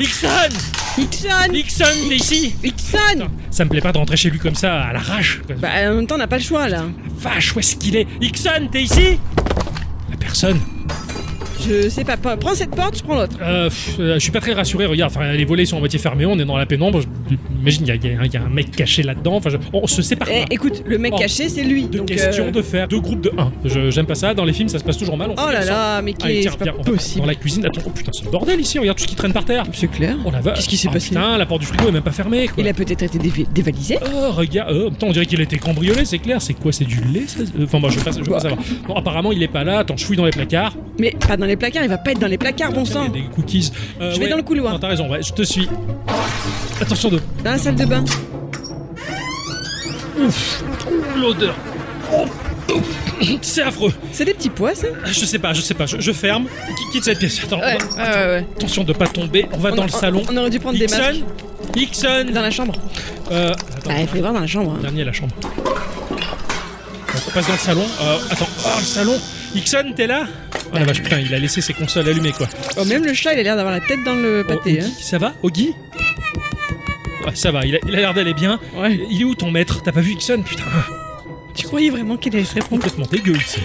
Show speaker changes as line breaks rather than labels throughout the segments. Ixon
Ixon
Ixon, t'es ici
Ixon
Ça me plaît pas de rentrer chez lui comme ça, à l'arrache. quoi.
Bah en même temps, on n'a pas le choix là.
Vache, où est-ce qu'il est Ixon, t'es ici La personne.
Je sais pas, prends prends cette porte, je prends l'autre.
Euh, pff, euh, je suis pas très rassuré, regarde, enfin, les volets sont à moitié fermés, on est dans la pénombre. je- J'imagine qu'il y, a- il y a un mec caché là-dedans, enfin, je- on se sépare
Eh,
pas.
écoute, le mec
Oh.
caché, c'est lui.
Deux
donc,
questions
euh,
de faire deux groupes de 1. J'aime pas ça, dans les films ça se passe toujours mal. on
Oh
fait
là
ensemble.
là, mais qui
Allez,
est.
tiens,
C'est
viens,
pas
on va Dans
possible.
la cuisine, attends, oh putain, c'est le bordel ici, regarde tout ce qui traîne par terre.
C'est clair.
Oh la vache.
Qu'est-ce qui s'est
Ah,
passé
Putain, la porte du frigo est même pas fermée, quoi.
Il a peut-être été déva- dévalisé
Oh, regarde, euh, en même temps, on dirait qu'il a été cambriolé, c'est clair. C'est quoi, c'est du lait ça Euh, Enfin, moi, je veux pas, je veux pas savoir. Bon, apparemment, il est pas là. Attends, je fouille dans les placards.
Mais pas dans les placards, il va pas être dans les placards, bon
Il y a
sang.
des cookies. Euh,
Je vais
ouais.
dans le couloir.
Non, t'as raison, ouais, je te suis. Attention de.
Dans la salle de bain.
Ouh, L'odeur. Oh, oh, C'est affreux.
C'est des petits pois, ça
Je sais pas, je sais pas. Je, je ferme. Qui- Quitte cette pièce. Attends, on va-
ouais, ouais.
attention de pas tomber. On va dans le salon.
On aurait dû prendre des masques.
Ixon Ixon
Dans la chambre.
Euh.
Bah, il
Attends,
faut les voir dans la chambre. hein.
dernier, la chambre. On passe dans le salon. Euh, attends, oh, le salon Ixon, t'es là Oh la vache, putain, il a laissé ses consoles allumées, quoi.
Oh, même le chat, il a l'air d'avoir la tête dans le
Oh,
pâté. hein.
Oggy, ça va Oggy Ouais, Ça va, il a il a l'air d'aller bien.
hein. Ouais.
Il est où ton maître T'as pas vu Ixon Putain,
Tu croyais vraiment qu'il allait se répondre
complètement dégueu ici.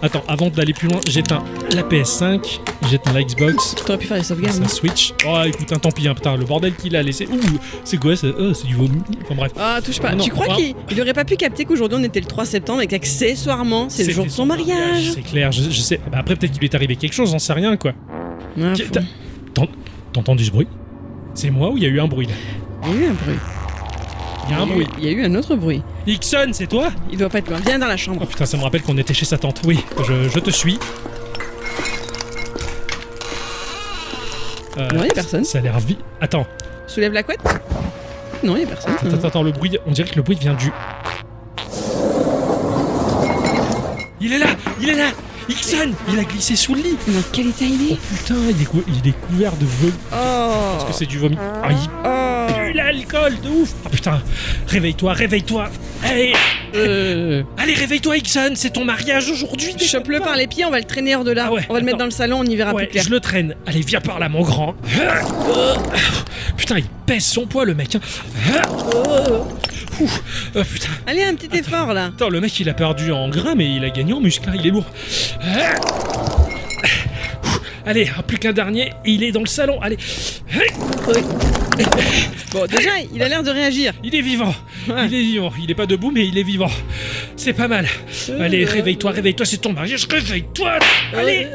Attends, avant d'aller plus loin, j'éteins la PS5, j'éteins la Xbox,
T'aurais pu faire des sauvegardes.
ça
non
Switch. Oh, écoute, hein, tant pis, hein, putain, le bordel qu'il a laissé. Ouh, c'est quoi ça Oh, C'est du vomi. Enfin bref.
Ah, touche pas.
Non,
tu crois
non.
qu'il il aurait pas pu capter qu'aujourd'hui on était le 3 septembre et qu'accessoirement c'est le
C'était
jour de son mariage
C'est clair, je, je sais. Bah, après, peut-être qu'il lui est arrivé quelque chose, j'en sais rien, quoi.
Ah,
Qui-
faut-
t'as- t'en- T'as entendu ce bruit C'est moi ou il y a eu un bruit là
Il y a eu un bruit.
Il y a un
Il y a eu-
bruit.
Il y a eu un autre bruit.
Ixon, c'est toi
Il doit pas être loin. Viens dans la
Oh
chambre.
putain, ça me rappelle qu'on était chez sa tante. Oui, je, je te suis. Euh,
Non, il y a personne.
Ça a l'air vide. Attends,
Soulève la couette Non, il y a personne.
attends, attends, attends, le bruit. On dirait que le bruit vient du. Il est là Il est là Ixon Il a glissé sous le lit
Mais dans quel état il
Oh
est
putain, il est, cou- il est couvert de vomi.
Oh
Est-ce que c'est du vomi Ah, il
Oh
pue l'alcool de ouf Ah putain Réveille-toi, réveille-toi Allez,
euh...
allez réveille-toi, Ixon C'est ton mariage aujourd'hui déconne
Chope-le
pas.
par les pieds, on va le traîner hors de là.
Ah ouais,
on va le mettre
attends.
dans le salon, on y verra
Ouais,
plus clair.
je le traîne. Allez, viens par là, mon grand. Euh, Putain, il pèse son poids, le mec. hein. Ouh, oh, putain.
Allez, un petit effort là.
Attends, le mec, il a perdu en gras, mais il a gagné en muscle. hein, Il est lourd. Ouh, Allez, plus qu'un dernier. Il est dans le salon. Allez,
Bon, déjà, il a l'air de réagir.
il est vivant.
Ouais.
Il est vivant. Il est pas debout, mais il est vivant. C'est pas mal.
Euh,
Allez, réveille-toi, réveille-toi. C'est ton mariage. Réveille-toi. Allez,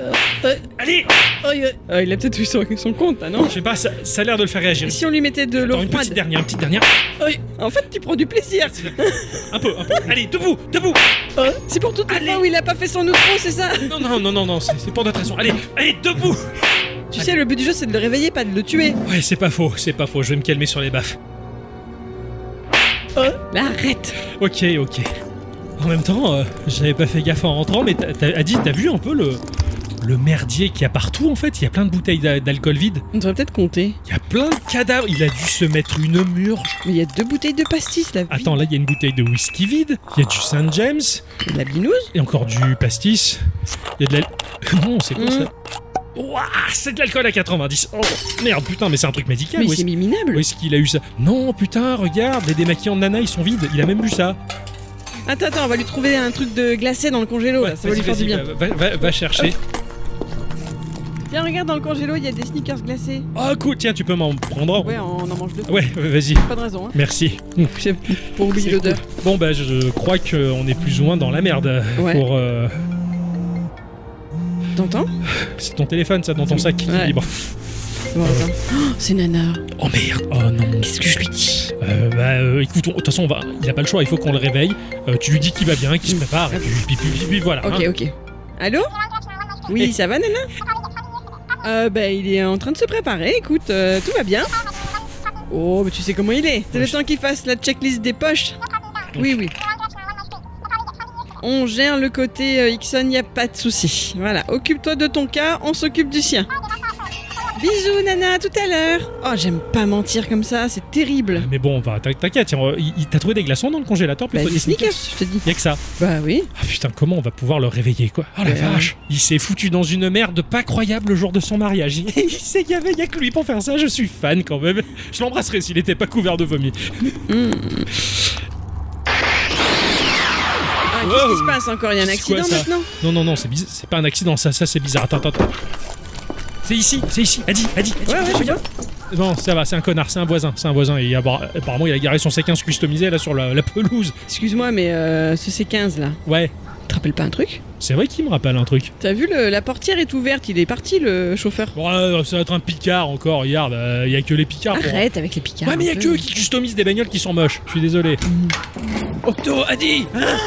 allez.
Euh, il a peut-être eu son, son compte là, non
Je sais pas, ça, ça a l'air de le faire réagir.
Et Si on lui mettait de l'eau
Attends, une petite
froide.
dernière, une petite dernière.
En fait, tu prends du plaisir.
Un peu, un peu. Allez, debout, debout.
C'est pour toutes les
Allez.
fois où il a pas fait son outro, c'est ça
Non, non, non, non, non, c'est c'est pour notre raison. Allez, allez, debout
Tu sais, le but du jeu, c'est de le réveiller, pas de le tuer.
Ouais, c'est pas faux, c'est pas faux, je vais me calmer sur les baffes.
Là, arrête.
Ok, ok. En même temps, euh, j'avais pas fait gaffe en rentrant, mais t'as- t'as Adi, t'as vu un peu le, le merdier qu'il y a partout en fait Il y a plein de bouteilles d'a- d'alcool vide,
On devrait peut-être compter.
il y a plein de cadavres, il a dû se mettre une murge.
Mais il y a deux bouteilles de pastis là.
Attends, là il y a une bouteille de whisky vide, il y a du Saint James,
De la binouse
et encore du pastis, il y a de la. Non, c'est quoi
Mm.
ça Ouah, c'est de l'alcool à 90. Oh merde, putain, mais c'est un truc médical.
Mais
ou est-ce-
c'est mis minable.
Où est-ce qu'il a eu ça Non, putain, regarde, les démaquillants de Nana, ils sont vides. Il a même bu ça.
Attends, attends, on va lui trouver un truc de glacé dans le congélo là. Oh, Ça va
Vas-y,
lui faire du
vas-y,
bien.
Va, va- va chercher.
Viens, regarde dans le congélo, il y a des sneakers glacés.
Oh, cool, tiens, tu peux m'en prendre.
Ouais, on en mange deux.
Ouais, vas-y.
Pas de raison, hein.
Merci. Mm.
C'est pour oublier
C'est
l'odeur.
Bon, bah, je crois qu'on est plus ou moins dans la merde. euh,
Ouais.
Pour, euh,
T'entends
C'est ton téléphone, ça, dans ton sac qui
Ouais.
vibre.
C'est bon, attends. Oh, c'est Nana.
Oh merde. Oh non.
Qu'est-ce que je lui dis
Euh, bah, euh, écoute, on- de toute façon, on va... il a pas le choix, il faut qu'on le réveille. Euh, tu lui dis qu'il va bien, qu'il se prépare, et puis, puis, puis, puis- puis voilà.
Ok,
hein.
ok. Allô Oui, ça va, Nana Euh, bah, il est en train de se préparer, écoute, euh, tout va bien. Oh, mais tu sais comment il est C'est le
Oui.
temps qu'il fasse la checklist des poches Oui, oui. On gère le côté euh, Ixon, y a pas de souci. Voilà, occupe-toi de ton cas, on s'occupe du sien. Bisous, Nana, à tout à l'heure. Oh, j'aime pas mentir comme ça, c'est terrible.
Mais bon, bah, t'in- t'inquiète, tiens, il- il- t'as trouvé des glaçons dans le congélateur
Bah,
plutôt
des sneakers, je te dis.
Y'a que ça.
Bah oui.
Ah putain, comment on va pouvoir le réveiller quoi Oh la
Ouais.
vache Il s'est foutu dans une merde pas croyable le jour de son mariage. Il s'est gavé, y'a que lui pour faire ça, je suis fan quand même. Je l'embrasserais s'il était pas couvert de vomi.
Hmm. Ah, qu'est-ce
Wow.
qui se passe encore Il y a un
C'est quoi,
accident
ça
maintenant
Non, non, non, c'est bizarre- c'est pas un accident, ça, ça c'est bizarre. Attends, attends, attends. C'est ici, c'est ici. Adi, Adi, Adi.
Ouais, ouais, je vois.
Non, ça va, c'est un connard, c'est un voisin, c'est un voisin. Et appara- apparemment, il a garé son C15 customisé là sur la, la pelouse.
Excuse-moi, mais euh, ce C15 là,
Ouais,
te rappelle pas un truc
c'est vrai qu'il me rappelle un truc.
T'as vu, le- la portière est ouverte, il est parti le chauffeur.
Bon, euh, ça va être un picard encore, regarde, euh, il y a que les picards pour-
Arrête avec les picards.
Ouais, mais
un
y'a
peu.
que eux qui customisent des bagnoles qui sont moches. Je suis désolé. Octo, Adi hein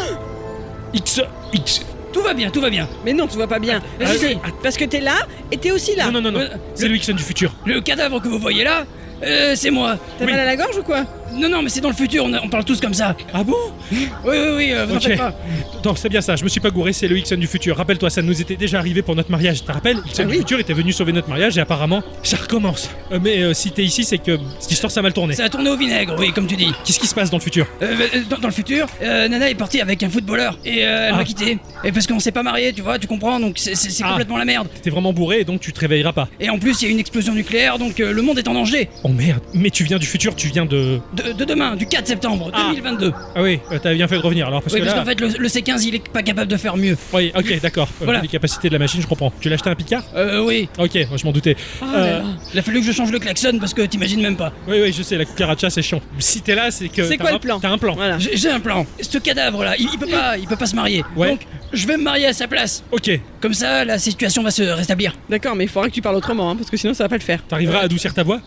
X, X. Tout va bien, tout va bien.
Mais non, tu vois pas bien. Parce
ah,
que- Parce que t'es là et t'es aussi là.
Non, non, non, non.
Euh,
C'est le Ixon du futur.
Le cadavre que vous voyez là, euh, c'est moi.
T'as
oui.
mal à la gorge ou quoi
Non, non, mais c'est dans le futur, on, on parle tous comme ça.
Ah bon
Oui, oui, oui, euh, vous en
Ok.
faites pas.
Non, c'est bien ça, je me suis pas gouré, c'est le Ixon du futur. Rappelle-toi, ça nous était déjà arrivé pour notre mariage. Tu te rappelles Ixon
Ah
du
oui.
futur était venu sauver notre mariage et apparemment, ça recommence. Euh, mais euh, si t'es ici, c'est que cette histoire, ça a mal tourné.
Ça a tourné au vinaigre, oui, comme tu dis.
Qu'est-ce qui se passe dans le futur
Euh, euh, dans, dans le futur, euh, Nana est partie avec un footballeur et euh, elle
Ah.
m'a quitté. Et parce qu'on s'est pas marié, tu vois, tu comprends, donc c'est c'est- c'est
Ah.
complètement la merde.
T'es vraiment bourré et donc tu te réveilleras pas.
Et en plus, il y a une explosion nucléaire, donc euh, le monde est en danger.
Oh merde, mais tu viens du futur, tu viens de.
De, de demain, du 4 septembre
Ah.
2022.
Ah oui, euh, t'as bien fait de revenir alors parce
oui,
que
parce
là.
qu'en fait, le, le C15, il est pas capable de faire mieux.
Oui, ok, d'accord. Euh,
Voilà.
Les capacités de la machine, je comprends. Tu l'as acheté un Picard
Euh, oui.
Ok, moi, je m'en doutais.
Oh
Euh,
Il a fallu que je change le klaxon parce que t'imagines même pas.
Oui, oui, je sais, la cucaracha, c'est chiant. Si t'es là, c'est que.
C'est
t'as
quoi
un-
le plan
T'as un plan.
Voilà.
J'ai j'ai un plan. Ce cadavre là, il, il peut pas, il peut pas se marier.
Ouais.
Donc, je vais me marier à sa place.
Ok,
Comme ça, la situation va se rétablir.
D'accord, mais il faudra que tu parles autrement, hein, parce que sinon ça va pas le faire.
t'arriveras à adoucir ta voix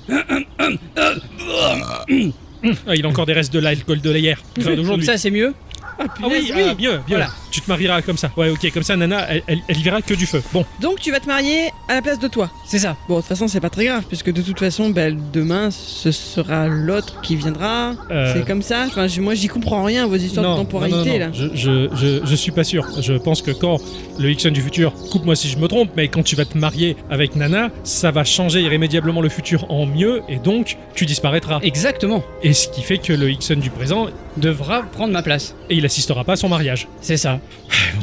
Ah, il a encore des restes de l'alcool de l'hier. Enfin,
Comme
d'aujourd'hui.
ça, c'est mieux.
Ah,
Ah
punaise,
oui,
oui.
ah, mieux, mieux.
Voilà.
Tu te marieras comme ça. Ouais, ok, comme ça, Nana, elle, elle, elle y verra que du feu. Bon,
Donc tu vas te marier à la place de toi.
C'est ça.
Bon, de toute façon, c'est pas très grave, puisque de toute façon, ben, demain, ce sera l'autre qui viendra.
Euh.
C'est comme ça. Enfin, j- moi, j'y comprends rien, vos histoires
non,
de temporalité,
non, non, non. Je, je, je, je suis pas sûr. Je pense que quand le Hickson du futur, coupe-moi si je me trompe, mais quand tu vas te marier avec Nana, ça va changer irrémédiablement le futur en mieux, et donc tu disparaîtras.
Exactement.
Et ce qui fait que le Hickson du présent,
Devra prendre ma place.
et il assistera pas à son mariage.
C'est ça.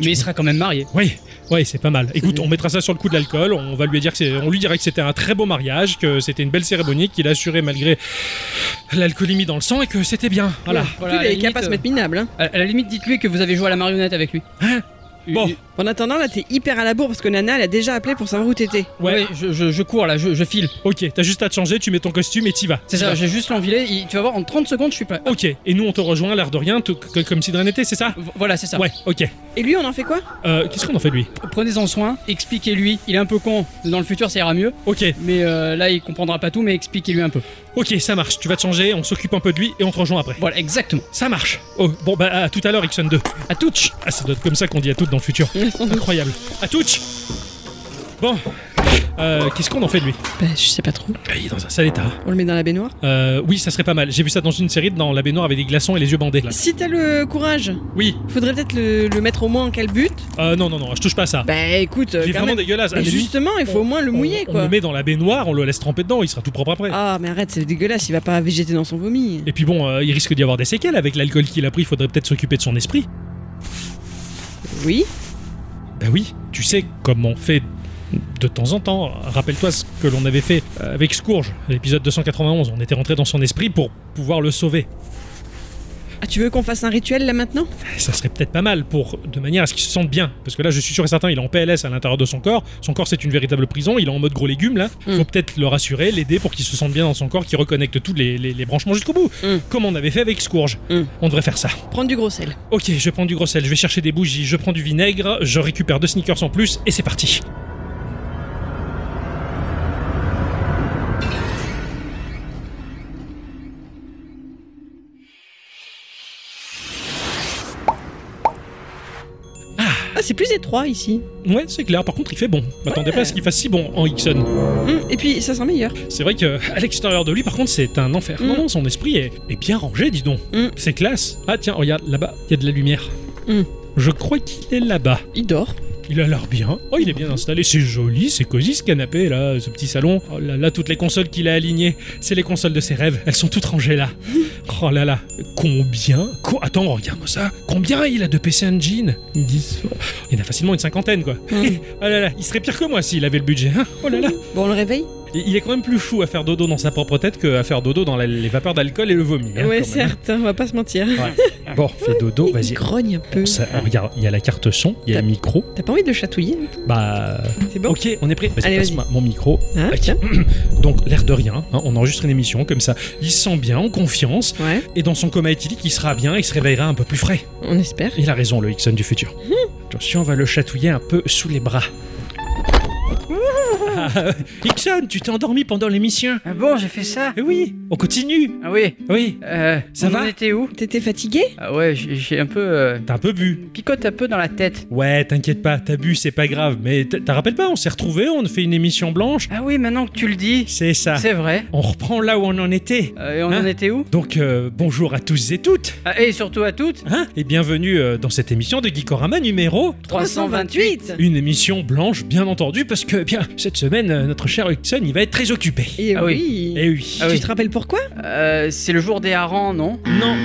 Mais il sera quand même marié.
Oui, oui, c'est pas mal. Écoute, on mettra ça sur le coup de l'alcool. On va lui dire que c'est- on lui dira que c'était un très beau mariage, que c'était une belle cérémonie, qu'il a assuré malgré l'alcoolémie dans le sang et que c'était bien. Voilà.
là.
voilà,
Plus, il
à
est
la
capable de se
limite, euh.
mettre minable. Hein.
À à la limite, dites-lui que vous avez joué à la marionnette avec lui.
Hein Bon.
Euh,
En attendant, là, t'es hyper à la bourre, parce que Nana, elle a déjà appelé pour savoir où t'étais.
Ouais.
ouais, je, je- je cours là, je, je file.
Ok, t'as juste à te changer, tu mets ton costume et t'y vas.
C'est ça, j'ai juste l'envilé. il- Tu vas voir, en 30 secondes, je suis prêt.
Ok, et nous on te rejoint l'air de rien, tout- que- comme si de rien n'était, c'est ça
V- Voilà, c'est ça.
Ouais, ok.
Et lui, on en fait quoi
Euh, Qu'est-ce qu'on en fait de lui
Prenez-en soin, expliquez-lui. Il est un peu con. Dans le futur, ça ira mieux.
Ok,
Mais euh, là, il comprendra pas tout, mais expliquez-lui un peu.
ok, ça marche. Tu vas te changer, on s'occupe un peu de lui et on te rejoint après.
Voilà, exactement.
Ça marche. Oh, bon bah à tout à l'heure, Ixon 2.
À touch.
Ah, ça doit être comme ça qu'on dit à toutes dans le futur.
Bah,
Incroyable. À toutes Bon, euh, qu'est-ce qu'on en fait de lui
Ben, je sais pas trop.
Bah, Il est dans un sale état.
On le met dans la baignoire.
Euh, oui, ça serait pas mal. J'ai vu ça dans une série, dans la baignoire avec des glaçons et les yeux bandés. Là.
Si t'as le courage,
Oui.
faudrait peut-être le, le mettre au moins en calbut.
Euh, non, non, non, je touche pas à ça.
Bah écoute,
Il est
quand
vraiment
même.
dégueulasse.
Mais
Ah, mais lui,
justement, il faut au moins le
on-
mouiller,
on,
quoi.
le met dans la baignoire, on le laisse tremper dedans, il sera tout propre après.
Ah, mais arrête, c'est dégueulasse, il va pas végéter dans son vomi.
Et puis bon, euh, il risque d'y avoir des séquelles avec l'alcool qu'il a pris. Il faudrait peut-être s'occuper de son esprit.
Oui
Bah oui. Tu sais comme on fait de temps en temps. Rappelle-toi ce que l'on avait fait avec Scourge, à l'épisode 291. On était rentré dans son esprit pour pouvoir le sauver.
Ah, tu veux qu'on fasse un rituel là maintenant
ça serait peut-être pas mal pour de manière à ce qu'il se sente bien parce que là je suis sûr et certain il est en PLS à l'intérieur de son corps son corps c'est une véritable prison il est en mode gros légume là faut
Mm.
peut-être le rassurer l'aider pour qu'il se sente bien dans son corps qu'il reconnecte tous les, les- les branchements jusqu'au bout
Mm.
comme on avait fait avec Scourge
Mm.
on devrait faire ça
Prendre du gros sel.
ok je prends du gros sel je vais chercher des bougies je prends du vinaigre je récupère deux sneakers en plus et c'est parti
Ah, c'est plus étroit ici.
ouais c'est clair par contre il fait bon m'attendais
Ouais.
pas à ce qu'il fasse si bon en Ixon
Hum, et puis, ça sent meilleur.
C'est vrai que à l'extérieur de lui, par contre, c'est un enfer. Non,
Mm.
non, son esprit est, est bien rangé, dis donc.
Mm.
C'est classe. Ah tiens, regarde, là-bas, il y a de la lumière.
Mm.
Je crois qu'il est là-bas.
Il dort.
Il a l'air bien. Oh, il est bien installé. C'est joli, c'est cosy ce canapé là, ce petit salon. Oh là là, toutes les consoles qu'il a alignées, c'est les consoles de ses rêves. Elles sont toutes rangées là. Oh là là, combien Co- Attends, regarde-moi ça. Combien il a de PC Engine 10. Il y en a facilement une cinquantaine quoi.
Hmm.
Oh là là, il serait pire que moi s'il avait le budget. hein. oh là là.
Bon, on le réveille
Et il est quand même plus chou à faire dodo dans sa propre tête qu'à faire dodo dans la- les vapeurs d'alcool et le vomi. hein,
Ouais,
quand même.
certes, on va pas se mentir.
Bon, fais dodo,
Il
vas-y.
grogne un peu.
Ça, regarde, il y a la carte son, il y a le micro.
T'as pas envie de le chatouiller
Bah,
C'est bon
ok, Ah, on est prêt. Vas-y,
Allez,
passe-moi mon micro.
Hein,
Ok.
tiens.
Donc, l'air de rien, hein, on enregistre une émission comme ça. Il se sent bien, en confiance,
Ouais,
et dans son coma éthylique, il sera bien, il se réveillera un peu plus frais.
on espère.
Il a raison, le Hickson du futur.
Hum.
Attention, on va le chatouiller un peu sous les bras. Ah, euh, Hickson, tu t'es endormi pendant l'émission
Ah bon, j'ai fait ça
Eh Oui, on continue
Ah oui.
Oui,
Euh,
Ça
on en
va
était où
Oh, T'étais fatigué
Ah ouais, j'ai j'ai un peu... euh,
t'as un peu bu.
picote un peu dans la tête.
Ouais, t'inquiète pas, t'as bu, c'est pas grave. Mais t- t'as rappelles pas, on s'est retrouvés, on a fait une émission blanche.
Ah oui, maintenant que tu le dis,
C'est ça.
c'est vrai.
On reprend là où on en était.
Euh, et on
Ah. Hein
en était où
Donc euh, bonjour à tous et toutes,
Ah, Et surtout à toutes,
hein, et bienvenue euh, dans cette émission de Geekorama numéro,
328
une émission blanche bien entendu parce que eh bien cette semaine euh, notre cher Hudson il va être très occupé.
Et
Ah
oui.
Eh oui.
Ah oui.
Tu te rappelles pourquoi
Euh, C'est le jour des harengs, non
Non,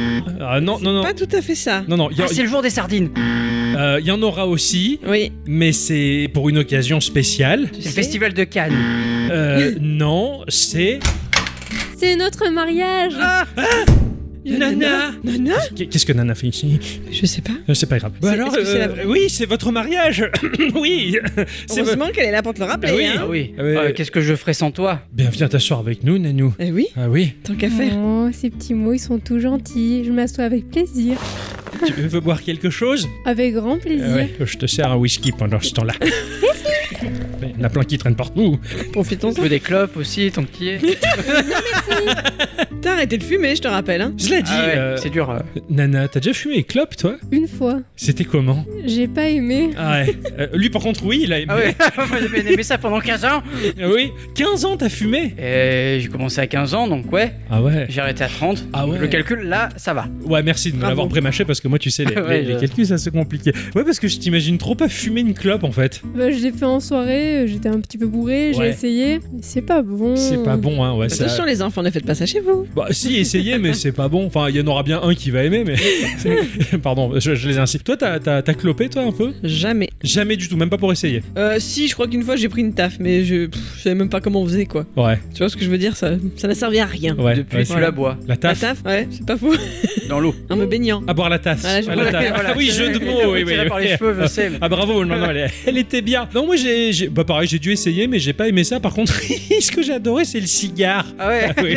ah non non non.
Pas tout à fait ça.
Non, non, il y, a-
Ah, C'est le jour des sardines
euh, il y en aura aussi,
Oui.
mais c'est pour une occasion spéciale.
tu
C'est le
sais.
festival de Cannes
Euh, non, c'est...
C'est notre mariage
Ah
Nana
Nana
Qu'est-ce que Nana fait ici
Je sais pas.
Euh, C'est pas grave.
C'est- est-ce que c'est la vraie
oui, c'est votre mariage. oui. C'est vo-
Heureusement qu'elle est là pour te le rappeler.
Ah oui.
Ah
hein.
oui,
Ah oui.
Euh, qu'est-ce que je ferais sans toi
Bien, viens t'asseoir avec nous, Nanou.
Eh oui,
Ah oui.
tant qu'à faire.
Oh, ces petits mots, ils sont tout gentils. Je m'assois avec plaisir.
tu veux boire quelque chose
Avec grand plaisir.
Euh, ouais, je te sers un whisky pendant ce temps-là. Il y en a plein qui traînent partout.
On
Profitons-en.
peut des clopes aussi, tant qu'il y est.
T'as arrêté de fumer, je te rappelle. Hein.
Cela dit,
Ah ouais,
euh,
c'est dur. euh.
Nana, t'as déjà fumé les clopes, toi
Une fois,
C'était comment
j'ai pas aimé.
Ah ouais. Euh, lui, par contre, oui, il a aimé.
Ah ouais, moi j'ai bien aimé ça pendant 15 ans
Ah oui. 15 ans, t'as fumé
Et j'ai commencé à 15 ans, donc ouais,
Ah ouais.
j'ai arrêté à 30.
Ah ouais.
Le calcul, là, ça va.
Ouais, merci de me
Bravo.
l'avoir prémâché parce que moi, tu sais, les,
Ouais,
les- les
je-
calculs, ça c'est compliqué. Ouais, parce que je t'imagine trop pas fumer une clope en fait.
Bah, je l'ai fait en soirée, euh, j'étais un petit peu bourrée, j'ai
Ouais.
essayé. Mais C'est pas bon.
C'est pas bon, hein. Ouais, ça-
Bah, Attention les enfants, ne faites pas ça chez vous.
Bah si, essayez, mais c'est pas bon. Enfin, il y en aura bien un qui va aimer, mais... Pardon, je, je les incite. Toi, t'as, t'as- t'as clopé, toi, un peu
Jamais.
Jamais du tout, même pas pour essayer.
Euh, si, je crois qu'une fois j'ai pris une taf, mais je, pff, je savais même pas comment on faisait quoi.
Ouais,
Tu vois ce que je veux dire Ça ça n'a servi à rien.
ouais.
Depuis,
ouais.
tu la bois,
La
La
taf.
taf, ouais, c'est pas fou.
dans l'eau.
En me baignant.
À boire la tasse.
Voilà, je
Ah,
bois
la
la-
taf.
Voilà,
Ah oui, jeu de mots, oui, oui.
Tiré par
oui.
les cheveux, je sais.
Ah bravo, non, non, elle, est- elle était bien. Non, moi j'ai, j'ai- Bah pareil, j'ai dû essayer, mais j'ai pas aimé ça. Par contre, ce que j'ai adoré, c'est le cigare.
Ah ouais,
Ah oui.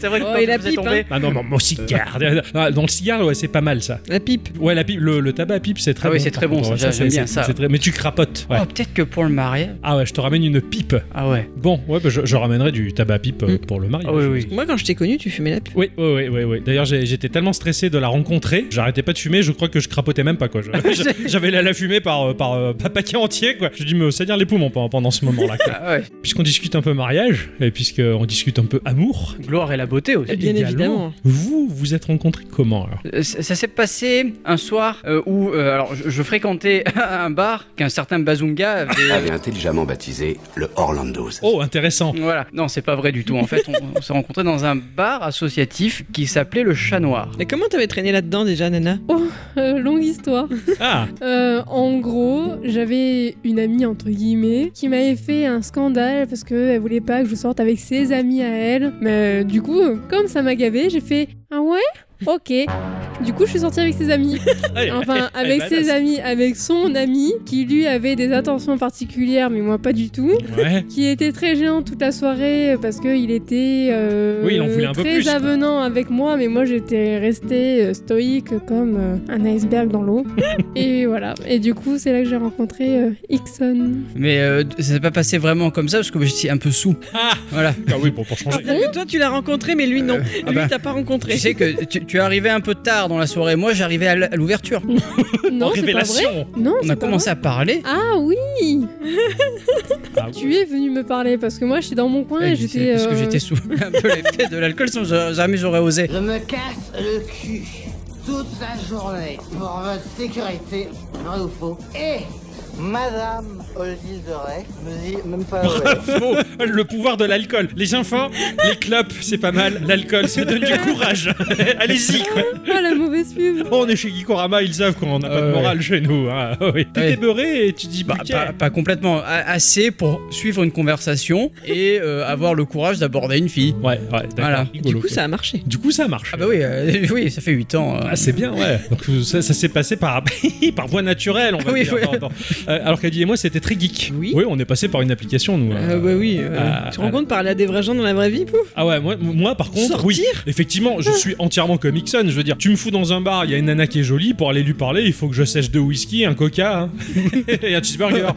c'est vrai que
Oh,
quand
et la
vous êtes
pipe,
tombé-
Ah non, non, mon cigare. Ah, Dans le cigare, ouais, c'est pas mal ça.
La pipe.
Ouais, la pipe, le, le tabac à pipe, c'est très
Ah
bon.
oui, c'est
par
très bon,
contre.
ça,
Ouais,
j'aime
c'est-
bien ça.
c'est très- Mais tu crapotes. Ouais.
Oh, peut-être que pour le mariage.
Ah ouais, je te ramène une pipe.
Ah ouais.
Bon, ouais, bah, je, je ramènerai du tabac à pipe euh, pour le mariage.
Ah oui, oui.
Moi quand je t'ai connu, tu fumais la pipe.
Oui, oui, oui, oui, oui. D'ailleurs, j'ai- j'étais tellement stressé de la rencontrer, j'arrêtais pas de fumer, je crois que je crapotais même pas, quoi. Je- J'avais la, la fumée par, euh, par euh, pa- paquet entier, quoi. Je dis, mais ça dire les poumons pendant, pendant ce moment-là, quoi.
Ah ouais.
Puisqu'on discute un peu mariage, et puisqu'on discute un peu amour.
Gloire et la beauté aussi.
Bien
également,
évidemment.
Vous, vous êtes rencontrés comment, alors
Euh, Ça ça s'est passé un soir euh, où euh, alors je, je fréquentais un bar qu'un certain Bazunga avait.
avait intelligemment baptisé le Orlando's.
Oh, intéressant.
Voilà, non, c'est pas vrai du tout. En fait, on, on s'est rencontrés dans un bar associatif qui s'appelait le Chat Noir.
Et comment t'avais traîné là-dedans déjà, Nana
Euh, longue histoire.
Ah,
Euh, en gros, j'avais une amie entre guillemets qui m'avait fait un scandale parce qu'elle voulait pas que je sorte avec ses amis à elle. Mais euh, du coup, euh, comme ça m'a gavé, j'ai fait Ah ouais Ok. Du coup, je suis sortie avec ses amis.
allez,
Enfin,
allez,
avec
allez,
ses amis, avec son ami qui lui avait des attentions particulières, mais moi pas du tout.
badass. Ouais.
Qui était très gênant toute la soirée euh, parce qu'il était euh,
Oui, il en voulait un peu
très
plus, quoi.
avenant avec moi, mais moi j'étais restée euh, stoïque comme euh, un iceberg dans l'eau. et voilà. Et du coup, c'est là que j'ai rencontré euh, Ixon.
Mais euh, ça s'est pas passé vraiment comme ça parce que j'étais un peu sous.
Ah,
Voilà.
ah oui, bon, pour changer.
Parce que Toi tu l'as rencontré, mais lui non.
ah
lui
bah.
t'as pas rencontré.
Tu sais que tu, tu es arrivé un peu tard dans la soirée. Moi, j'arrivais à l- à l'ouverture.
en
Non, c'est pas vrai.
Oh, révélation.
Non,
On
c'est
a
pas
commencé à parler.
vrai. Ah oui
Ah,
Tu es venu me parler parce que moi j'étais dans mon coin
Eh,
Ouais,
et
je sais,
j'étais.
Parce que
euh,
j'étais sous un peu l'effet de l'alcool, sinon j'a- jamais j'aurais osé.
Je me casse le cul toute la journée pour votre sécurité, vrai ou faux. Et Madame Oldies de Rey me dit même pas. ouais.
Bravo Oh, Le pouvoir de l'alcool. Les enfants, les clopes, c'est pas mal. L'alcool, ça donne du courage. Allez-y, quoi.
Oh la mauvaise pub
On est chez Gikorama, ils savent qu'on n'a pas de
Ouais.
morale chez nous. hein. Ah oui. T'es
Ouais.
beurré et tu dis
Bah,
bah,
pas, pas complètement, a- assez pour suivre une conversation et euh, avoir le courage d'aborder une fille.
Ouais, ouais, d'accord.
Voilà.
Du
Rigolo,
coup,
quoi.
ça a marché.
du coup, ça marche.
Ah bah oui, euh, oui, ça fait 8 ans. euh.
Ah, c'est bien, ouais. Donc ça, ça s'est passé par, par voie naturelle, on va
Oui,
dire.
oui.
Attends, attends. Euh, alors qu'Adi et moi, c'était très geek.
Oui.
on est passé par une application, nous.
Ah bah oui. euh,
ah,
tu te rends
ah.
compte, parler à des vrais gens dans la vraie vie, pouf
Ah ouais, moi, moi, par contre,
Sortir
oui. Effectivement, je suis entièrement comme Ixon. Je veux dire, tu me fous dans un bar, il y a une nana qui est jolie, pour aller lui parler, il faut que je sèche deux whisky, un coca hein, et un cheeseburger.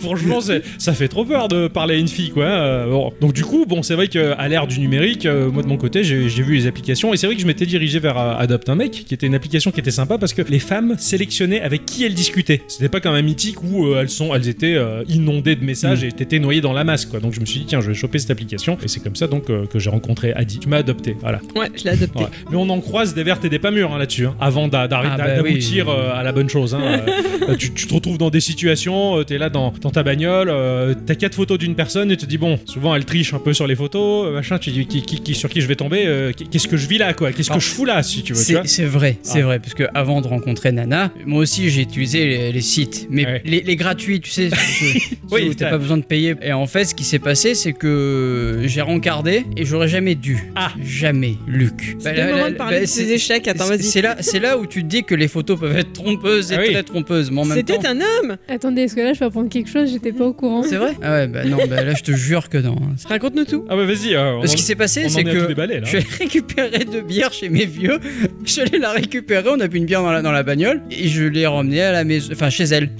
Franchement, c'est- ça fait trop peur de parler à une fille, quoi. Euh, bon. Donc du coup, bon, c'est vrai qu'à l'ère du numérique, euh, moi de mon côté, j'ai j'ai vu les applications et c'est vrai que je m'étais dirigé vers euh, Adopt un mec, qui était une application qui était sympa parce que les femmes sélectionnaient avec qui elles discutaient. C'était pas comme un mythique où euh, elles sont, elles étaient euh, inondées de messages et t'étais noyé dans la masse, quoi. Donc je me suis dit tiens, je vais choper cette application et c'est comme ça donc euh, que j'ai rencontré Adi. Tu m'as adopté, voilà.
Ouais, je l'ai adopté.
Ouais. Mais on en croise des vertes et des pas mûres hein, là-dessus, hein, avant d'a- d'arrêter-
Ah bah
d'aboutir
oui.
euh, à la bonne chose. hein. Euh, tu, tu te retrouves dans des situations, euh, t'es là dans, dans ta bagnole, euh, t'as quatre photos d'une personne et tu te dis bon, souvent elle triche un peu sur les photos, euh, machin, tu dis qui, qui- qui- sur qui je vais tomber, euh, qu'est-ce que je vis là quoi, qu'est-ce que
Alors,
je fous là si tu veux. tu vois.
C'est c'est vrai, c'est
Ah.
vrai, parce que avant de rencontrer Nana, moi aussi j'ai utilisé les, les sites, mais
Ouais.
les, les gratuits, tu sais, ceux-
Oui,
ceux où
t'as-
t'as pas besoin de payer. Et en fait, ce qui s'est passé, c'est que j'ai rencardé et j'aurais jamais dû.
Ah.
Jamais, Luc. Bah,
C'est le
là,
moment
là,
de parler
bah,
de
c'est-
ses échecs. Attends,
c'est-
vas-y.
C'est là, c'est là où tu te dis que les photos peuvent être trompeuses et
Ah oui.
très trompeuses, mais en même temps.
C'était un homme
Attendez, est-ce que là je peux apprendre quelque chose J'étais pas au courant.
C'est vrai Ah ouais, bah non, bah là je te jure que non.
Raconte-nous tout.
Ah bah vas-y, euh, on
Ce
en-
qui s'est passé,
on en
c'est
est à tout
que
déballer, là.
je suis allé récupérer deux bières chez mes vieux. Je suis allé la récupérer, on a bu une bière dans la, dans la bagnole et je l'ai ramenée à la maison, enfin chez elle.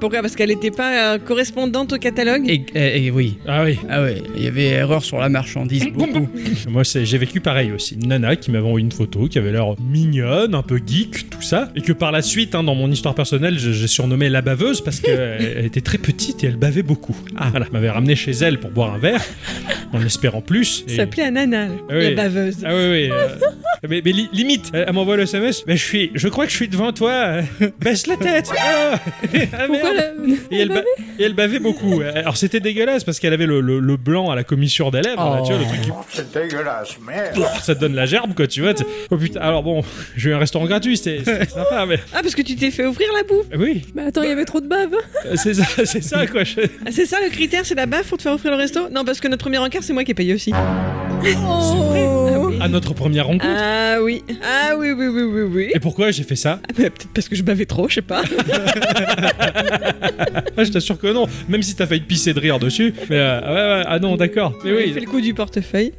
Pourquoi Parce qu'elle n'était pas euh, correspondante au catalogue
Et, et- et oui.
Ah oui.
Ah ouais, il y avait erreur sur la marchandise. Beaucoup.
Moi, c'est- j'ai vécu pareil aussi. Une nana qui m'avait envoyé une photo, qui avait l'air mignonne, un peu geek, tout ça. Et que par la suite, hein, dans mon histoire personnelle, je- j'ai surnommé la baveuse parce qu'elle était très petite et elle bavait beaucoup. Ah, voilà. Elle m'avait ramené chez elle pour boire un verre, en espérant plus.
Ça
Et-
s'appelait Anana,
Ah oui.
la baveuse.
Ah oui, oui. euh, mais mais li- limite, elle elle m'envoie le SMS. Mais je suis, je crois que je suis devant toi. euh, baisse la tête. Ah, Ah,
Pourquoi
merde.
la...
Et elle, ba- et elle bavait beaucoup. Alors c'était dégueulasse parce qu'elle avait le, le- le blanc à la commissure des lèvres. là, tu vois, le truc qui
Oh, C'est dégueulasse, merde.
ça te donne la gerbe quoi tu vois t'sais. oh putain alors bon j'ai eu un restaurant gratuit c'était c'était sympa mais
Ah, parce que tu t'es fait ouvrir la bouffe.
oui
Bah attends, il y avait trop de bave.
c'est ça c'est ça quoi Je-
Ah, c'est ça le critère, c'est la baffe pour te faire offrir le resto Non, parce que notre premier encart, c'est moi qui ai payé aussi.
à notre première rencontre
Ah oui. Ah oui, oui, oui, oui, oui.
et pourquoi j'ai fait ça
Ah, bah, Peut-être parce que je bavais trop, je sais pas.
ah, Je t'assure que non, même si t'as failli te pisser de rire dessus. Mais euh, ouais, ouais, ah non, d'accord. Mais
J'ai
oui,
fait le coup du portefeuille.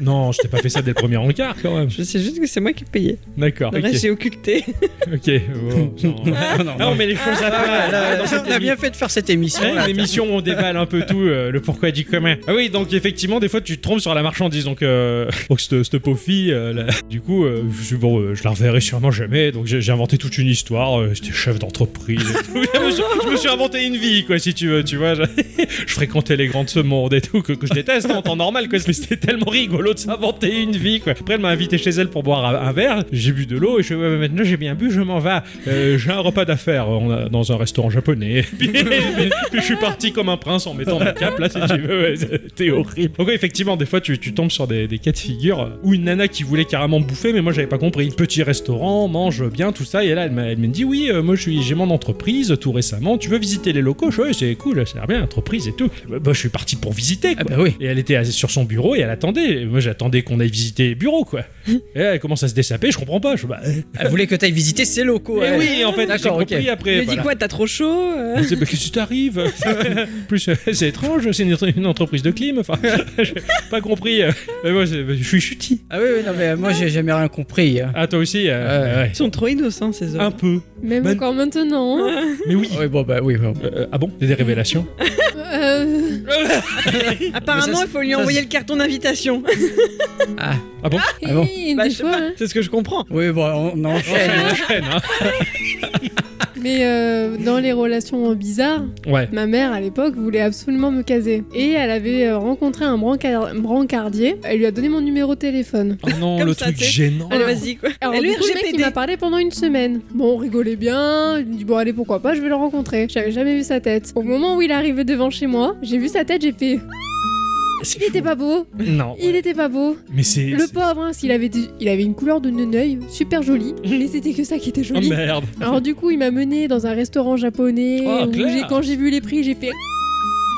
non, je t'ai pas fait ça dès le premier encart quand même.
Je sais juste que c'est moi qui ai payé.
D'accord,
Le reste,
ok.
j'ai occulté.
Ok, bon, non.
Non, non,
Non,
non.
mais les choses à
Ah,
part,
là,
là, dans
là,
cette Eh
on a bien fait de faire cette émission.
Ouais,
là.
l'émission où on déballe un peu tout, euh, le pourquoi du commun. Ah oui, donc effectivement, des fois tu te trompes sur la marchandise. Donc, euh, donc cette, cette pauvre fille, euh, là, du coup, euh, je, suis- bon, euh, je la reverrai sûrement jamais. Donc j'ai j'ai inventé toute une histoire. euh, J'étais chef d'entreprise. et tout. je, me suis, je me suis inventé une vie, quoi, si tu veux. Tu vois, je, je fréquentais les grands de ce monde et tout, que, que je déteste hein, en temps normal. Quoi, mais c'était tellement rigolo de s'inventer une vie. Quoi. Après, elle m'a invité chez elle pour boire un, un verre. J'ai bu de l'eau et je fais, ouais, mais maintenant j'ai bien bu, je m'en vais. Euh, j'ai un repas d'affaires euh, on a- dans un restaurant japonais. puis, puis je suis parti comme un prince en mettant ma cape là si tu veux. Ouais, C'était horrible. Donc ouais, effectivement, des fois tu, tu tombes sur des, des cas de figure euh, où une nana qui voulait carrément me bouffer, mais moi j'avais pas compris. Petit restaurant, mange bien, tout ça. Et là elle m'a elle me dit oui, euh, moi je suis- j'ai mon entreprise euh, tout récemment. Tu veux visiter les locaux Je fais, ouais, c'est cool, ça a l'air bien, entreprise et tout. Bah, bah, je suis parti pour visiter.
Ah
Quoi.
bah oui.
Et elle était assise sur son bureau et elle attendait. Et moi j'attendais qu'on aille visiter les bureaux quoi. et elle commence à se dessaper, je comprends pas. Je fais, bah, euh,
Elle voulait que t'ailles visiter ses locaux.
eh
elle.
oui, en fait, j'ai
D'accord, ok.
compris après.
Il a dit
voilà.
quoi T'as trop chaud euh
C'est bah, qu'est-ce qui t'arrive En Plus euh, c'est étrange, c'est une, une entreprise de clim. Enfin, j'ai pas compris. euh, mais moi, c'est- je suis chuti.
Ah oui, oui, non, mais moi j'ai jamais rien compris. hein.
Ah toi aussi. euh, ouais.
Ils sont trop innocents, ces
Un
hommes.
peu.
Même
Ben-
encore maintenant. hein.
Mais oui.
Oui, bon, bah oui, bon.
Euh, ah bon Il y a Des révélations
Euh,
Ah,
Apparemment,
Mais ça,
il faut lui
ça,
envoyer
c'est-
le carton d'invitation.
Ah,
Ah bon
et
Ah bon
des
Bah, je sais
fois,
pas,
hein.
C'est ce que je comprends.
Ah. oui, bon, on enchaîne.
Enchaîne, enchaîne, hein.
Mais euh, dans les relations bizarres,
Ouais.
ma mère à l'époque voulait absolument me caser. Et elle avait euh, rencontré un brancar- brancardier. Elle lui a donné mon numéro de téléphone.
Oh non,
Comme
le
ça,
truc
tu sais.
gênant.
Allez, vas-y, quoi.
Alors,
le
du coup, le mec, il
RGPD.
m'a parlé pendant une semaine. Bon, on rigolait bien. Je me dis, bon, allez, pourquoi pas, je vais le rencontrer. J'avais jamais vu sa tête. Au moment où il arrivait devant chez moi, j'ai vu sa tête, j'ai fait,
C'est
il était
chaud.
pas beau,
Non.
il était pas beau.
Mais c'est.
Le
c'est-
pauvre, hein, s'il avait, des- il avait une couleur de neneuil super jolie, mais c'était que ça qui était
Oh
joli.
merde.
Alors du coup, il m'a mené dans un restaurant japonais.
Oh,
où
clair.
j'ai- quand j'ai vu les prix, j'ai fait.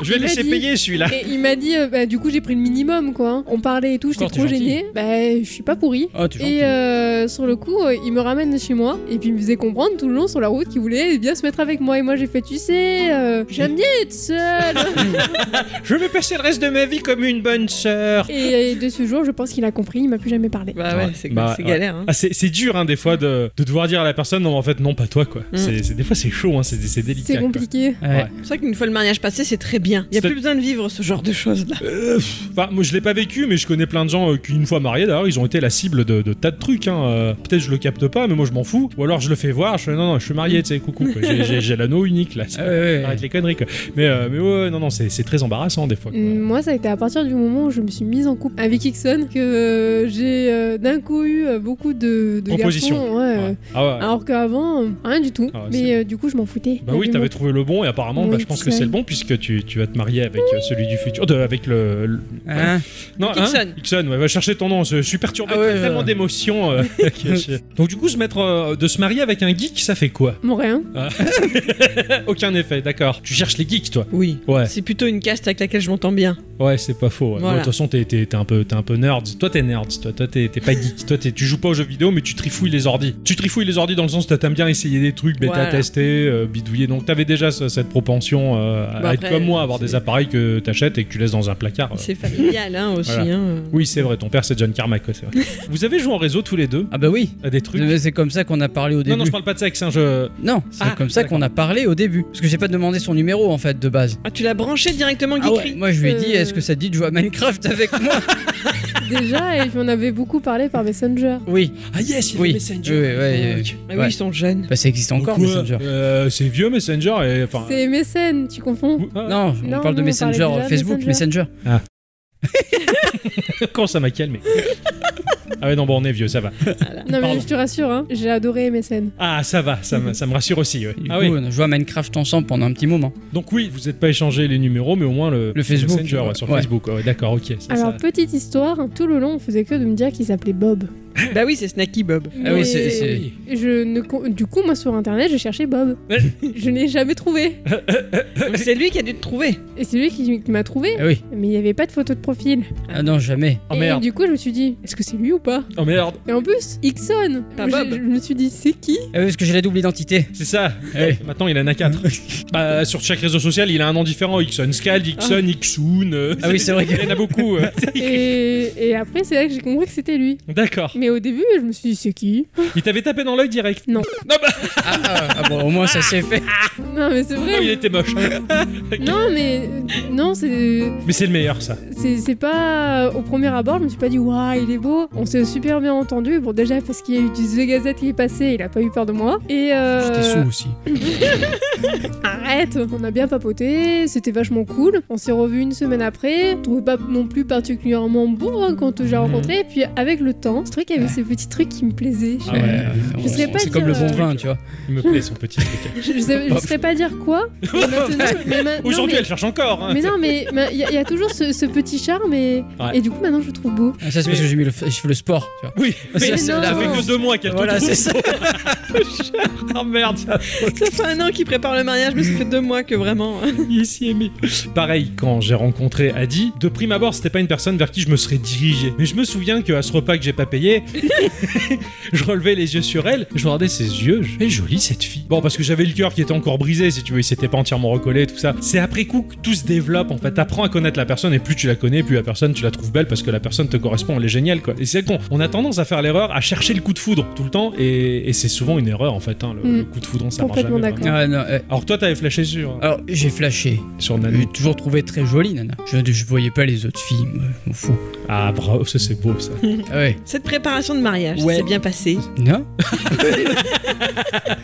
Je vais
il m'a
laisser
dit-
payer celui-là.
Et il m'a dit, euh, bah, du coup, j'ai pris le minimum, quoi. hein. On parlait et tout, j'étais
Encore, t'es
trop
gentil.
gênée. Bah, je suis pas pourrie.
Oh, t'es gentil.
Et euh, sur le coup, euh, il me ramène chez moi et puis il me faisait comprendre tout le long sur la route qu'il voulait bien se mettre avec moi. Et moi, j'ai fait, tu sais, euh, j'aime bien être seule.
Je vais passer le reste de ma vie comme une bonne sœur.
et, de ce jour, je pense qu'il a compris, il m'a plus jamais parlé.
Bah
Ouais.
ouais, c'est
Bah,
c'est
ouais.
galère. hein.
Ah, c'est c'est dur, hein, des fois, de, de devoir dire à la personne, non, en fait, non, pas toi, quoi.
Mm.
C'est c'est- des fois, c'est chaud, hein, c'est c'est délicat.
C'est
quoi.
compliqué.
Ouais.
C'est vrai qu'une fois le mariage passé, c'est très bien. Il y a
C'est-
plus besoin de vivre ce genre de choses là.
Euh, pff, Enfin, moi je l'ai pas vécu, mais je connais plein de gens euh, qui, une fois mariés d'ailleurs, ils ont été la cible de, de tas de trucs. Hein. Euh, Peut-être je le capte pas, mais moi je m'en fous. Ou alors je le fais voir, je fais non, non, je suis marié, tu sais, coucou. quoi. J'ai- J'ai j'ai l'anneau unique là.
Ah ouais, ouais, ouais.
Arrête les conneries quoi. Mais, euh, mais ouais, ouais, non, non, c'est c'est très embarrassant des fois. quoi.
Mm, Moi, ça a été à partir du moment où je me suis mise en couple avec Ixon que euh, j'ai euh, d'un coup eu euh, beaucoup de, de
Propositions.
garçons, ouais, euh,
Ouais. Ah ouais.
Alors qu'avant, euh, rien du tout.
Ah ouais, c'est-
mais euh, du coup, je m'en foutais.
Bah oui,
J'avais
t'avais
mon-
trouvé le bon et apparemment,
Oui,
bah, je pense que c'est le bon puisque tu, tu vas te marier avec euh, celui du futur, de- avec le, le-
Hein
non,
Avec Ixon.
hein Ixon, ouais, va chercher ton nom. Je je suis perturbé,
Ah ouais,
par tellement
ouais.
d'émotions. euh, cachées. Donc du coup, se mettre, euh, de se marier avec un geek, ça fait quoi
Mon rien.
Aucun effet, d'accord. Tu cherches les geeks, toi.
Oui.
Ouais,
C'est plutôt une caste avec laquelle je m'entends bien.
ouais, c'est pas faux. ouais.
Voilà.
Ouais, De toute façon, t'es, t'es- t'es un peu, t'es un peu nerd. Toi, t'es nerd. Toi, toi, t'es, t'es pas geek. toi, t'es- tu joues pas aux jeux vidéo, mais tu trifouilles les ordis. Tu trifouilles les ordis dans le sens que t'aimes bien essayer des trucs, bêta
Voilà.
tester, euh, bidouiller. Donc, t'avais déjà ce- cette propension euh, à
Bah,
être
après,
comme moi, avoir des
c'est-
appareils que t'achètes et que tu laisses dans un placard. euh.
C'est familial hein, aussi.
Voilà.
hein.
Oui, c'est vrai. Ton père, c'est John Carmack. ouais, c'est vrai. Vous avez joué en réseau tous les deux
Ah bah oui.
à des trucs.
Mais C'est comme ça qu'on a parlé au début.
Non, non, je parle pas de sexe. Hein, je...
Non, c'est
Ah,
comme ça qu'on a parlé au début. Parce que j'ai pas demandé son numéro en fait de base.
Ah, tu l'as branché directement
Ah ouais,
Geekry
Moi je lui ai dit
Euh.
est-ce que ça te dit de jouer à Minecraft avec moi
Déjà, et puis on avait beaucoup parlé par Messenger.
Oui,
Ah yes, il y a
oui.
Messenger.
Oui, ouais, ouais,
Ok.
Ah
ouais.
oui, ils sont jeunes.
Bah, ça existe encore
Pourquoi
Messenger.
Euh, C'est vieux Messenger et enfin. euh,
C'est mécène, tu confonds.
Vous- ah,
Non, on
Non,
parle de
non, on
Messenger,
parlait déjà
Facebook, Messenger.
Quand ça m'a calmé. ah ouais, non, bon, on est vieux, ça va.
Non,
Pardon.
mais je te rassure, hein, j'ai adoré mécène.
Ah, ça va, ça me, ça me rassure aussi. ouais.
Du
Ah
coup,
oui. Oh.
on a joué à Minecraft ensemble pendant un petit moment.
Donc oui, vous n'êtes pas échangé les numéros, mais au moins le,
Le Facebook,
Messenger, ouais, sur
ouais.
Facebook. ouais, D'accord, ok. ça-
Alors,
Ah, ça-
petite histoire, tout le long, on faisait que de me dire qu'il s'appelait Bob.
bah oui, c'est Snacky Bob.
Ah oui,
Mais
c'est- c'est-
Je ne... con- Du coup, moi, sur Internet, j'ai cherché Bob. je n'ai jamais trouvé.
Donc c'est lui qui a dû te trouver.
Et c'est lui qui, qui m'a trouvé,
Ah oui.
mais il n'y avait pas de photo de profil.
Ah non, jamais.
Oh
et
merde,
du coup, je me suis dit, est-ce que c'est lui ou pas
oh merde,
Et en plus, Ixon
Pas
je,
Bob.
je me suis dit, c'est qui
Ah oui, parce que j'ai la double identité.
c'est ça. Eh,
Ouais.
Maintenant, il en a 4. bah, sur chaque réseau social, il a un nom différent. Ixon Scald, Ixon, Ixoon. euh,
Ah oui, c'est vrai que-
Il y en a beaucoup. euh.
et, et après, c'est là que j'ai compris que c'était lui.
D'accord.
Mais au début, je me suis dit, c'est qui
Il t'avait tapé dans l'œil direct.
Non.
Ah, ah, ah, bon, au moins ça s'est fait.
Non, mais c'est
Oh, il
vrai.
était moche.
Non, mais euh, non, c'est
Mais c'est le meilleur, ça.
c'est c'est pas au premier abord. Je me suis pas dit waouh, il est beau. On s'est super bien entendu. Bon, déjà parce qu'il y a eu du The Gazette qui est passé, il a pas eu peur de moi. Et euh,
J'étais sous aussi.
Arrête On a bien papoté, c'était vachement cool. On s'est revu une semaine après. Je trouvais pas non plus particulièrement beau hein, quand
Mhm.
j'ai rencontré. Et puis avec le temps, ce truc avait ces petits trucs qui me plaisaient. Je,
Ah ouais.
Je saurais pas
c'est comme le
dire,
bon
euh,
vin, tu vois.
Il me plaît, son petit truc.
je, je sais- je
Bah,
Hop.
saurais pas dire quoi. mais maintenant- mais ma- non,
Aujourd'hui,
mais-
elle cherche encore. hein.
mais non, mais mais il y, a- il y a toujours ce, ce petit charme et,
Ouais.
et du coup maintenant je le trouve beau.
Ah, ça, c'est parce que j'ai mis le, f- je fais le sport, tu vois.
Oui,
Ça,
mais
c'est
ça
la
fait
France.
que deux mois qu'elle te
Voilà,
trouve.
c'est ça.
Ah merde, ça
Ça fait un an qu'il prépare le mariage, mais ça fait deux mois que vraiment. euh,
Il s'y est mis. Pareil, quand j'ai rencontré Adi, de prime abord, c'était pas une personne vers qui je me serais dirigé. Mais je me souviens qu'à ce repas que j'ai pas payé, je relevais les yeux sur elle, je regardais ses yeux, je fais jolie cette fille. Bon, parce que j'avais le cœur qui était encore brisé réutilisé si tu veux, il s'était pas entièrement recollé, tout ça. C'est après coup que tout se développe en fait. T'apprends à connaître la personne et plus tu la connais, plus la personne tu la trouves belle parce que la personne te correspond, elle est géniale quoi. Et c'est con. On a tendance à faire l'erreur à chercher le coup de foudre tout le temps et, et c'est souvent une erreur en fait. hein, le,
Mm.
le coup de foudre, ça marche
Complètement
jamais.
d'accord.
vraiment.
Ouais, non, euh,
Alors toi t'avais flashé sur
alors, j'ai flashé.
sur Nana.
J'ai toujours trouvé très jolie, Nana. Je ne voyais pas les autres filles, moi, je m'en fous.
Ah bravo, ça c'est beau ça.
Ah ouais.
Cette préparation de mariage,
Ouais.
c'est bien passé.
Non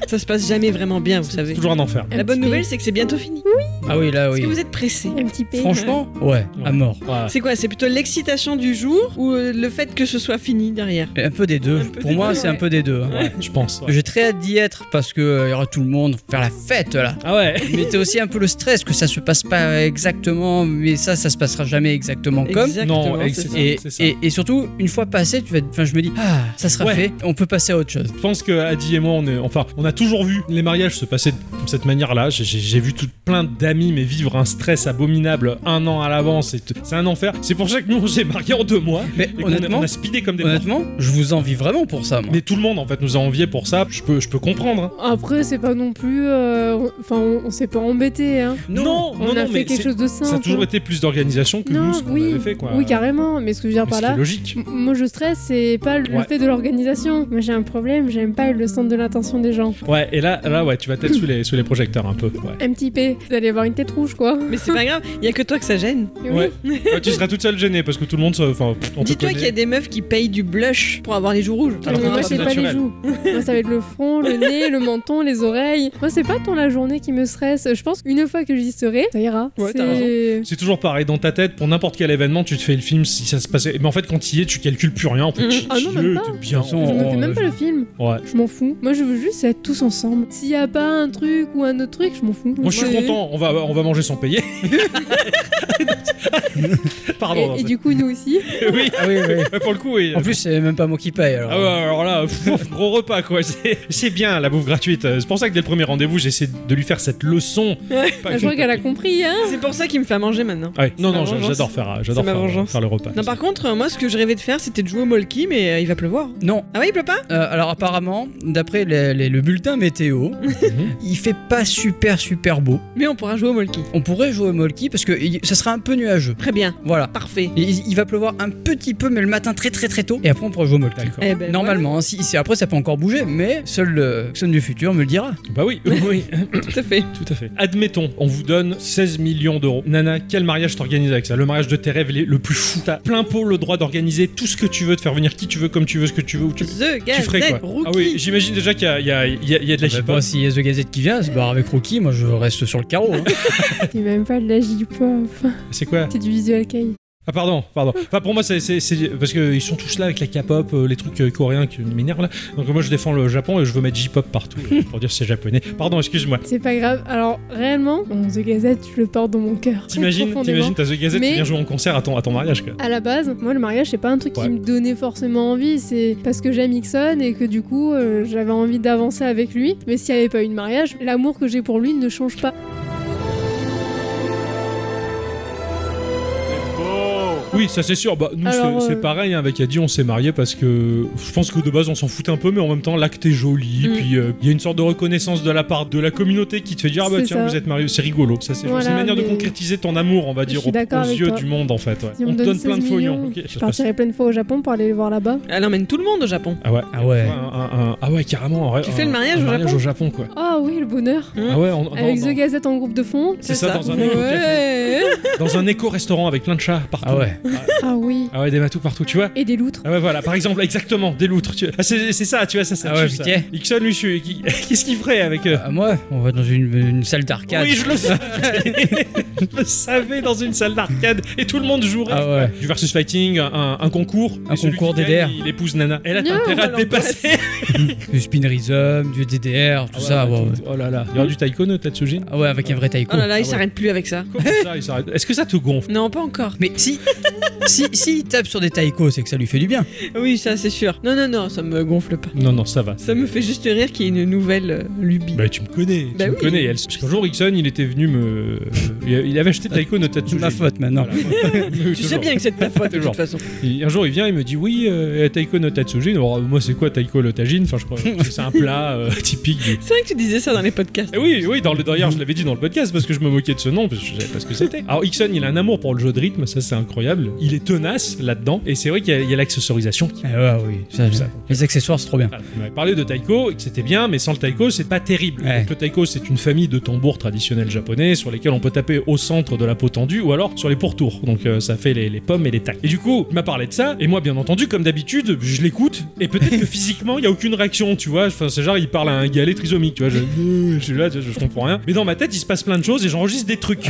Ça se passe jamais vraiment bien, vous savez.
C'est toujours un enfer.
Un
La bonne
petit
nouvelle, c'est que c'est bientôt fini.
Ah oui, là,
Est-ce
oui.
que vous euh, êtes pressé
Un petit peu.
Franchement ouais, à mort.
Ouais.
C'est quoi C'est plutôt l'excitation du jour ou euh, le fait que ce soit fini derrière
Un peu des deux.
Un peu
Pour
des
moi,
deux,
c'est
ouais.
un peu des deux. hein.
Ouais, je pense. ouais.
J'ai très hâte d'y être parce que euh, il y aura tout le monde faire la fête là.
Ah ouais.
Mais t'as aussi un peu le stress que ça se passe pas exactement, mais ça, ça se passera jamais exactement comme.
Exactement,
Non,
c'est
ex-
ça.
c'est
Et,
ça, c'est
et, et surtout, une fois passé, tu vas, enfin, je me dis, ah, ça sera
Ouais.
fait, on peut passer à autre chose.
Je pense que Adi et moi, on est, enfin, on a toujours vu les mariages se passer de cette manière-là. J'ai- J'ai j'ai vu tout plein d'amis mais vivre un stress abominable un an à l'avance. et t- C'est un enfer. C'est pour ça que nous on s'est mariés en deux mois.
Mais
Et qu'on a-
honnêtement,
on a speedé comme des porcs.
honnêtement, je vous envie vraiment pour ça, moi.
Mais tout le monde en fait nous a envié pour ça. Je peux, je peux comprendre. hein.
Après, c'est pas non plus. euh, on- Enfin, on, on s'est pas embêté. Hein.
non,
On
non, non,
a
mais
fait quelque
c'est-
chose de
ça
simple.
a toujours été plus d'organisation que
non,
nous ce qu'on
oui,
avait fait quoi.
oui, carrément. Mais ce que je veux dire
Mais
par
ce qui est
là,
logique.
m- moi je stresse, c'est pas le
Ouais.
fait de l'organisation. Moi j'ai un problème, j'aime pas le centre de l'attention des gens.
Ouais, et là, là, ouais, tu vas peut-être sous les, sous les projecteurs un peu. Ouais.
Un petit peu, vous allez avoir une tête rouge quoi.
Mais c'est pas grave, il y a que toi que ça gêne.
Oui.
Ouais. Ouais, Euh, tu seras toute seule gênée parce que tout le monde, se- enfin, pff, on te
Dis-toi
connaît.
qu'il y a des meufs qui payent du blush pour avoir les joues rouges.
Alors
Ah, Mais
que
moi
toi,
c'est
c'est
pas les
naturel.
joues. moi ça va être le front, le nez, le menton, les oreilles. Moi c'est pas tant la journée qui me stresse. Je pense qu'une fois que j'y serai, ça ira.
Ouais, t'as
C'est-
C'est toujours pareil dans ta tête, pour n'importe quel événement, tu te fais le film si ça se passait. Mais en fait, quand tu y es, tu calcules plus rien. En fait,
Mm.
tu-
Ah non,
tu
même
es,
pas.
t'es bien.
Je me
Je me
Oh,
fais même
euh,
pas le film.
Ouais.
Je m'en fous. Moi je veux juste être tous ensemble. S'il y a pas un truc ou un autre truc, je m'en fous.
Moi, je suis
Ouais.
content, on va, on va manger sans payer. Pardon. hein,
Et, et du coup nous aussi.
Oui,
Ah oui, oui.
pour le coup, oui.
En plus, c'est même pas moi qui paye alors.
Ah ouais, alors là, pff, gros repas quoi, c'est c'est bien la bouffe gratuite. Euh, C'est pour ça que dès le premier rendez-vous, j'essaie de lui faire cette leçon.
Ouais.
Pas
Ah, je crois qu'elle a compris hein.
C'est pour ça qu'il me fait à manger maintenant.
Ouais. Non,
C'est
non,
ma vengeance.
j'adore faire, euh, j'adore
C'est ma
faire,
vengeance.
faire le repas.
Non, par contre, euh, moi ce que je rêvais de faire c'était de jouer au Molki, mais euh, il va pleuvoir.
Non,
Ah ouais, il pleut pas
euh, alors apparemment, d'après les- les- le bulletin météo,
Mhm.
il fait pas super super beau.
Mais on pourra jouer au Molki.
On pourrait jouer au Molki parce que il- ça sera un peu nuageux.
Très bien,
Voilà.
parfait.
Et Il, il va pleuvoir un petit peu, mais le matin très très très tôt. Et après, on pourra jouer au Molki.
D'accord.
Eh ben,
Normalement, hein, si, si- après ça peut encore bouger, mais seul le Xon du futur me le dira.
Bah oui, oui,
voilà, tout à fait.
Tout à fait. Admettons, on vous donne 16 millions d'euros. Nana, quel mariage t'organises avec ça Le mariage de tes rêves les- le plus fou. T'as plein pot le droit d'organiser tout ce que tu veux, de faire venir qui tu veux, comme tu veux, ce que tu veux, où tu veux.
The
Tu ferais
Gazette
quoi
Rookie.
Ah oui, j'imagine déjà qu'il y a, il y a- il y a- il y a de la
Ah bah,
Je sais
chip
pas si y a The Gazette qui vient, bah avec Rocky, moi je reste sur le carreau. hein.
C'est même pas de la J-pop.
C'est quoi
C'est du visual kei.
Ah pardon, pardon. Enfin pour moi c'est c'est- c'est- parce que ils sont tous là avec la K-pop, euh, les trucs euh, coréens qui m'énervent là. Donc moi je défends le Japon et je veux mettre J-pop partout euh, pour dire que c'est japonais. Pardon, excuse-moi.
C'est pas grave. Alors réellement, bon, The Gazette, je le porte dans mon cœur. très
T'imagines,
profondément.
t'imagines, t'as The Gazette qui
Mais-
vient jouer en concert à ton, à ton mariage quoi.
À la base, moi le mariage c'est pas un truc
Ouais.
qui me donnait forcément envie, c'est parce que j'aime Ixon et que du coup euh, j'avais envie d'avancer avec lui. Mais s'il n'y avait pas eu de mariage, l'amour que j'ai pour lui ne change pas.
Oui, ça c'est sûr. Bah, nous,
Alors,
c'est c'est
euh,
pareil. hein, avec Adi, on s'est mariés parce que je pense que de base, on s'en foutait un peu, mais en même temps, l'acte est joli.
Mm.
Puis euh, il y a une sorte de reconnaissance de la part de la communauté qui te fait dire Ah bah
C'est
tiens,
ça.
vous êtes mariés. C'est rigolo. Ça, c'est
Voilà,
c'est une manière de
mais-
concrétiser ton amour, on va dire,
suis
aux,
d'accord
aux
avec
yeux
toi.
du monde en fait. ouais.
Si on
on
me
te
donne
donne plein de
16
folions.
millions,
ok,
Je
ça passe.
partirai pleine fois au Japon pour aller le voir là-bas.
Elle emmène tout le monde au Japon.
Ah ouais.
Ah ouais.
Un- un- un- ah ouais, carrément.
Tu fais le mariage au
mariage
Japon
au Japon quoi.
Ah oui, le bonheur.
Ah ouais, on-
Avec
dans-
The Gazette en groupe de fond.
C'est ça, dans un éco-café.
Ouais.
dans un éco-restaurant avec plein de chats partout.
Ah ouais.
ah oui.
Ah ouais, des matous partout, tu vois.
Et des loutres.
Ah ouais, voilà, par exemple, exactement, des loutres. tu- Ah, c'est c'est ça, tu vois, ça, ça
Ah ouais,
tue, ça.
ok.
Ixon, lui, je- qui- qu'est-ce qu'il ferait avec eux
Ah, moi, on va dans une, une salle d'arcade.
Oui, je le savais. je le savais dans une salle d'arcade et tout le monde jouerait.
Ah ouais.
Du versus fighting, un, un concours.
Un
et celui
concours
qui gagne,
DDR.
Il épouse Nana. Elle a
Non,
intérêt à te
alors,
dépasser.
Du spinnerism, du DDR, tout ça.
Ah ouais,
ouais, ouais.
tout- Oh là là. Il y aura du taiko, ne Tatsujin
Ah ouais, avec un vrai taiko.
Oh là là, il
Ah ouais.
s'arrête plus avec ça.
Comment ça, il s'arrête Est-ce que ça te gonfle
Non, pas encore.
Mais si, si, si il tape sur des taikos, c'est que ça lui fait du bien.
Oui, ça c'est sûr. Non, non, non, ça me gonfle pas.
Non, non, ça va.
Ça me fait juste rire qu'il y ait une nouvelle euh, lubie.
Bah, tu me connais, tu
Bah
me
oui.
connais. Elle... Parce qu'un jour, Ixon, il était venu me. il avait acheté Taiko no
C'est
Tatsujin.
de ma faute maintenant.
Voilà.
tu sais bien que c'est de ta faute de
Toujours.
toute façon.
Et un jour, il vient, il me dit Oui, euh, Taiko no Tatsujin. Alors, euh, moi, c'est quoi Taiko no Taji- j'imagine. Enfin, je crois parce que c'est un plat euh, typique du.
C'est vrai que tu disais ça dans les podcasts.
Eh oui, oui, dans le, d'ailleurs, je l'avais dit dans le podcast parce que je me moquais de ce nom, parce que je savais pas ce que c'était. Alors, Ixon, il a un amour pour le jeu de rythme, ça c'est incroyable. Il est tenace là-dedans, et c'est vrai qu'il y a- il y a l'accessorisation qui
Ah ouais, oui, ça,
Ça.
les accessoires, c'est trop bien.
Voilà. On avait parlé de taiko, et que c'était bien, mais sans le taiko, c'est pas terrible.
Ouais.
Donc le taiko, c'est une famille de tambours traditionnels japonais sur lesquels on peut taper au centre de la peau tendue ou alors sur les pourtours. Donc euh, ça fait les, les pommes et les tacs. Et du coup, il m'a parlé de ça, et moi, bien entendu, comme d'habitude, je l'écoute, et peut-être que physiquement, il y a aucune réaction, tu vois. Enfin, c'est genre, il parle à un galet trisomique, tu vois. Je, euh, je suis là, je, je comprends rien. Mais dans ma tête, il se passe plein de choses et j'enregistre des trucs.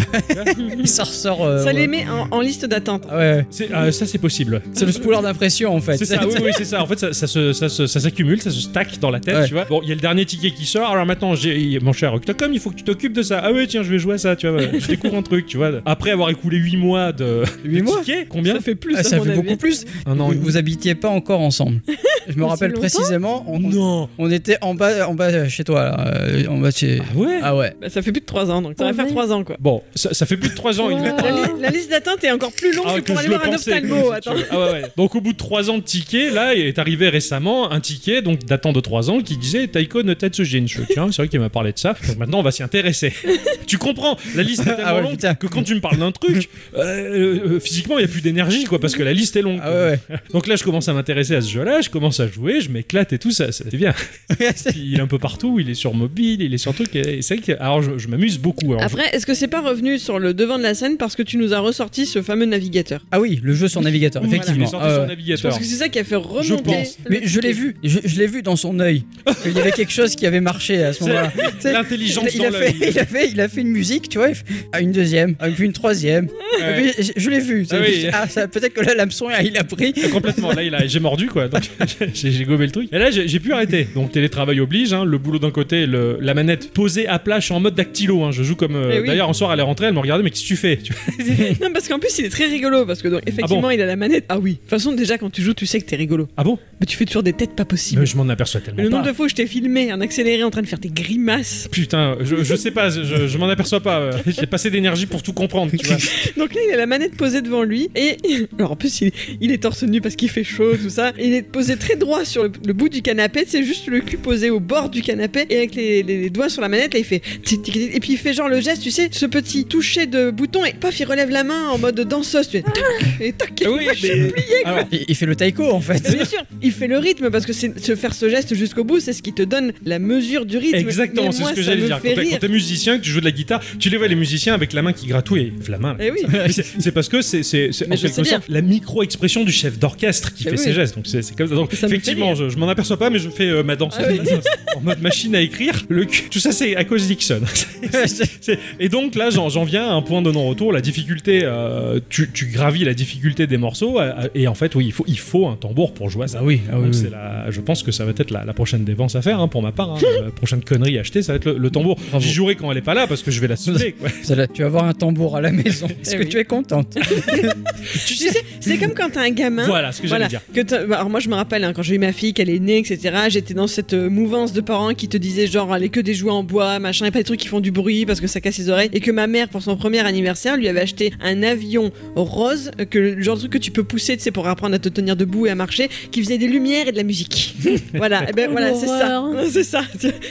Ça ressort. euh,
Ça
ouais.
les met en, en liste d'attente.
Ah ouais, ouais.
C'est- ah, ça, c'est possible.
c'est le spoiler d'impression en fait.
C'est ça, oui, oui, c'est ça. En fait, ça, ça se- ça se- ça s'accumule, ça se stack dans la tête,
Ouais.
tu vois. Bon, il y a le dernier ticket qui sort. Alors maintenant, j'ai- mon cher Octocom, il faut que tu t'occupes de ça. Ah ouais, tiens, je vais jouer à ça, tu vois. Je découvre un truc, tu vois. Après avoir écoulé 8 mois de,
Huit
de
mois
tickets, combien
ça fait plus.
Ah,
à
ça
mon
fait
avis.
beaucoup plus.
Un an.
vous, vous habitiez pas encore ensemble. Je me
Aussi
rappelle
longtemps
précisément, on,
Non.
on était en bas, en bas chez toi, là, euh, en bas chez.
Ah ouais.
Ah ouais.
Bah, ça fait plus de 3 ans, donc ça
Oh,
va faire
merde.
3 ans quoi.
Bon, ça, ça fait plus de 3 ans. il-
Wow.
La, li- la liste d'attente est encore plus longue
Ah,
que
que
pour aller
je le
voir un
pensais,
ophtalmo.
si tu
Attends.
veux. Ah ouais, ouais. Donc au bout de 3 ans de ticket, là est arrivé récemment un ticket donc datant de 3 ans qui disait Taiko no Tetsujin. Je, Tiens, c'est vrai qu'il m'a parlé de ça. Donc maintenant on va s'y intéresser. tu comprends La liste est tellement
Ah ouais,
longue
putain.
que quand tu me parles d'un truc, euh, euh, physiquement il n'y a plus d'énergie quoi parce que la liste est longue.
Ah ouais,
Donc là je commence à m'intéresser à ce jeu-là, je commence à jouer, je m'éclate et tout ça, c'est bien.
ouais.
Puis, il est un peu partout, il est sur mobile, il est sur truc. Et c'est vrai que alors je, je m'amuse beaucoup. hein, Alors, je-
Après, est-ce que c'est pas revenu sur le devant de la scène parce que tu nous as ressorti ce fameux navigateur
ah oui, le jeu sur navigateur,
Voilà.
il est
effectivement.
sorti
Ah
sur
ouais.
Je pense
navigateur.
que c'est ça qui a fait remonter.
pense.
le
Mais je l'ai
ticket.
vu, je, je l'ai vu dans son œil. Il y avait quelque chose qui avait marché à ce
C'est-
moment-là. Tu sais,
L'intelligence
il,
dans
a fait,
l'œil.
il, a fait, il a fait une musique, tu vois, il fait- ah, une deuxième, ah, puis une troisième.
Ouais.
Et puis, je je l'ai vu.
Ah oui.
Ah, ça- peut-être que là, l'hameçon, il a pris.
Ah, Complètement, là il a- j'ai mordu quoi, donc j'ai j'ai gobé le truc. Et là j'ai j'ai pu arrêter, donc télétravail oblige, hein, le boulot d'un côté, le- la manette posée à plat, je suis en mode dactylo, hein, je joue comme... euh,
Eh oui.
D'ailleurs un soir elle est rentrée, elle me regardait mais qu'est-ce que tu fais Tu vois
Non, parce qu'en plus, il est très rigolo. Parce que, donc, effectivement, il a la manette. Ah oui. De toute façon, déjà, quand tu joues, tu sais que t'es rigolo.
Ah bon
Mais tu fais toujours des têtes pas possibles.
Mais Je m'en aperçois
le
tellement pas.
nombre de fois où je t'ai filmé en accéléré en train de faire tes grimaces.
Putain, je, je sais pas, je, je m'en aperçois pas, euh, j'ai passé d'énergie pour tout comprendre, tu vois.
Donc là, il a la manette posée devant lui. Et. Alors, en plus, il, il est torse nu parce qu'il fait chaud, tout ça. Il est posé très droit sur le, le bout du canapé. C'est juste le cul posé au bord du canapé. Et avec les, les- les doigts sur la manette, là, il fait. tic, tic, tic. Et puis, il fait genre le geste, tu sais, ce petit toucher de bouton. Et paf, il relève la main en mode danseuse. Tu fais. tac, Et
Ah
tac. Moi, je suis
Ah Alors,
Il, il fait le taiko, en fait.
Bien sûr, il fait le rythme parce que c'est se faire ce geste jusqu'au bout, c'est ce qui te donne la mesure du rythme.
Exactement,
Mais
c'est
moi,
ce que
ça
j'allais
me
dire. Quand
fait
t'es- quand
rire.
t'es musicien, que tu joues de la guitare, tu les vois les musiciens avec la main qui gratouille. hein. La main, là.
Eh oui.
Mais c'est- C'est parce que c'est c'est- c'est en
Mais je
quelque
sais bien.
sorte la micro-expression du chef d'orchestre qui
Eh
fait
oui.
ses gestes. Donc c'est c'est comme ça. Donc,
Ça me fait
effectivement, je, je m'en aperçois pas, mais je fais euh, ma danse
Ah oui.
en mode machine à écrire. Le cul. Tout ça, c'est à cause d'Ixon. C'est- Et donc là, j'en j'en viens à un point de non-retour. La difficulté, euh, tu, tu gravis la difficulté des morceaux. euh, Et en fait, oui, il faut, il faut un tambour pour jouer à ça.
Ah oui, ah oui.
Donc
oui.
c'est la- je pense que ça va être la, la prochaine dépense à faire hein, pour ma part. hein. la prochaine connerie à acheter, ça va être le, le tambour.
Bravo.
J'y jouerai quand elle est pas là parce que je vais la soulever. quoi.
Hein
Ça, là, tu vas avoir un tambour à la maison. Est-ce
Eh
que
oui.
tu es contente
tu
Tu sais, c'est comme quand t'as un gamin.
Voilà ce que j'allais
Voilà.
dire.
Que t'as- bah, alors moi je me rappelle hein, quand j'ai eu ma fille, qu'elle est née, etc. J'étais dans cette euh, mouvance de parents qui te disaient genre allez que des jouets en bois, machin, et pas des trucs qui font du bruit parce que ça casse les oreilles. Et que ma mère pour son premier anniversaire lui avait acheté un avion rose, euh, que le genre de truc que tu peux pousser, tu sais, pour apprendre à te tenir debout et à marcher, qui faisait des lumières et de la musique. voilà, et ben
Oh,
voilà, c'est ça,
l'horreur.
c'est ça.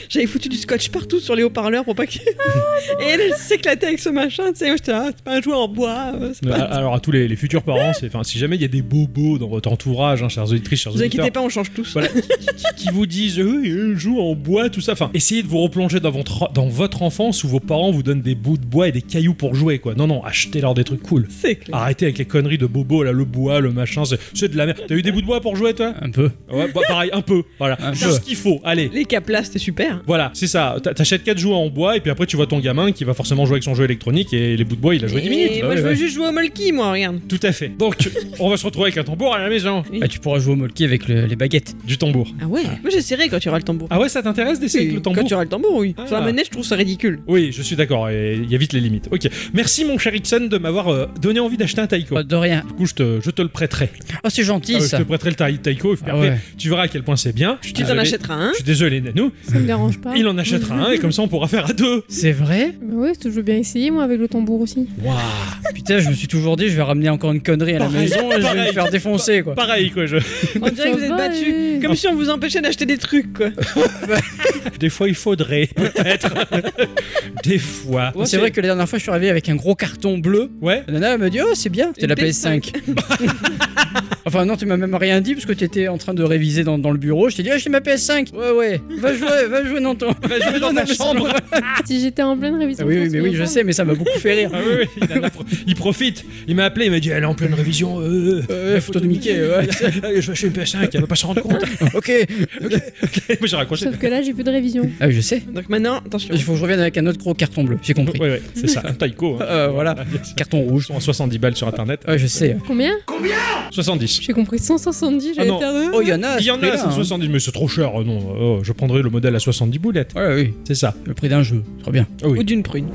J'avais foutu du scotch partout sur les haut-parleurs pour pas que. et elle, elle s'éclatait avec ce machin, tu sais. Moi j'étais ah, c'est pas un jouet en bois. euh, c'est
Euh,
pas-
Alors à tous les, les futurs parents, c'est, enfin, si jamais il y a des bobos dans votre entourage, hein, chers auditrices, chers
Vous
auditeurs,
inquiétez pas, on change tous.
voilà, qui, qui- qui vous disent euh, euh, joue en bois, tout ça. Enfin, essayez de vous replonger dans votre, dans votre enfance où vos parents vous donnent des bouts de bois et des cailloux pour jouer. quoi. Non, non, achetez-leur des trucs cool.
C'est clair.
Arrêtez avec les conneries de bobo, là, le bois, le machin, c'est, c'est de la merde. T'as eu des bouts de bois pour jouer, toi
Un peu.
Ouais, bah, pareil, un peu. Voilà,
Un
Juste
peu.
ce qu'il faut. Allez.
Les caplas, c'était super.
Voilà, c'est ça. T'a- T'achètes 4 jouets en bois et puis après tu vois ton gamin qui va forcément jouer avec son jeu électronique et les bouts de bois il a joué 10
Et
minutes.
Moi,
Ouais,
je veux
ouais.
juste jouer au Molki, moi, regarde.
Tout à fait. Donc on va se retrouver avec un tambour à la maison.
Bah, tu pourras jouer au molki avec le- les baguettes.
Du tambour.
Ah ouais Moi, j'essaierai quand tu auras le tambour.
Ah ouais, ça t'intéresse d'essayer avec le tambour
Quand tu auras le tambour, oui.
Ah.
Sur la manette, je trouve ça ridicule.
Oui, je suis d'accord. et Il y a vite les limites. Ok. Merci mon cher Ixon de m'avoir euh, donné envie d'acheter un taiko.
Oh, de rien.
Ah, Du coup, je te, je te le prêterai.
Oh, c'est
Ah
gentil
ouais, je
ça.
te prêterai le ta- taiko. et puis
Ah
après,
ouais.
tu verras à quel point c'est bien. Je suis
Tu t'en
désolé.
achèteras un.
Je suis désolé, Nanou.
Ça me dérange pas.
Il en achètera un et comme ça on pourra faire à deux.
C'est vrai
Bah ouais, je veux bien essayer moi avec le tambour aussi.
Waouh.
Putain, je me suis toujours dit, je vais ramener encore une connerie à la
Pareil,
maison et je vais
pareil.
me faire défoncer quoi.
Pareil quoi. Je...
On dirait que vous
Ça
êtes êtes battu. Comme si on vous empêchait d'acheter des trucs, quoi.
Des fois, il faudrait, peut-être. Des fois.
c'est vrai que la dernière fois, je suis arrivé avec un gros carton bleu.
Ouais.
La nana elle me dit Oh, c'est bien, c'était
Une
la
PS5.
PS5. enfin, non, tu m'as même rien dit parce que t'étais en train de réviser dans, dans le bureau. Je t'ai dit Ah, j'ai ma PS5. Ouais, ouais, va jouer, va jouer, Nanton. Va jouer dans ta chambre.
Si j'étais en pleine révision.
oui, oui, mais oui, je sais, mais ça m'a beaucoup fait rire.
Ah oui, oui, il, en a pro- il profite. Il m'a appelé, il m'a dit Elle est en pleine révision. euh, euh,
Euh, photo de Mickey, ouais.
Je vais acheter une PS5, elle va pas se rendre compte.
ok.
Moi j'ai raccroché.
Sauf que là, j'ai plus de révision.
Ah, oui, je sais.
Donc maintenant, attention.
Il faut que je revienne avec un autre gros carton bleu, j'ai compris.
Ouais, ouais, c'est ça, un taiko. hein.
Euh, voilà,
Ah, bien sûr.
carton
Ils
rouge.
sont à 70 balles sur internet.
Ouais, je sais.
Combien
70.
J'ai compris 170, j'avais
non.
perdu.
Oh, il y en a. à
Il y
ce
en a,
prix-là,
Ah, c'est
hein.
70, mais c'est trop cher. euh, Non, Oh, je prendrai le modèle à 70 boulettes.
Ouais, oui,
C'est ça.
le prix d'un jeu. Très bien.
oui.
Ou d'une prune.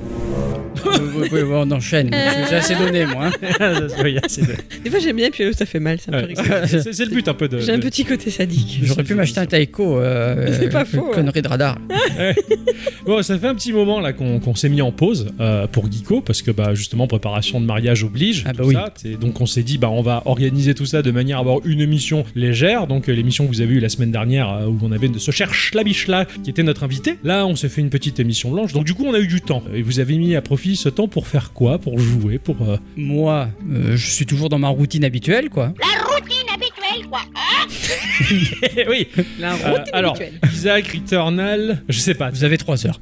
oui, oui, on enchaîne. J'ai assez donné, moi. hein.
Oui, c'est
Des fois, j'aime bien, puis l'autre, ça fait mal. C'est un peu
Ouais. Euh,
rigolo.
c'est- c'est le but un peu de.
J'ai un
de-
petit côté sadique.
J'aurais pu m'acheter un Taiko. euh,
C'est pas
euh,
faux, hein.
Connerie de radar.
Bon, ça fait un petit moment là qu'on qu'on s'est mis en pause euh, pour Geeko parce que bah justement préparation de mariage oblige.
Ah bah
tout
oui.
ça. C'est- donc on s'est dit bah on va organiser tout ça de manière à avoir une émission légère. Donc euh, l'émission que vous avez eue la semaine dernière euh, où on avait de ce cher Schlabichla qui était notre invité. Là on s'est fait une petite émission blanche. Donc du coup on a eu du temps. Et vous avez mis à profit ce temps pour faire quoi Pour jouer Pour euh,
Moi, euh, je suis toujours dans ma routine habituelle, quoi. Eh
oui.
La
Euh,
routine
alors
habituelle.
Isaac Returnal, je sais pas.
Vous avez trois heures.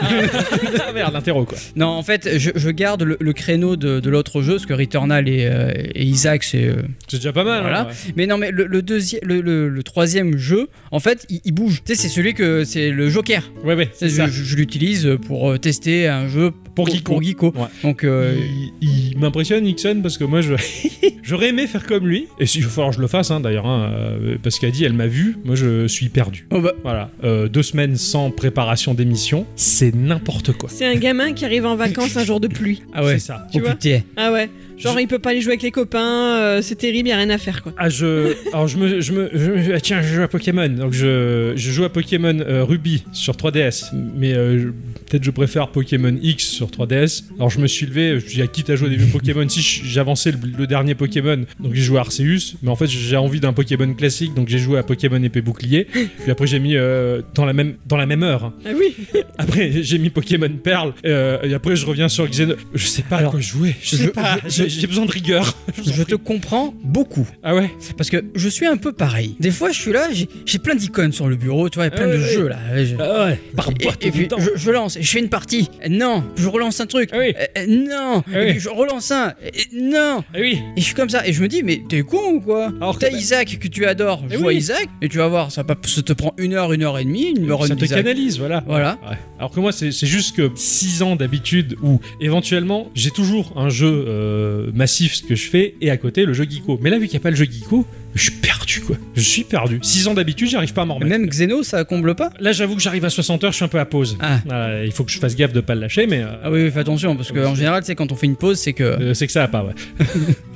Ah, merde l'interro quoi.
Non, en fait, je, je garde le, le créneau de, de l'autre jeu, parce que Returnal et, euh, et Isaac, c'est. euh,
C'est déjà pas mal.
Voilà.
hein.
Mais non, mais le, le deuxième, le, le- le troisième jeu, en fait, il, il bouge. Tu sais, c'est celui que c'est le Joker.
Ouais ouais.
Je,
C'est ça.
je- je l'utilise pour euh, tester un jeu
Pour Geeko. Ouais.
Donc, euh,
Il, il m'impressionne Nixon parce que moi je j'aurais aimé faire comme lui et si il va falloir que je le fasse hein, d'ailleurs hein, euh, parce qu'elle dit elle m'a vu moi je suis perdu
oh bah,
voilà Euh, deux semaines sans préparation d'émission c'est n'importe quoi
C'est un gamin qui arrive en vacances un jour de pluie.
ah ouais.
c'est ça
Tu
oh
vois
putain.
Ah ouais. Genre, il peut pas aller jouer avec les copains. euh, c'est terrible, y a rien à faire, quoi.
ah je alors je me, je me- je me- ah, tiens je joue à Pokémon donc je, je joue à Pokémon euh, Ruby sur 3DS mais euh, je- peut-être je préfère Pokémon X sur 3DS alors je me suis levé je me suis dit, ah, quitte à jouer à des vieux Pokémon si je- j'avançais le, le dernier Pokémon donc j'ai joué à Arceus mais en fait j'ai envie d'un Pokémon classique donc j'ai joué à Pokémon épée bouclier puis après j'ai mis euh, dans la même dans la même heure hein.
Ah oui.
après j'ai mis Pokémon Perle euh, et après je reviens sur Xeno je sais pas à
Alors,
quoi jouer je sais
je-
pas j'ai j'ai besoin de rigueur Je vous en
Je
prie.
te comprends beaucoup.
ah ouais
Parce que je suis un peu pareil. Des fois, je suis là, j'ai j'ai plein d'icônes sur le bureau, tu vois, il y a plein
Ah
de
ouais,
jeux là. Je-
ah ouais par
Et, et puis, je, je lance, je fais une partie. Euh, Non, je relance un truc.
Ah oui.
Euh, euh, non,
Ah oui.
Et puis je relance un. Euh, non,
Ah oui,
et je suis comme ça. Et je me dis, mais t'es con ou quoi
Alors que-
T'as Isaac que tu adores,
Eh
je vois
oui.
Isaac, et tu vas voir, ça, va pas- ça te prend une heure, une heure et demie, une heure et
ça
demie.
te
d'Isaac.
canalise, voilà.
Voilà.
Ouais. Alors que moi, c'est c'est juste que 6 ans d'habitude où éventuellement j'ai toujours un jeu euh, massif ce que je fais et à côté le jeu geeko. Mais là, vu qu'il n'y a pas le jeu geeko, je suis perdu quoi. Je suis perdu. 6 ans d'habitude, j'arrive pas à m'en remettre.
Même Xeno, ça comble pas
Là, j'avoue que j'arrive à 60 heures, je suis un peu à pause.
Ah.
Voilà, il faut que je fasse gaffe de pas le lâcher, mais. euh,
Ah oui, oui, fais attention, parce qu'en général, c'est quand on fait une pause, c'est que. bah,
Euh, c'est que ça à part, ouais.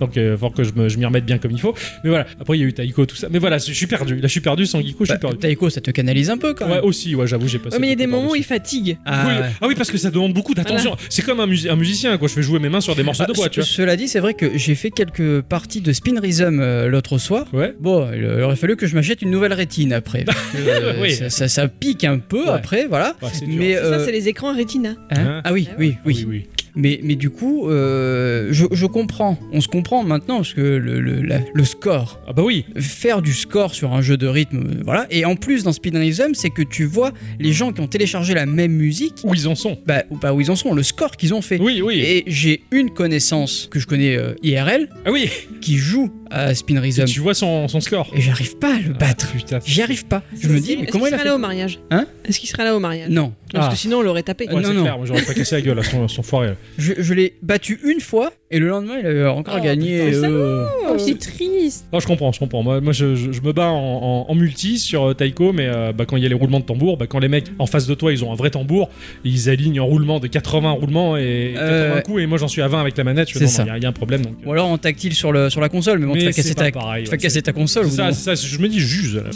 Donc, euh, faut que je me- je m'y remette bien comme il faut. Mais voilà, après, il y a eu Taiko, tout ça. Mais voilà, je suis perdu. Là, je suis perdu sans Geeko, je suis
Bah,
perdu.
Taiko, ça te canalise un peu quand
Ouais,
même.
aussi, ouais, j'avoue, j'ai passé.
Ouais, mais il y
beaucoup
a des
de temps
moments où
dessus.
il fatigue.
Ah,
oui,
ouais.
ah oui, parce que ça demande beaucoup d'attention. C'est comme un, musi- un musicien, quoi. Je fais jouer mes mains sur des morceaux de
Ah,
bois,
ce-
tu vois.
Cela dit, c'est vrai que j'ai fait quelques parties de Spin Rhythm euh, l'autre soir.
Ouais.
Bon, il aurait fallu que je m'achète une nouvelle rétine après. parce que, euh,
Oui.
ça, ça- ça pique un peu
Ouais.
après, voilà.
Ouais, c'est dur.
mais
C'est Ça,
euh,
c'est les écrans rétina.
hein ah oui, oui, oui, Mais, mais du coup, euh, je, je comprends. On se comprend maintenant parce que le, le, la- le score,
Ah bah oui.
faire du score sur un jeu de rythme, euh, voilà. Et en plus dans Speed Rhythm, c'est que tu vois les gens qui ont téléchargé la même musique,
Où ils en sont.
bah, ou pas où ils en sont, le score qu'ils ont fait.
Oui, oui.
Et j'ai une connaissance que je connais euh, IRL
Ah oui.
qui joue à Spin
Et
Rhythm
tu Ah, vois son, son score.
et j'arrive pas à le battre.
Putain.
J'y arrive pas. Je me dis, mais
Est-ce
comment
qu'il
il a
sera
fait
là au mariage
Hein
Est-ce qu'il sera là au mariage
Non,
Parce
Ah.
que sinon, on l'aurait tapé.
Ouais,
non,
c'est
non.
clair, moi j'aurais pas cassé la gueule à son, son foiré.
je, je l'ai battu une fois et le lendemain il avait encore
Oh,
gagné.
putain, ça
euh,
Oh, c'est triste.
Non, je comprends, je comprends. Moi, moi, je, je- je me bats en, en- en multi sur euh, Taiko, mais euh, bah, quand il y a les roulements de tambour, bah, quand les mecs en face de toi ils ont un vrai tambour, ils alignent en roulement de 80 roulements et 80
Euh,
coups, et moi j'en suis à 20 avec la manette. Je
c'est
fais, non,
ça.
non, il y a- il y, a un problème donc. euh.
Ou alors en tactile sur, le, sur la console, mais bon, tu vas
mais
casser
c'est
ta,
pas pareil.
tu vas
ouais,
casser
c'est-
ta console.
c'est
au bout d'un
ça, c'est ça, je me dis, juge. là.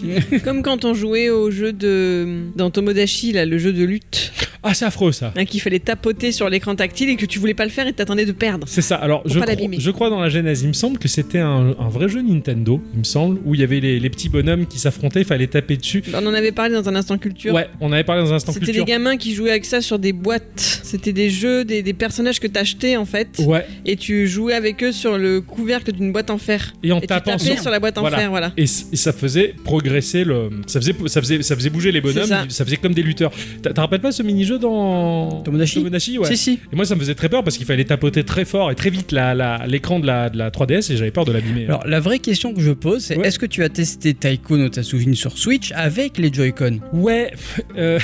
Comme quand on jouait au jeu de. dans Tomodachi, là, le jeu de lutte.
Ah, c'est affreux ça.
Hein, qu'il fallait tapoter sur l'écran tactile et que tu voulais pas le faire et t'attendais de perdre.
C'est ça. Alors,
Pour
je,
pas
cro-
l'abîmer.
je crois dans la genèse, il me semble que c'était un, un vrai jeu Nintendo, il me semble, où il y avait les, les petits bonhommes qui s'affrontaient, il fallait taper dessus.
On en avait parlé dans un instant culture.
Ouais, on avait parlé dans un instant
C'était
culture.
des gamins qui jouaient avec ça sur des boîtes. C'était des jeux, des, des personnages que t'achetais en fait.
Ouais,
Et tu jouais avec eux sur le couvercle d'une boîte en fer.
et en
et tu
tapant
tapais
sur-
sur la boîte en
Voilà.
fer, voilà.
Et, c- et ça faisait progresser le. Ça faisait, ça faisait, ça faisait bouger les bonhommes,
C'est ça.
ça. faisait comme des lutteurs. T'as- T'en rappelles pas ce mini-jeu dans.
Tomodachi
ouais.
Si, si.
Et moi, ça me faisait très peur parce qu'il fallait tapoter très fort et très vite la- la- l'écran de, la, de la 3DS et j'avais peur de l'abîmer.
Alors, la vraie question que je pose, c'est
Ouais.
est-ce que tu as testé Taiko no Tatsujin sur Switch avec les Joy-Con
Ouais. pff, euh,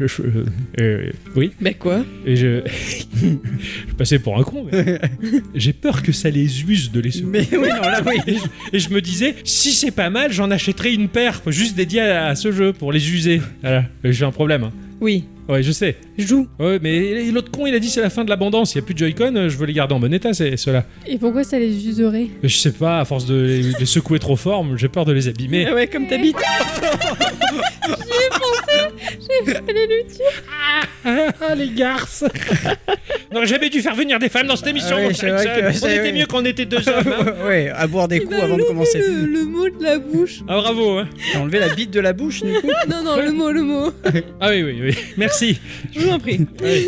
je- euh, euh, oui.
Ben quoi
Et je. je passais pour un con, mais. J'ai peur que ça les use de les secouer.
Mais oui, non, là, oui.
Et je, et je me disais, si c'est pas mal, j'en achèterai une paire, juste dédiée à, à ce jeu, pour les user. Voilà. J'ai un problème. hein.
Oui.
Ouais, je sais.
Joue.
Ouais, mais l'autre con, il a dit c'est la fin de l'abondance, il n'y a plus de Joy-Con, euh, je veux les garder en bon état, c'est cela.
Et pourquoi ça les userait
Je sais pas, à force de les, de les secouer trop fort, j'ai peur de les abîmer.
Ah ouais, comme ta bite.
Bah,
Allez, lui dire.
Ah, les garces On aurait jamais dû faire venir des femmes dans cette émission,
Ah oui,
mon
c'est vrai
Jackson.
que
On
c'est-
était
oui.
mieux quand on était deux hommes. hein.
ouais, à boire des
Il
coups
va
avant de
louper
commencer.
Le, le mot de la bouche.
Ah, bravo hein.
T'as enlevé la bite de la bouche, du coup
Non, non, le mot, le mot.
Ah oui, oui, oui. Merci
Je vous en prie.
Ouais.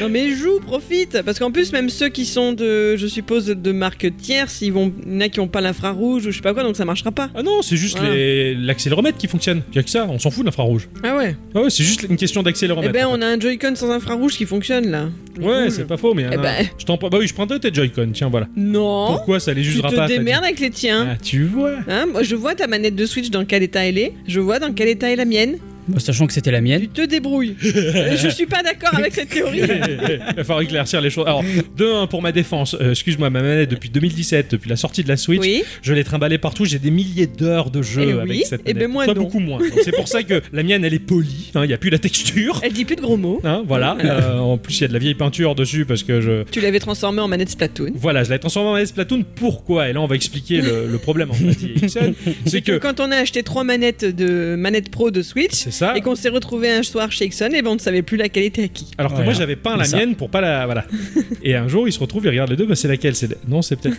non mais joue, profite. Parce qu'en plus, même ceux qui sont de, je suppose, de marque tierce, ils vont, il y en a qui ont pas l'infrarouge ou je sais pas quoi, donc ça marchera pas.
Ah non, c'est juste
Voilà.
les- l'accéléromètre qui fonctionne. Y'a que ça, on s'en fout de l'infrarouge.
Ah ouais.
Ah ouais, c'est juste une question
Eh
d'accéléromètre.
ben, on a un Joy-Con sans infrarouge qui fonctionne là.
ouais,
cool.
c'est pas faux, mais.
Eh
hein,
ben.
Je t'en prends- Bah oui, je prends deux tes Joy-Con, tiens, voilà.
Non.
Pourquoi ça les
Tu
usera
te
pas t'as dit.
démerdes avec les tiens.
Ah, tu vois.
Hein, moi, je vois ta manette de Switch dans quel état elle est. Je vois dans quel état est la mienne.
Bah, Sachant que c'était la mienne.
Tu te débrouilles. Euh, je suis pas d'accord avec cette théorie.
Il va falloir éclaircir les choses. Alors, de un, pour ma défense, euh, excuse-moi, ma manette, depuis 2017, depuis la sortie de la Switch,
Oui.
je l'ai trimballée partout, j'ai des milliers d'heures de jeux
Eh oui,
avec cette
eh
manette.
ben moi,
Toi,
non.
beaucoup moins. Donc, C'est pour ça que la mienne, elle est polie, il n'y a plus la texture.
Elle dit plus de gros mots.
Hein, voilà.
Eh.
Euh, en plus, il y a de la vieille peinture dessus parce que je,
Tu l'avais transformée en manette Splatoon.
Voilà, je l'ai transformé en manette Splatoon. Pourquoi Et là, on va expliquer le, le problème en fait. Ixon. C'est que
Quand on a acheté trois manettes de manette pro de Switch
c'est ça.
et qu'on s'est retrouvé un soir chez Exxon, et ben on ne savait plus laquelle était à qui.
Alors que
Voilà.
moi, j'avais peint la
C'est ça.
mienne pour pas la voilà. Et un jour, il se retrouve, il regarde les deux. Bah, c'est laquelle C'est non, c'est peut-être.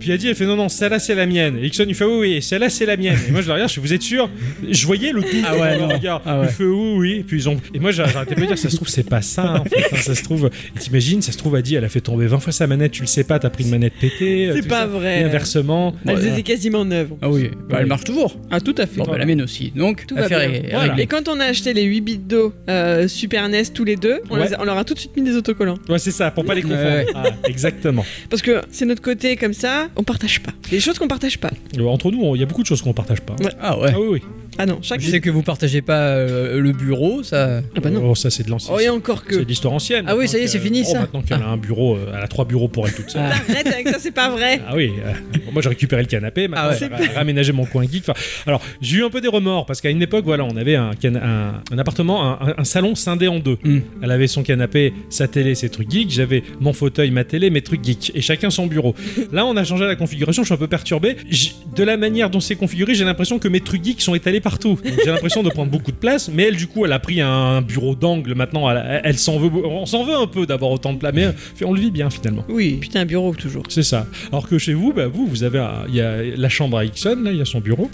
Puis il a dit, elle fait non, non, celle-là, c'est la mienne. Et Ixon, il fait oui, oui, celle-là, c'est la mienne. Et moi, je la regarde, je fais vous êtes sûr Je voyais le tout.
Ah ouais,
dans
non.
le regard.
Ah ouais.
Il fait oui, oui. Et puis ils ont. Et moi, j'ai- j'arrêtais pas de dire, ça se trouve, c'est pas ça. hein, en fait. Enfin, ça se trouve. Et T'imagines, ça se trouve, a dit, elle a fait tomber 20 fois sa manette. Tu le sais pas, t'as pris une manette pétée.
C'est
tout
pas
ça.
vrai.
Et euh, inversement.
Elles
Voilà.
étaient quasiment neuves.
Ah oui, bah,
Oui.
elle marche toujours.
Ah, tout à fait.
Bon, bah, la mienne aussi. Donc,
Tout va
affaire
bien.
est
Voilà.
réglée.
Et quand on a acheté les 8 bits d'eau euh, Super NES tous les deux, on,
Ouais.
les a- on leur a tout de suite mis des autocollants.
Ouais, c'est ça, pour pas les confondre.
Ouais.
Ah, exactement.
Parce que c'est notre côté comme ça, on partage pas. Les choses qu'on partage pas.
Euh, Entre nous, on- il y a beaucoup de choses qu'on partage pas.
Ah ouais.
Ah oui, oui.
Ah non, chaque.
Je sais que vous partagez pas euh, le bureau, ça.
Ah bah non.
Oh, ça, c'est de l'ancien.
Oh, et encore
c'est
que.
de l'histoire ancienne.
Ah oui, ça y est,
Maintenant
c'est
que-
fini,
oh,
ça.
Maintenant qu'elle a un bureau, euh, elle a trois bureaux pour elle toute seule.
Ah.
Arrête avec ça, c'est pas vrai.
Ah oui, euh, bon, moi j'ai récupéré le canapé, maintenant
Ah ouais.
j'ai ra- raménagé mon coin geek. Enfin, alors j'ai eu un peu des remords parce qu'à une époque, voilà, on avait un, cana- un, un appartement, un, un- un salon scindé en deux.
Hmm.
Elle avait son canapé, sa télé, ses trucs geeks. J'avais mon fauteuil, ma télé, mes trucs geeks. Et chacun son bureau. Là, on a changé la configuration, je suis un peu perturbé. J- de la manière dont c'est configuré, j'ai l'impression que mes trucs geeks sont étalés partout. Donc, J'ai l'impression de prendre beaucoup de place, mais elle, du coup, elle a pris un bureau d'angle maintenant. Elle, elle s'en veut, on s'en veut un peu d'avoir autant de place, mais euh, on le vit bien finalement.
Oui, putain, un bureau toujours.
C'est ça. Alors que chez vous, bah, vous, vous avez un- il y a la chambre à Ixon, là, il y a son bureau.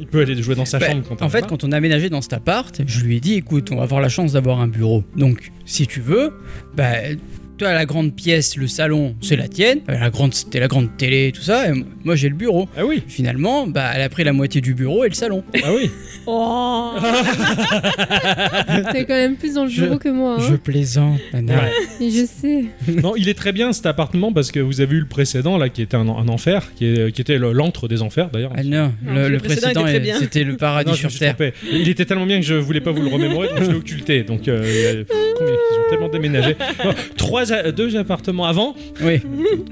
Il peut aller jouer dans sa
Bah,
chambre quand
en
on
fait,
va.
quand on a aménagé dans cet appart, je lui ai dit écoute, on va avoir la chance d'avoir un bureau. Donc, si tu veux, bah, toi, la grande pièce, le salon, c'est la tienne. Euh, La grande, c'était la grande télé, tout ça. Et moi, j'ai le bureau.
Ah oui,
Finalement, bah, elle a pris la moitié du bureau et le salon.
ah oui.
Oh
T'es quand même plus dans le
Je-
bureau que moi.
Je
Hein.
plaisante, Nana.
Ouais.
Et je sais.
non, il est très bien cet appartement parce que vous avez eu le précédent là qui était un, un enfer, qui, est- qui était le- l'antre des enfers d'ailleurs.
Ah non,
Non,
le,
le
le
précédent
précédent,
était très
euh,
bien.
c'était le paradis
Non, je me
sur
suis
Terre.
trompé. Il était tellement bien que je voulais pas vous le remémorer, donc je l'ai occulté. Donc, euh, euh, combien ils ont tellement déménagé. Bon, trois deux, a- deux appartements avant,
Oui,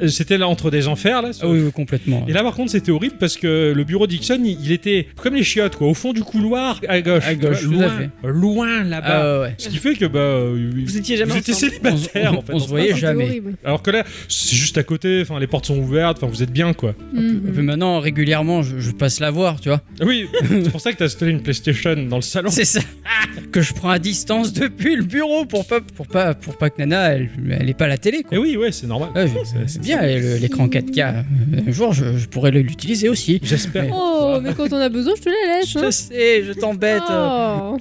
euh, c'était là entre des enfers. Là, ce-
Ah oui, oui, complètement.
Et là, par contre, c'était horrible parce que le bureau Dixon, il, il était comme les chiottes, quoi, au fond du couloir, à gauche.
À gauche, tout à
loin, loin là-bas.
Ah ouais.
Ce qui fait que bah, euh,
Vous étiez jamais
vous étiez
ensemble.
On, se-
célibataire
on-
en fait.
on se voyait
Ah, C'était
jamais.
horrible.
Alors que là, c'est juste à côté. Enfin, les portes sont ouvertes. Enfin, vous êtes bien, quoi.
Mhm.
Et puis maintenant, régulièrement, je, je passe la voir, tu vois.
Ah Oui, c'est pour ça que t'as installé une PlayStation dans le salon.
C'est ça que je prends à distance depuis le bureau pour pas pour pas pour pas que Nana elle, elle ait pas la télé
Et
quoi.
Eh oui, ouais, c'est normal.
Ouais, je-
C'est-
c'est
c'est-
bien le- l'écran 4K. Un jour je, je pourrais le- l'utiliser aussi.
J'espère.
Mais-
Oh, mais quand on a besoin, je te la laisse. hein.
Je euh. sais, je t'embête.
Oh.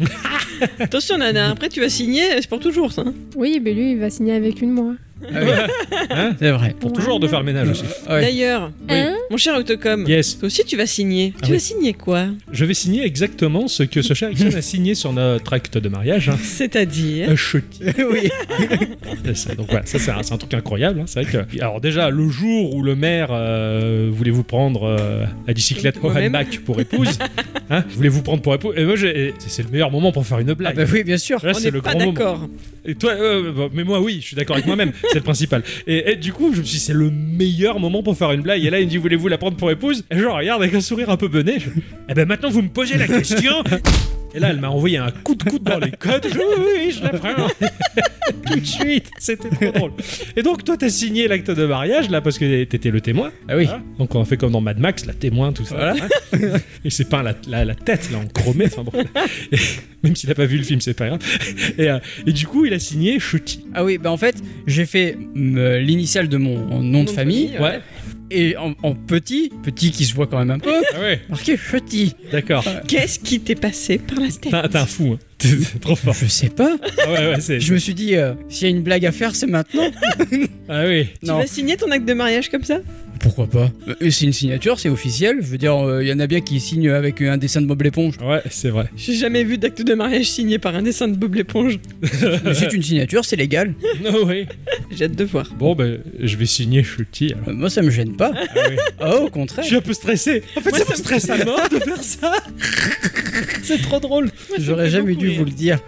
Attention, Nana, après tu vas signer, c'est pour toujours ça. hein.
Oh. Oui, mais lui, il va signer avec une moi.
Ah oui.
Hein
C'est vrai.
Pour toujours de faire le ménage aussi.
Ouais.
D'ailleurs,
Hein
mon cher Octocom,
Yes,
toi aussi tu vas signer.
Ah
tu vas
oui.
signer quoi
je vais signer exactement ce que ce cher Ixon a signé sur notre acte de mariage. hein.
C'est-à-dire
Un chouki.
oui.
C'est ça. Donc voilà, ça c'est un, c'est un truc incroyable. hein. C'est vrai que. Alors déjà, le jour où le maire euh, voulait vous prendre euh, la bicyclette Hohan
Moi-même.
Mac pour épouse, hein, voulait vous prendre pour épouse. Et moi, j'ai- et c'est c'est le meilleur moment pour faire une
Ah
blague.
bah oui, bien sûr.
Là,
ben, On
c'est
n'est
le
pas
grand moment.
d'accord.
Et toi, euh, bah, mais moi, oui, je suis d'accord avec moi-même, c'est le principal. Et, et du coup, je me suis dit, c'est le meilleur moment pour faire une blague. Et là, il me dit, voulez-vous la prendre pour épouse Et genre, regarde, avec un sourire un peu bené, je- eh ben maintenant, vous me posez la question Et là, elle m'a envoyé un coup de coude dans les côtes. Je, oui, oui, je la prends Tout de suite C'était trop drôle. Et donc, toi, t'as signé l'acte de mariage, là, parce que t'étais le témoin.
Ah oui.
Voilà. Donc, on a fait comme dans Mad Max, la témoin, tout ça.
Voilà.
hein. Et c'est pas la, la, la tête, là, en chromé. Enfin bon. Et- même s'il a pas vu le film, c'est pas grave. Et, euh, et du coup, il a signé Chuti.
Ah oui, bah en fait, j'ai fait mm, l'initiale de mon nom de famille
ouais.
et en, en petit, petit qui se voit quand même un peu,
Ah ouais
marqué petit.
D'accord.
Qu'est-ce qui t'est passé par la
T'es un-
tête
t'es un fou, hein. T'es- t'es trop fort.
Je sais pas.
Ah ouais, ouais, c'est.
Je me suis dit, euh, s'il y a une blague à faire, c'est maintenant.
Ah oui.
Tu vas signer ton acte de mariage comme ça
Pourquoi pas Euh, C'est une signature, c'est officiel. Je veux dire, euh, il y en a bien qui signent avec un dessin de Bob l'éponge.
Ouais, c'est vrai.
J'ai jamais vu d'acte de mariage signé par un dessin de Bob l'éponge.
Mais c'est une signature, c'est légal.
Non, Oh oui.
J'ai hâte de voir.
Bon, ben, je vais signer Chuti.
Euh, moi, ça me gêne pas. Ah, au contraire.
Je suis un peu stressé. En fait,
Moi,
ça
ça
me stresse à mort de faire ça. C'est trop drôle.
J'aurais jamais dû vous le dire.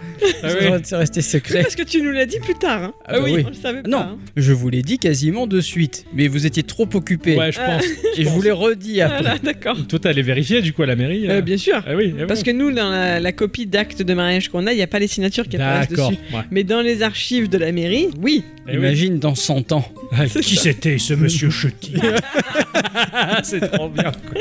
Ah
ça
oui.
aurait dû rester secret.
Parce que tu nous l'as dit plus tard. hein.
Ah bah oui.
On le savait
Non.
pas. hein.
Je vous l'ai dit quasiment de suite, mais vous étiez trop occupé.
Ouais, je pense.
et je vous l'ai redit après.
Voilà, Ah d'accord.
Toi, t'es allé vérifier du coup à la mairie.
Euh,
euh
bien sûr.
Ah oui, ah oui.
Parce que nous, dans la, la copie d'acte de mariage qu'on a, il n'y a pas les signatures qui apparaissent
D'accord.
dessus.
ouais.
Mais dans les archives de la mairie, oui.
Eh oui.
Imagine dans 100 ans.
Ah,
C'est
qui
ça.
c'était ce monsieur Chuti C'est trop bien. quoi.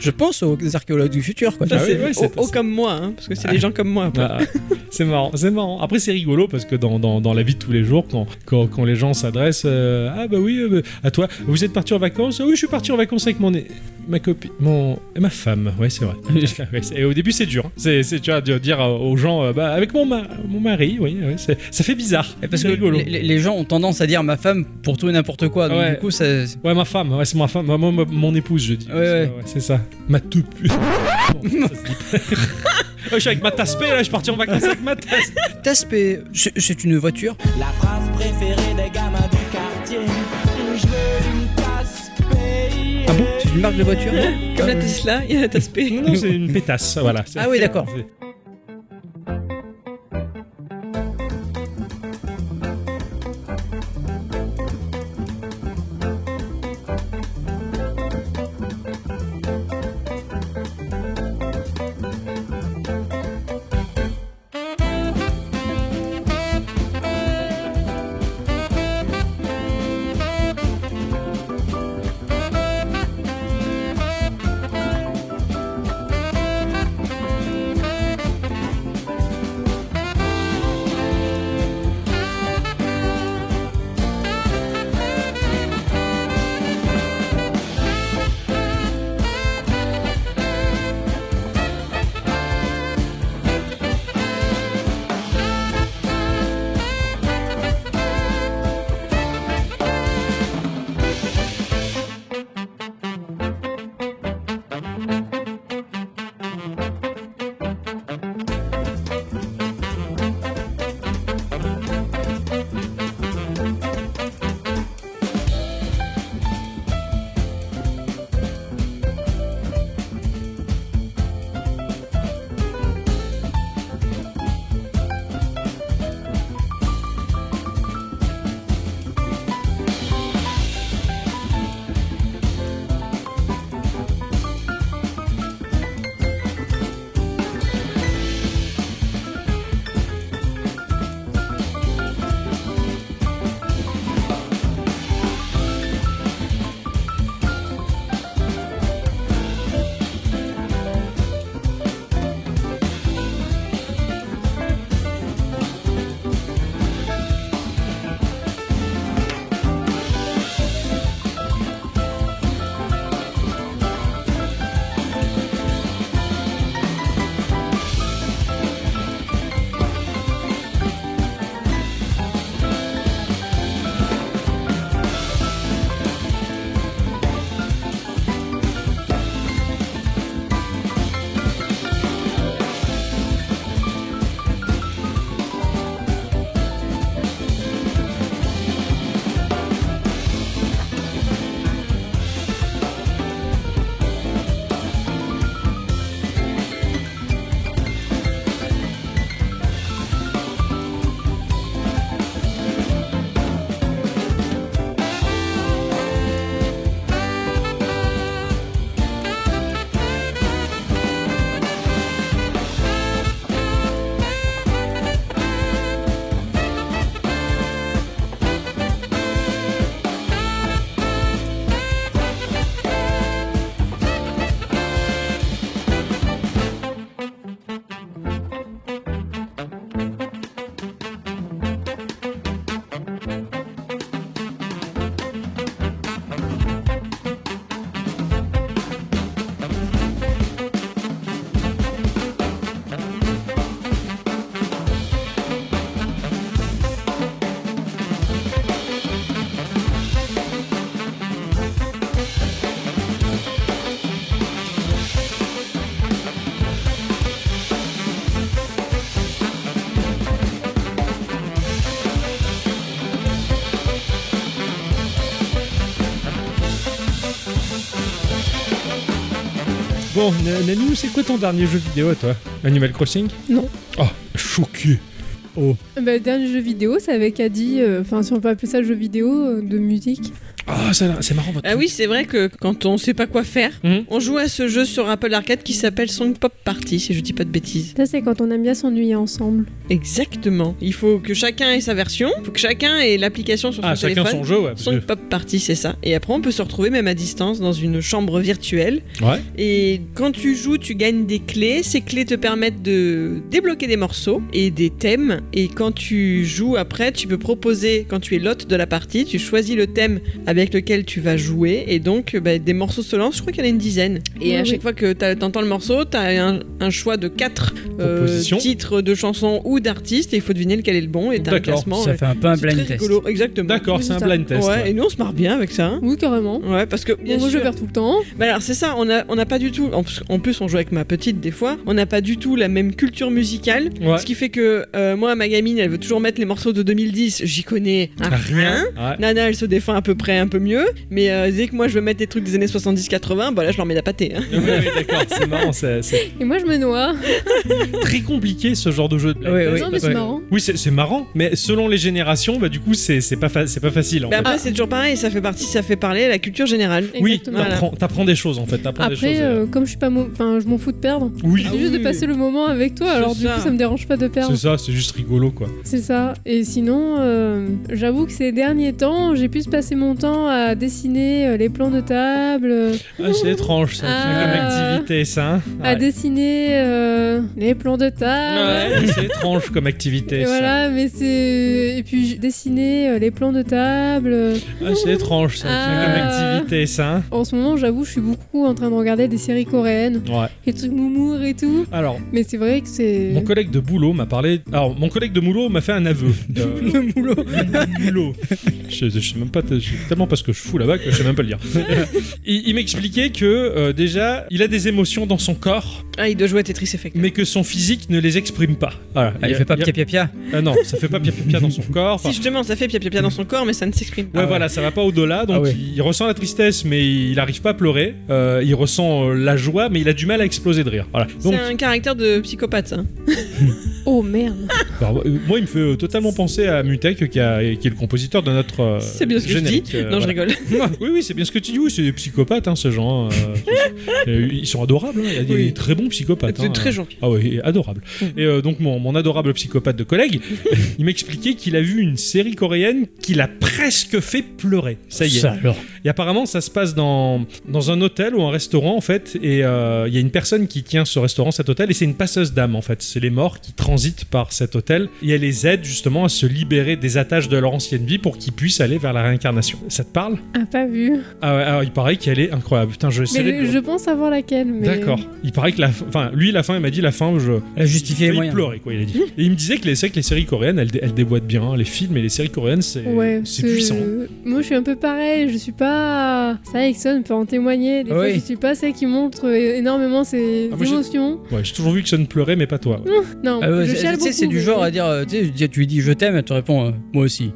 Je pense aux archéologues du futur, quoi.
Ça,
Ah oui,
c'est
oui, c'est-
oh, oh comme moi, hein, parce que c'est des gens comme moi. après.
Ah, ah. c'est marrant, c'est marrant. Après, c'est rigolo parce que dans, dans, dans la vie de tous les jours, quand, quand, quand les gens s'adressent, euh, ah bah oui, euh, bah, à toi, vous êtes parti en vacances Ah Oui, je suis parti en vacances avec mon ma copine, mon et ma femme. Ouais, c'est vrai. Ouais, c'est- et au début, c'est dur. hein. C'est, c'est tu vois, de dire euh, aux gens, euh, bah avec mon, ma- mon mari, oui, ouais, c'est- ça fait bizarre.
Et Parce que
C'est rigolo.
les, les- les gens ont tendance à dire ma femme pour tout et n'importe quoi. Donc
Ouais.
du coup, ça.
Ouais, ma femme, ouais, c'est ma femme, moi, moi, mon épouse, je dis.
Ouais, ouais.
c'est ça. Ma teupe. Bon, ça se dit pas. Ouais, je suis avec ma tasse P, là, je suis parti en vacances avec ma tasse.
T'aspect, c'est c'est une voiture.
La phrase préférée des gamins du quartier. Je veux une tasse payée.
Ah bon C'est une marque de voiture
Comme la Tesla, il y a la Taspé.
Ah. Non, c'est une pétasse, voilà.
Ah oui, d'accord.
C'est- Bon, Na- Nanou, c'est quoi ton dernier jeu vidéo, toi Animal Crossing
Non.
Oh, choqué. Oh.
Bah, le dernier jeu vidéo, c'est avec Adi, euh, enfin si on peut appeler ça jeu vidéo euh, de musique.
Ah, ça, c'est marrant votre.
Ah oui, c'est vrai que quand on sait pas quoi faire,
Mhm.
on joue à ce jeu sur Apple Arcade qui s'appelle Song Pop Party, si je dis pas de bêtises.
Ça, c'est quand on aime bien s'ennuyer ensemble.
Exactement. Il faut que chacun ait sa version, il faut que chacun ait l'application sur son
Ah, chacun
téléphone.
son jeu, ouais. parce
Song Pop Party, c'est ça. Et après, on peut se retrouver même à distance dans une chambre virtuelle.
que- Ouais.
Et quand tu joues, tu gagnes des clés. Ces clés te permettent de débloquer des morceaux et des thèmes. Et quand tu joues après, tu peux proposer, quand tu es l'hôte de la partie, tu choisis le thème avec lequel tu vas jouer. Et donc, euh, bah, des morceaux se lancent. Je crois qu'il y en a une dizaine. Et
Oui,
à
oui.
chaque fois que t'as- t'entends le morceau, t'as un, un choix de quatre euh,
Propositions.
titres de chansons ou d'artistes. Et il faut deviner lequel est le bon. Et t'as un
D'accord.
classement.
Ça
ouais.
fait un peu un
C'est très
blind test.
rigolo. Exactement.
D'accord,
Oui,
c'est un
c'est ça.
blind test.
Ouais,
ouais.
et nous on se marre bien avec ça. hein.
Oui, carrément.
Ouais, parce que bien
Bon, moi, je
sûr.
perds tout le temps.
Bah alors c'est ça, on n'a on a pas du tout, en plus, en plus, on joue avec ma petite des fois, on n'a pas du tout la même culture musicale,
Ouais.
ce qui fait que euh, moi ma gamine elle veut toujours mettre les morceaux de 2010, j'y connais un rien.
Ouais.
Nana elle se défend à peu près un peu mieux, mais euh, dès que moi je veux mettre des trucs des années 70-80, bah là je leur mets la pâtée. hein.
Oui, oui, d'accord, c'est marrant, c'est c'est
Et moi, je me noie.
très compliqué ce genre de jeu. de blind
Ouais,
test.
ouais.
non, mais c'est
ouais.
marrant.
Oui, c'est c'est marrant, mais selon les générations, bah du coup, c'est c'est pas, fa- c'est pas facile. En
Mais
Bah,
fait.
Bah après c'est toujours pareil, ça fait partie, ça fait parler à la culture générale.
oui,
Exactement.
t'apprends t'apprends des choses en fait. t'apprends des choses,
Après,
euh.
euh, comme je suis pas, mo- enfin, je m'en fous de perdre.
Ah Oui,
C'est juste de passer le moment avec toi,
C'est
alors du
ça.
coup ça me dérange pas de perdre.
c'est ça, c'est juste rigolo quoi.
C'est ça. Et sinon, euh, j'avoue que ces derniers temps, j'ai pu passer mon temps à dessiner euh, les plans de table, euh,
Ah, c'est étrange ça, c'est comme
Ah.
activité ça. hein.
à
Ouais.
dessiner euh, les plans de table.
Ouais, Ah, c'est étrange comme activité
Et
ça.
voilà, mais c'est. Et puis j- dessiner euh, les plans de table.
Ah, c'est étrange ça, c'est comme
Ah.
activité ça. hein.
En ce moment, j'avoue, je suis beaucoup en train de regarder des séries coréennes,
Ouais.
des trucs moumours et tout.
Alors,
Mais c'est vrai que c'est.
mon collègue de boulot m'a parlé. Alors, mon collègue de boulot m'a fait un aveu. Euh,
Le moulot.
boulot. je, je sais même pas, je sais tellement pas ce que je fous là-bas que je sais même pas le dire. il il m'expliquait que euh, déjà, il a des émotions dans son corps,
Ah il doit jouer à Tetris Effect.
mais que son physique ne les exprime pas. Voilà.
Ah, il fait pas
y a-
pia pia pia.
Ah non, ça fait pas pia pia pia dans son corps.
Si
Enfin,
justement ça fait pia pia pia dans son corps mais ça ne s'exprime
Ouais,
pas.
Ah ouais.
voilà, ça va pas au-delà, donc
Ah ouais.
il ressent la tristesse, mais il arrive pas à pleurer. Euh, il ressent euh, la joie, mais il a du mal à exploser de rire. Voilà.
C'est
Donc, Euh,
un caractère de psychopathe ça.
Oh merde!
alors, euh, moi, il me fait euh, totalement penser à Mutek, qui, a- qui est le compositeur de notre. euh,
C'est bien ce que je dis.
générique, euh,
non je
voilà.
rigole.
oui, oui, c'est bien ce que tu dis. Oui, c'est des psychopathes, hein, ces gens. hein, euh, euh, ils sont adorables. hein, Il y a des
Oui.
très bons psychopathes.
C'est
hein.
très Mm. gentil.
Ah oui, adorable. Et euh, donc mon, mon adorable psychopathe de collègue, il m'expliquait qu'il a vu une série coréenne qui l'a presque fait pleurer. Ça y est.
alors.
Et apparemment, ça se passe dans, dans un hôtel ou un restaurant, en fait. Et euh, il y a une personne qui tient ce restaurant, cet hôtel, et c'est une passeuse d'âme, en fait. C'est les morts qui transitent par cet hôtel. Et elle les aide, justement, à se libérer des attaches de leur ancienne vie pour qu'ils puissent aller vers la réincarnation. Ça te parle
Ah, pas vu.
Ah ouais, alors, il paraît qu'elle est incroyable. Putain, je
Mais
essaierai de-
je, je pense savoir laquelle. Mais...
D'accord. Il paraît que la fin. Enfin, lui, la fin, il m'a dit la fin, je.
Elle a justifié les
il
moyens.
pleurait, quoi, il a dit. Et il me disait que les, c'est vrai que les séries coréennes, elles, dé- elles déboîtent bien. hein. Les films et les séries coréennes, c'est
Ouais,
c'est puissant.
Moi, je suis un peu pareil. Je suis pas. Ça, Exxon peut en témoigner. Des
Ah
fois,
oui.
je suis pas celle qui montre euh, énormément ses
Ah, moi, j'ai-
émotions.
Ouais, j'ai toujours vu que ça ne pleurait, mais pas toi. ouais.
Non,
Ah ouais,
je
c'est-
chiale
tu sais,
beaucoup.
c'est du
mais-
genre à dire, euh, tu sais, tu lui dis je t'aime, elle te répond euh, moi aussi.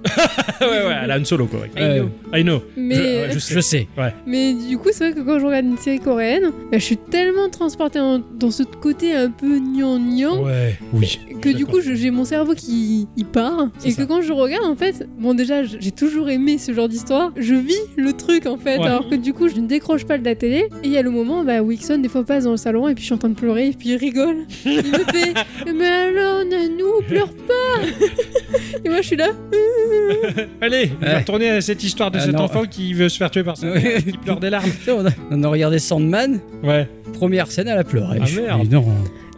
ouais, ouais, à la Han Solo, quoi. ouais. Ah,
Ouais.
I know.
Mais,
Je- ouais, je sais.
Je sais.
mais du coup, c'est vrai que quand je regarde une série coréenne, bah, je suis tellement transportée en- dans ce côté un peu gnangnan
Ouais, oui.
que du
d'accord.
coup, je- j'ai mon cerveau qui il part.
C'est
Et
ça.
que quand je regarde, en fait, bon, déjà, j- j'ai toujours aimé ce genre d'histoire. Je vis le truc, en fait.
Ouais.
Alors que du coup, je ne décroche pas de la télé. Et il y a le moment, bah, Wixon, des fois, passe dans le salon et puis je suis en train de pleurer et puis il rigole. Il me fait, mais alors, Nanou, pleure pas Et moi, je suis là. euh,
Allez, on va
Ouais.
retourner à cette histoire de
Ah,
cet
non.
enfant qui veut se faire tuer par sa mère,
Ouais.
qui pleure des larmes.
Tu sais, On a, on a regardé Sandman,
Ouais.
première scène, elle a pleuré.
Ah,
Je fais,
merde.
mais non.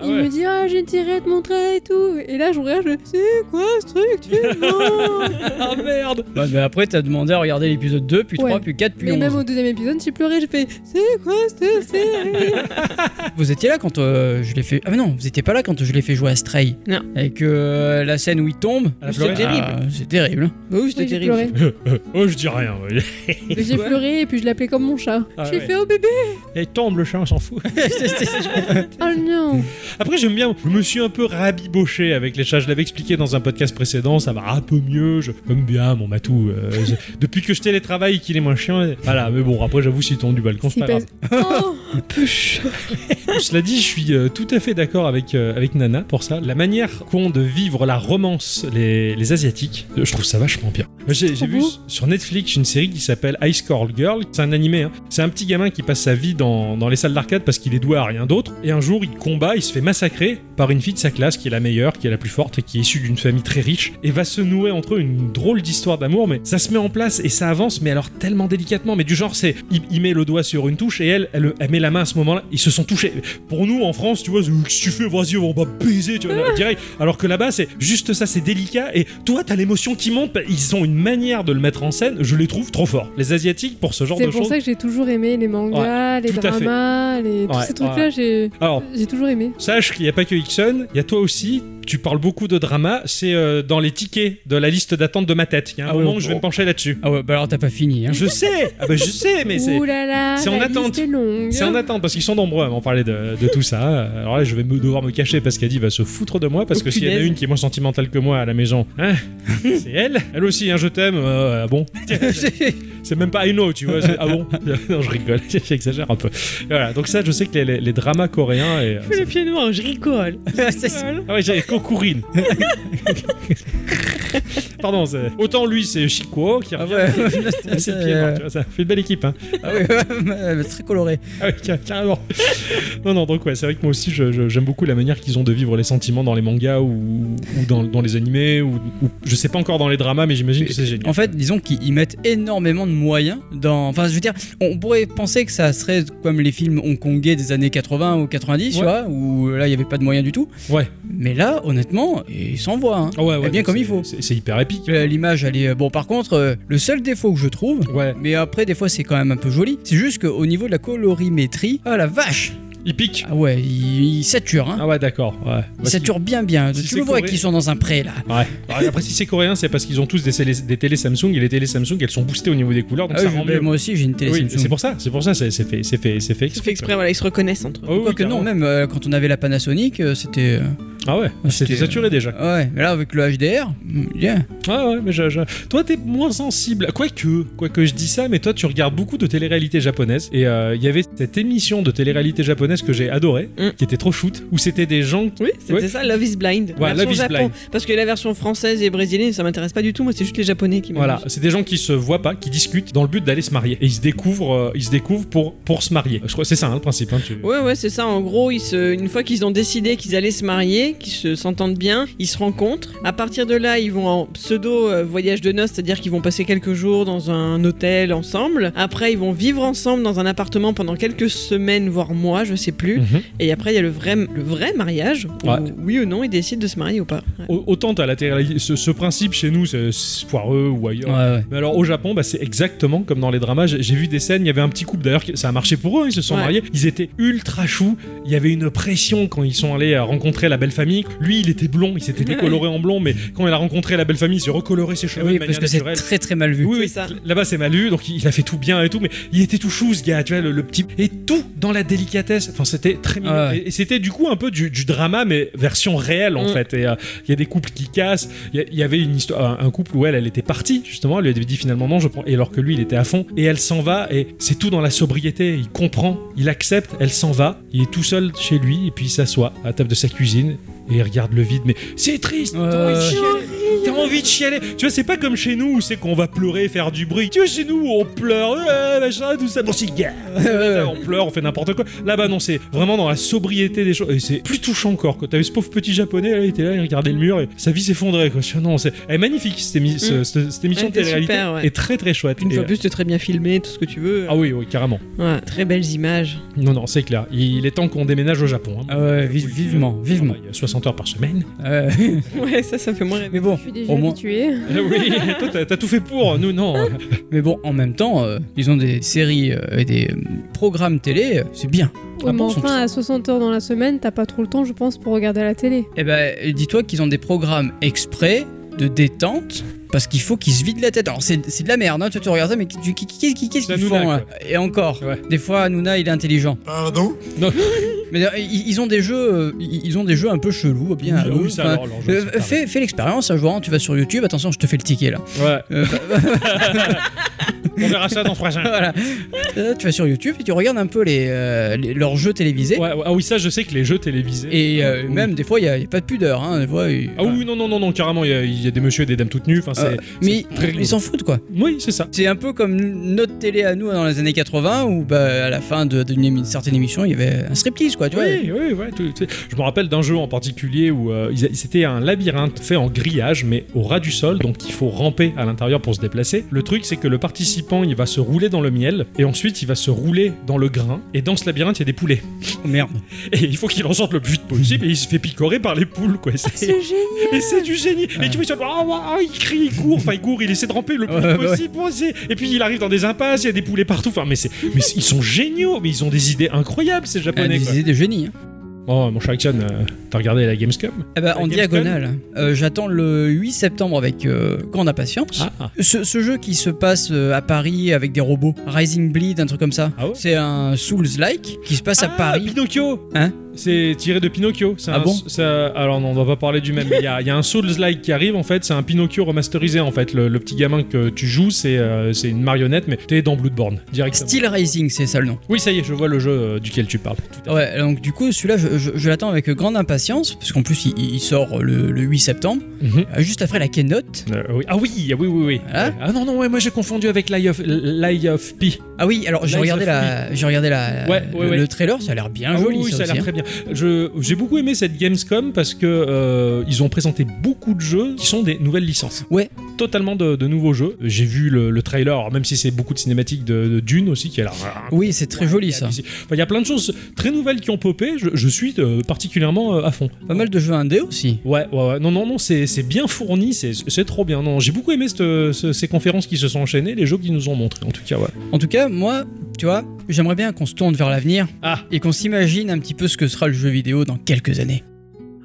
Ah
il
ouais.
me dit ah j'ai une série à te montrer et tout et là je regarde je c'est quoi ce truc tu mens
Ah merde
Bah, mais après, t'as demandé à regarder l'épisode 2, puis
Ouais.
3, puis 4, puis
mais même
11.
au deuxième épisode j'ai pleuré j'ai fait c'est quoi cette série
Ah,
Vous étiez là quand euh, je l'ai fait. Ah, mais non, vous étiez pas là quand je l'ai fait jouer à Stray.
Non.
Et que euh, la scène où il tombe.
Elle a
c'est
pleuré
terrible.
Ah, c'est terrible.
Bah oui, c'était
Oui, j'ai
terrible.
pleuré
Oh, je dis rien. ouais.
j'ai
Quoi
pleuré et puis je l'appelais comme mon chat
Ah
j'ai
ouais.
oh, fait oh bébé
Et tombe, le chat, on s'en fout.
oh non
Après, j'aime bien. Je me suis un peu rabiboché avec les chats. Je l'avais expliqué dans un podcast précédent. Ça va un peu mieux. Je comme bien mon matou. euh, je- Depuis que je télétravaille, qu'il est moins chiant. euh, Voilà. Mais bon, après, j'avoue, s'il tombe du balcon, c'est
C'est
pas grave.
pas- Oh,
Un peu chaud.
Cela dit, je suis euh, tout à fait d'accord avec, euh, avec Nana pour ça. La manière qu'ont de vivre la romance les, les Asiatiques, euh, je trouve ça vachement bien. Moi, J'ai j'ai vu
beau.
s- sur Netflix une série qui s'appelle Ice Call Girl. C'est un animé. hein. C'est un petit gamin qui passe sa vie dans, dans les salles d'arcade parce qu'il est doué à rien d'autre. Et un jour, il combat, il se fait massacrer par une fille de sa classe qui est la meilleure, qui est la plus forte et qui est issue d'une famille très riche. Et va se nouer entre eux une drôle d'histoire d'amour. Mais ça se met en place et ça avance, mais alors tellement délicatement. Mais du genre, c'est il, il met le doigt sur une touche et elle, elle, elle met la main à ce moment-là. Ils se sont touchés pour nous en France, tu vois, c'est, qu'est-ce que tu fais, vas-y, on va baiser, tu vois, là, direct. Alors que là-bas, c'est juste ça, c'est délicat. Et toi, t'as l'émotion qui monte. Bah, Ils ont une manière de le mettre en scène. Je les trouve trop forts. Les Asiatiques pour ce genre
C'est
de
pour
choses.
ça que j'ai toujours aimé les mangas, les
tout à fait.
dramas, les... tous
Ouais,
ces trucs-là, j'ai
Alors.
j'ai toujours aimé.
Sache qu'il n'y a pas que Ixon, il y a toi aussi. Tu parles beaucoup de drama, c'est euh, dans les tickets de la liste d'attente de ma tête. Il y a un
Ah oui,
moment
on-
où je vais me pencher là-dessus.
Ah ouais, bah alors t'as pas fini. Hein.
Je sais, ah bah, je sais, mais c'est.
Ouh là là,
c'est en
la
attente.
liste est longue.
C'est en attente parce qu'ils sont nombreux à m'en parler de, de tout ça. Euh, Alors là, je vais me devoir me cacher parce qu'Adi va se foutre de moi parce
Oh,
que s'il y en a
punaise.
une qui est moins sentimentale que moi à la maison, hein, c'est elle. Elle aussi, hein, je t'aime. euh, ah bon C'est même pas I know, tu vois. c'est- Ah bon Non, je rigole, j'exagère un peu. Voilà, donc ça, je sais que les, les- les dramas coréens et. euh,
Je fais le pied noir, je rigole.
ah ouais, j'avais Kokurine. Pardon, c'est- autant lui, c'est Chico qui
Ah
revient.
ouais.
C'est le pied noir, tu vois, ça fait une belle équipe. Hein.
Ah ouais, ouais, ouais, très coloré.
Ah oui, car- carrément. non, non, donc ouais, c'est vrai que moi aussi, je- je- j'aime beaucoup la manière qu'ils ont de vivre les sentiments dans les mangas ou, ou dans, dans les animés, ou, ou- je sais pas encore dans les dramas, mais j'imagine que c'est génial.
En fait, disons qu'ils ils mettent énormément de moyens dans. Enfin, je veux dire, on pourrait penser que ça serait comme les films hongkongais des années 80 ou 90, tu
Ouais.
vois, où euh, là, il n'y avait pas de moyens du tout.
Ouais.
Mais là, honnêtement, ils s'envoient. Hein.
Ah ouais, ouais,
bien
donc
comme
c'est-
il faut.
C'est c'est hyper épique.
Euh, L'image, elle est. Bon, par contre, euh, le seul défaut que je trouve.
Ouais,
Mais après, des fois, c'est quand même un peu joli. C'est juste qu'au niveau de la colorimétrie, ah la vache
il pique.
Ah ouais, il, il sature, hein
Ah ouais, d'accord. Ouais.
Il sature bien, bien.
si
tu
c'est
le vois
coloré-
qu'ils sont dans un pré, là.
Ouais. Ouais, Après, si c'est coréen, c'est parce qu'ils ont tous des, télé- des télés Samsung et les télés Samsung, elles sont boostées au niveau des couleurs, donc
Ah
ça
oui,
rend
mais
mieux.
moi aussi, j'ai une télé
Oui,
Samsung.
c'est pour ça, c'est pour ça, c'est c'est fait, c'est fait, c'est fait
Ça
exprès.
fait exprès, voilà, ils se reconnaissent entre eux.
Ah oui,
Quoique non,
carrément.
même euh, quand on avait la Panasonic, euh, c'était... euh,
Ah ouais, c'était
C'était-
saturé déjà.
Ouais, mais là, avec le HDR, mm, bien.
Ah ouais, mais je, je- toi t'es moins sensible. Quoique, quoique je dis ça, mais toi tu regardes beaucoup de télé-réalité japonaise. Et euh, il y avait cette émission de télé-réalité japonaise que j'ai adorée,
Mm.
qui était trop shoot, où c'était des gens. qui-
Oui, c'était
Ouais.
ça, Love is Blind.
Ouais,
version
Love is
Japon.
Blind.
Parce que la version française et brésilienne, ça m'intéresse pas du tout. Moi, c'est juste les japonais qui
Voilà,
m'intéressent.
c'est des gens qui se voient pas, qui discutent dans le but d'aller se marier. Et ils se découvrent, euh, ils se découvrent pour, pour se marier. Je crois que c'est ça hein, le principe. hein, tu-
Ouais, ouais, c'est ça. En gros, ils se... une fois qu'ils ont décidé qu'ils allaient se marier, qu'ils se- s'entendent bien, ils se rencontrent. À partir de là, ils vont en pseudo euh, voyage de noces, c'est-à-dire qu'ils vont passer quelques jours dans un hôtel ensemble. Après, ils vont vivre ensemble dans un appartement pendant quelques semaines, voire mois, je sais plus.
Mhm.
Et après, il y a le vrai, le vrai mariage. où,
Ouais.
oui ou non, ils décident de se marier ou pas. Ouais.
Au- Autant t'as la télé ce, ce principe chez nous, c'est c'est foireux ou ailleurs.
Ouais, ouais.
Mais alors au Japon, bah, c'est exactement comme dans les dramas. J'ai j'ai vu des scènes, il y avait un petit couple d'ailleurs, qui- ça a marché pour eux, hein, ils se sont
Ouais.
mariés. Ils étaient ultra choux. Il y avait une pression quand ils sont allés euh, rencontrer la belle famille. Lui, il était blond, il s'était décoloré en blond, mais quand il a rencontré la belle famille, il s'est recoloré ses
Ah
cheveux
oui,
de
parce
manière
que c'est
naturelle.
très très mal vu.
Oui, oui,
C'est ça.
là-bas c'est mal vu, donc il a fait tout bien et tout, mais il était tout chou ce gars, tu vois, le, le petit. Et tout dans la délicatesse, enfin c'était très mignon.
Ah ouais.
Et, et c'était du coup un peu du, du drama, mais version réelle en
Mm.
fait. Et euh, il y a des couples qui cassent, il y a- il y, avait une histoire, un, un couple où elle, elle était partie justement, elle lui avait dit finalement non, je prends. Et alors que lui il était à fond, et elle s'en va, et c'est tout dans la sobriété, il comprend, il accepte, elle s'en va, il est tout seul chez lui, et puis il s'assoit à la table de sa cuisine. Et il regarde le vide, mais c'est triste.
Ouais,
t'as envie de
ouais.
chialer. T'as envie de chialer. Tu vois, c'est pas comme chez nous où c'est qu'on va pleurer, faire du bruit. Tu vois, chez nous, on pleure, euh, machin, tout ça. Bon, c'est gay. on pleure, on fait n'importe quoi. Là-bas, non, c'est vraiment dans la sobriété des choses. Et c'est plus touchant encore. Quand t'avais ce pauvre petit japonais, là, il était là, il regardait le mur et sa vie s'effondrait, quoi. Je- Non, c'est elle est magnifique, cette, émi- ce- cette- cette émission
Mm. Elle
de
était
télé-réalité.
super, ouais.
est très, très chouette.
Une
Et,
fois
euh,
plus, c'est très bien filmé, tout ce que tu veux.
Ah oui, oui, carrément.
Ouais, très belles images.
Non, non, c'est clair. Il est temps qu'on déménage au Japon. hein.
Ah ouais, vi- vivement, vivement.
Il y a 60 heures par semaine.
Ouais.
Ouais, ça, ça fait moins rêver.
mais bon,
Je suis déjà
au moins,
habituée.
Ah, oui, toi, t'as- t'as tout fait pour. Nous, non.
mais bon, en même temps, euh, ils ont des séries euh, et des euh, programmes télé, euh, c'est bien.
Ouais, mais
bon, son-
enfin, à 60 heures dans la semaine, t'as pas trop le temps, je pense, pour regarder la télé.
Eh ben, dis-toi qu'ils ont des programmes exprès de détente parce qu'il faut qu'ils se vident la tête. Alors, c'est c'est de la merde, hein, tu, tu regardes ça, mais qui- qui- qui- qui- qui- qu'est-ce
C'est
qu'ils
Hanouna,
font là Et encore,
Ouais.
des fois, Hanouna, il est intelligent.
Pardon
Non.
Mais euh, ils ils ont des jeux, euh, ils ils ont des jeux un peu chelous, bien.
Oui,
à
ah oui,
eux.
ça,
Enfin,
alors, leur jeu,
euh,
c'est pareil.
fais, fais l'expérience, un jour, tu vas sur YouTube. Attention, je te fais le ticket là.
Ouais.
Euh,
On verra ça dans trois ans.
voilà. Euh, tu vas sur YouTube et tu regardes un peu les, euh, les- leurs jeux télévisés.
Ouais, ouais, ah oui, ça, je sais que les jeux télévisés.
Et euh,
Oui.
même des fois, il n'y a, il y a pas de pudeur. hein, des fois, ils-
Ah oui, non, non, non, non, carrément, il y, a- il y a des messieurs et des dames toutes nues. Enfin,
Euh,
c'est.
mais
c'est très rigolo.
ils s'en foutent quoi.
Oui, c'est ça.
C'est un peu comme notre télé à nous hein, dans les années 80 où bah, à la fin de- d'une émi- certaine émission il y avait un striptease quoi, tu vois.
Oui, oui, ouais, tout- tout- je me rappelle d'un jeu en particulier où euh, ils a- c'était un labyrinthe fait en grillage, mais au ras du sol, donc il faut ramper à l'intérieur pour se déplacer. Le truc, c'est que le participant, il va se rouler dans le miel, et ensuite il va se rouler dans le grain, et dans ce labyrinthe, il y a des poulets.
Oh, merde.
Et il faut qu'il en sorte le plus vite possible, et il se fait picorer par les poules, quoi. C'est-
C'est génial.
Et c'est du génie. Et tu vois, ils sont- ah, ouais, ah, il crie, il court, enfin il court, il essaie de ramper le plus
Ouais, ouais.
possible. ouais, c'est- Et puis il arrive dans des impasses, il y a des poulets partout. Enfin, mais c'est, mais c'est- ils sont géniaux, mais ils ont des idées incroyables ces
Ah,
japonais.
des
quoi.
idées de génie. hein.
Oh, mon cher Action, euh, t'as regardé la Gamescom
Ah bah,
La
en
Gamescom.
diagonale, euh, j'attends le 8 septembre avec euh, grande impatience.
ah.
Ce, ce jeu qui se passe euh, à Paris avec des robots, Rising Bleed, un truc comme ça.
Ah ouais
c'est un Souls-like qui se passe à Paris.
Ah, Pinocchio
Hein
C'est tiré de Pinocchio. c'est
Ah
un-
bon
c'est- Alors, non, on va pas parler du même. mais Il y, a- il y a un Souls-like qui arrive, en fait. C'est un Pinocchio remasterisé, en fait. Le, le petit gamin que tu joues, c'est euh, c'est une marionnette, mais t'es dans Bloodborne, directement.
Steel Rising, c'est ça le nom.
Oui, ça y est, je vois le jeu euh, duquel tu parles. Tout à fait.
Ouais, donc du coup, celui-là, je, je- je l'attends avec grande impatience, parce qu'en plus, il, il sort le, le 8 septembre,
Mhm.
euh, juste après la keynote.
Euh, oui. Ah oui, ah oui, oui, oui.
Voilà.
Ouais. Ah non, non, ouais, moi j'ai confondu avec l'Eye of, l'Eye of Pi.
Ah oui, alors j'ai
Lies
regardé,
of
la, j'ai regardé la,
Ouais, ouais,
le,
ouais.
le trailer, ça a l'air bien
Ah
joli.
oui, oui, ça a l'air
aussi, hein.
très bien. Je- J'ai beaucoup aimé cette Gamescom parce que euh, ils ont présenté beaucoup de jeux qui sont des nouvelles licences.
Ouais.
Totalement de, de nouveaux jeux. J'ai vu le, le trailer, alors même si c'est beaucoup de cinématiques de, de Dune aussi, qui a l'air.
hein. Oui, c'est très joli ça.
Enfin, il y a plein de choses très nouvelles qui ont popé. Je, je suis euh, particulièrement euh, à fond.
Pas mal de jeux indés aussi.
Ouais, ouais, ouais. Non, non, non, c'est c'est bien fourni, c'est c'est trop bien. Non, j'ai beaucoup aimé cette- euh, ce- ces conférences qui se sont enchaînées, les jeux qu'ils nous ont montrés, en tout cas, ouais.
En tout cas, moi, tu vois, j'aimerais bien qu'on se tourne vers l'avenir
Ah.
et qu'on s'imagine un petit peu ce que sera le jeu vidéo dans quelques années.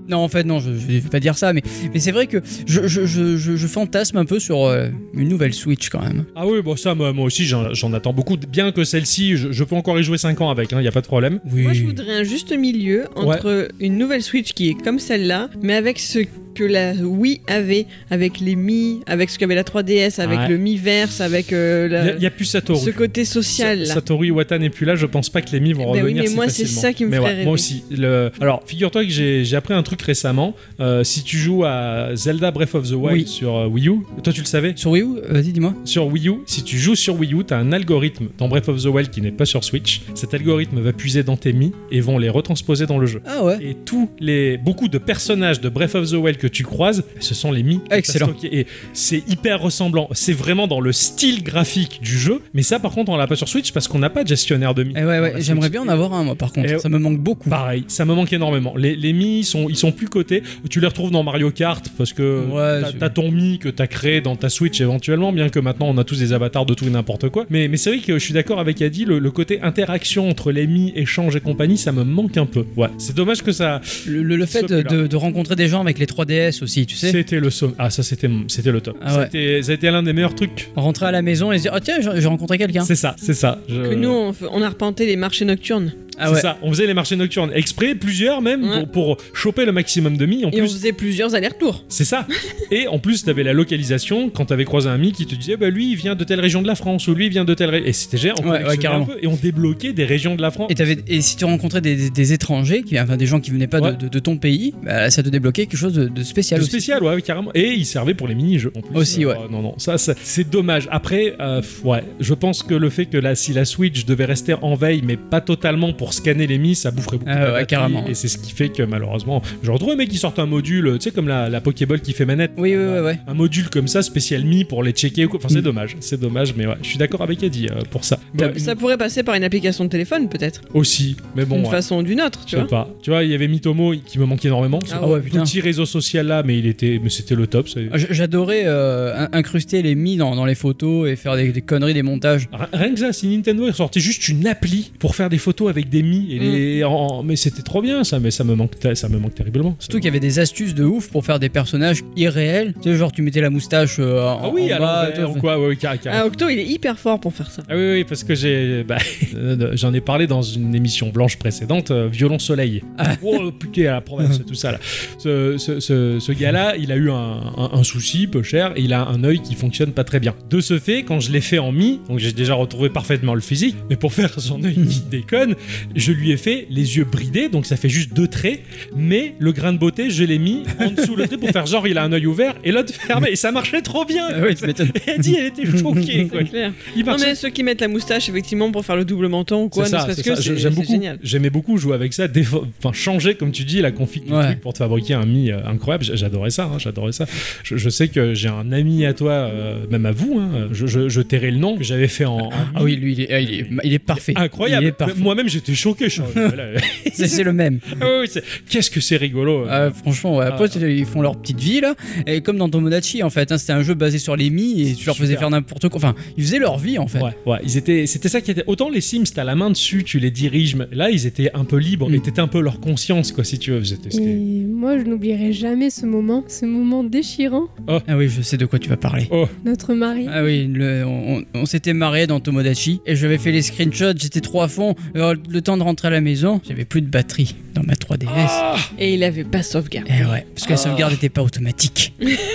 Non, en fait, non, je ne vais pas dire ça, mais, mais c'est vrai que je, je- je- je- je fantasme un peu sur euh, une nouvelle Switch quand même.
Ah oui, bon, ça, moi, moi aussi, j'en j'en attends beaucoup. Bien que celle-ci, je, je peux encore y jouer 5 ans avec, il n'y a pas de problème.
Oui.
Moi, je voudrais un juste milieu entre une nouvelle Switch qui est comme celle-là, mais avec ce que la Wii avait, avec les Mi, avec ce qu'avait la 3DS, avec
Ouais.
le Miiverse, avec euh,
Il
la-
n'y a, y a plus Satoru.
ce côté social.
Sa-
là.
Satoru Iwata n'est plus là, je pense pas que les mi vont
Eh ben oui,
revenir
mais
si
moi, c'est
facilement.
ça qui me
Mais
ferait
ouais,
rêver.
Moi aussi. Le... Alors, figure-toi que j'ai j'ai appris un truc récemment. Euh, si tu joues à Zelda Breath of the Wild
Oui.
sur euh, Wii U, toi tu le savais
Sur Wii U, euh, vas-y, dis-moi.
Sur Wii U, si tu joues sur Wii U, t'as un algorithme dans Breath of the Wild qui n'est pas sur Switch. Cet algorithme va puiser dans tes mi et vont les retransposer dans le jeu.
Ah ouais
Et tous les beaucoup de personnages de Breath of the Wild que tu croises, eh, ce sont les mi. que t'as
Excellent.
stockés. Et c'est hyper ressemblant. C'est vraiment dans le style graphique du jeu. Mais ça, par contre, on l'a pas sur Switch parce qu'on n'a pas de gestionnaire de mi.
Eh ouais,
Dans la
ouais,
Switch.
j'aimerais bien en avoir un, moi, par contre.
Et-
Ça me manque beaucoup.
Pareil, ça me manque énormément. Les, les mi, ils sont, ils sont plus cotés. Tu les retrouves dans Mario Kart parce que
Ouais,
t'as-
c'est-
t'as ton mi que t'as créé dans ta Switch éventuellement, bien que maintenant on a tous des avatars de tout et n'importe quoi. Mais, mais c'est vrai que je suis d'accord avec Adi, le, le côté interaction entre les mi, échange et compagnie, ça me manque un peu. Ouais, c'est dommage que ça.
Le, le- le fait de,
Celui-là.
de rencontrer des gens avec les 3DS aussi, tu sais.
C'était le sommet. Ah, ça, c'était, c'était le top.
Ah ouais.
C'était- ça a été l'un des meilleurs trucs.
Rentrer à la maison et se dire, oh tiens, j'ai j'ai rencontré quelqu'un.
C'est ça, c'est ça. Je-
Que nous, on, f- on a repenté les marchés nocturnes.
Ah
c'est
ouais.
ça. On faisait les marchés nocturnes exprès, plusieurs même,
Ouais.
pour, pour choper le maximum de mi. En
Et on
plus,
faisait plusieurs allers-retours.
C'est ça. Et en plus, t'avais la localisation quand t'avais croisé un ami qui te disait, bah lui, il vient de telle région de la France ou lui, il vient de telle région. Et c'était génial. On
Ouais, ouais,
collectionnait
carrément.
un peu et on débloquait des régions de la France.
Et, t'avais- et si tu rencontrais des, des- des étrangers, qui, enfin des gens qui venaient pas de-
Ouais.
de, de ton pays, bah, ça te débloquait quelque chose de, de spécial.
De
aussi.
spécial, ouais, carrément. Et il servait pour les mini-jeux en plus.
Aussi, ouais.
Euh, non, non, ça, ça- c'est dommage. Après, euh, pff, ouais, je pense que le fait que la, si la Switch devait rester en veille, mais pas totalement pour scanner les mi, ça boufferait beaucoup.
Ah
de
ouais,
batterie,
carrément.
Et c'est ce qui fait que malheureusement, genre, drôle, mec, qui sortent un module, euh, tu sais, comme la, la Pokéball qui fait manette.
Oui, oui, oui, ouais.
un module comme ça spécial mi pour les checker ou quoi. enfin c'est
Mm. Bah,
dommage c'est dommage mais ouais je suis d'accord avec Eddie euh, pour ça
T'as-
Ouais,
Ça pourrait passer par une application de téléphone, peut-être.
aussi mais bon
d'une
ouais,
façon ou d'une autre,
je
tu
sais
vois.
pas tu vois il y avait Mitomo qui me manquait énormément
Ah
ce
Ah ouais, putain.
petit réseau social là mais il était mais c'était le top c'est-
J- J'adorais euh, in- incruster les mi dans, dans les photos et faire des, des conneries, des montages.
R- Rien que ça, si Nintendo sortait juste une appli pour faire des photos avec des des mi et
Mm.
les- en- mais c'était trop bien ça mais ça me manque ta- ça me manque terriblement
Surtout qu'il y avait des astuces de ouf pour faire des personnages irréels. Tu sais, genre, tu mettais la moustache euh, en,
ah oui
en
alors
bas,
euh,
tu vois,
ou quoi ouais, ouais, carré, carré.
Ah, Octo, il est hyper fort pour faire ça.
Ah oui, oui, parce que j'ai. bah, euh, J'en ai parlé dans une émission blanche précédente, euh, Violon Soleil. Oh, piqué à la province, tout ça là. Ce, ce- ce- ce gars-là, il a eu un, un- un souci peu cher, et il a un œil qui fonctionne pas très bien. De ce fait, quand je l'ai fait en mi, donc j'ai déjà retrouvé parfaitement le physique, mais pour faire son œil qui déconne, je lui ai fait les yeux bridés, donc ça fait juste deux traits, mais le grain de beauté, je l'ai mis en dessous le trait pour faire genre il a un œil ouvert et l'autre fermé, et ça marchait trop bien.
Ah oui, tu m'étonnes.
Elle dit, elle était choquée. quoi.
C'est clair.
Il
Non,
marchait
mais ceux qui mettent la moustache, effectivement, pour faire le double menton ou quoi,
c'est
ne
ça,
serait-ce
c'est
que
ça. Je-
c'est-
J'aime
c'est
beaucoup.
génial.
J'aimais beaucoup jouer avec ça, dévo- enfin changer comme tu dis la config du
Ouais.
truc pour te fabriquer un mi euh, incroyable. J- J'adorais ça, hein, j'adorais ça. Je, je sais que j'ai un ami à toi, euh, même à vous, hein, je, je, je tairai le nom que j'avais fait en, en
Ah oui, lui, il est, ah, il est, il est parfait.
incroyable.
Il est parfait.
Moi-même j'étais choqué. je suis- voilà.
C'est c'est le même.
Ah oui, c'est- Qu'est-ce que c'est rigolo. euh.
Ah, franchement, ouais. après,
Ah.
c'est- ils font leur petite vie là. Et comme dans Tomodachi, en fait, hein, c'était un jeu basé sur les mi et tu leur faisais
Super.
faire n'importe quoi. Enfin, ils faisaient leur vie en fait.
Ouais, ouais, ils étaient, c'était ça qui était. Autant les Sims, t'as la main dessus, tu les diriges, mais là ils étaient un peu libres,
Mm.
et t'étais un peu leur conscience, quoi, si tu veux. C'était- c'était-
Et moi, je n'oublierai jamais ce moment, ce moment déchirant.
Ah oui, je sais de quoi tu vas parler.
Notre mari.
Ah oui, le- on, on- on s'était marié dans Tomodachi et j'avais fait les screenshots, j'étais trop à fond. Alors, le temps de rentrer à la maison, j'avais plus de batterie dans ma 3DS.
Ah,
Et il avait pas sauvegardé.
Eh ouais, parce que la
Oh.
sauvegarde n'était pas automatique.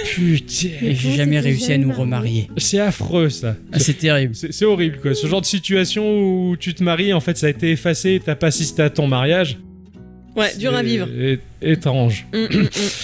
putain,
Et j'ai
Comment
jamais
t'étais
réussi à
jamais
nous
marié
remarier.
c'est affreux ça.
Ah, c'est terrible.
C'est c'est horrible quoi, ce genre de situation où tu te maries, en fait ça a été effacé, t'as pas assisté à ton mariage.
Ouais,
C'est
dur à vivre.
é- Étrange.
Mm, mm, mm,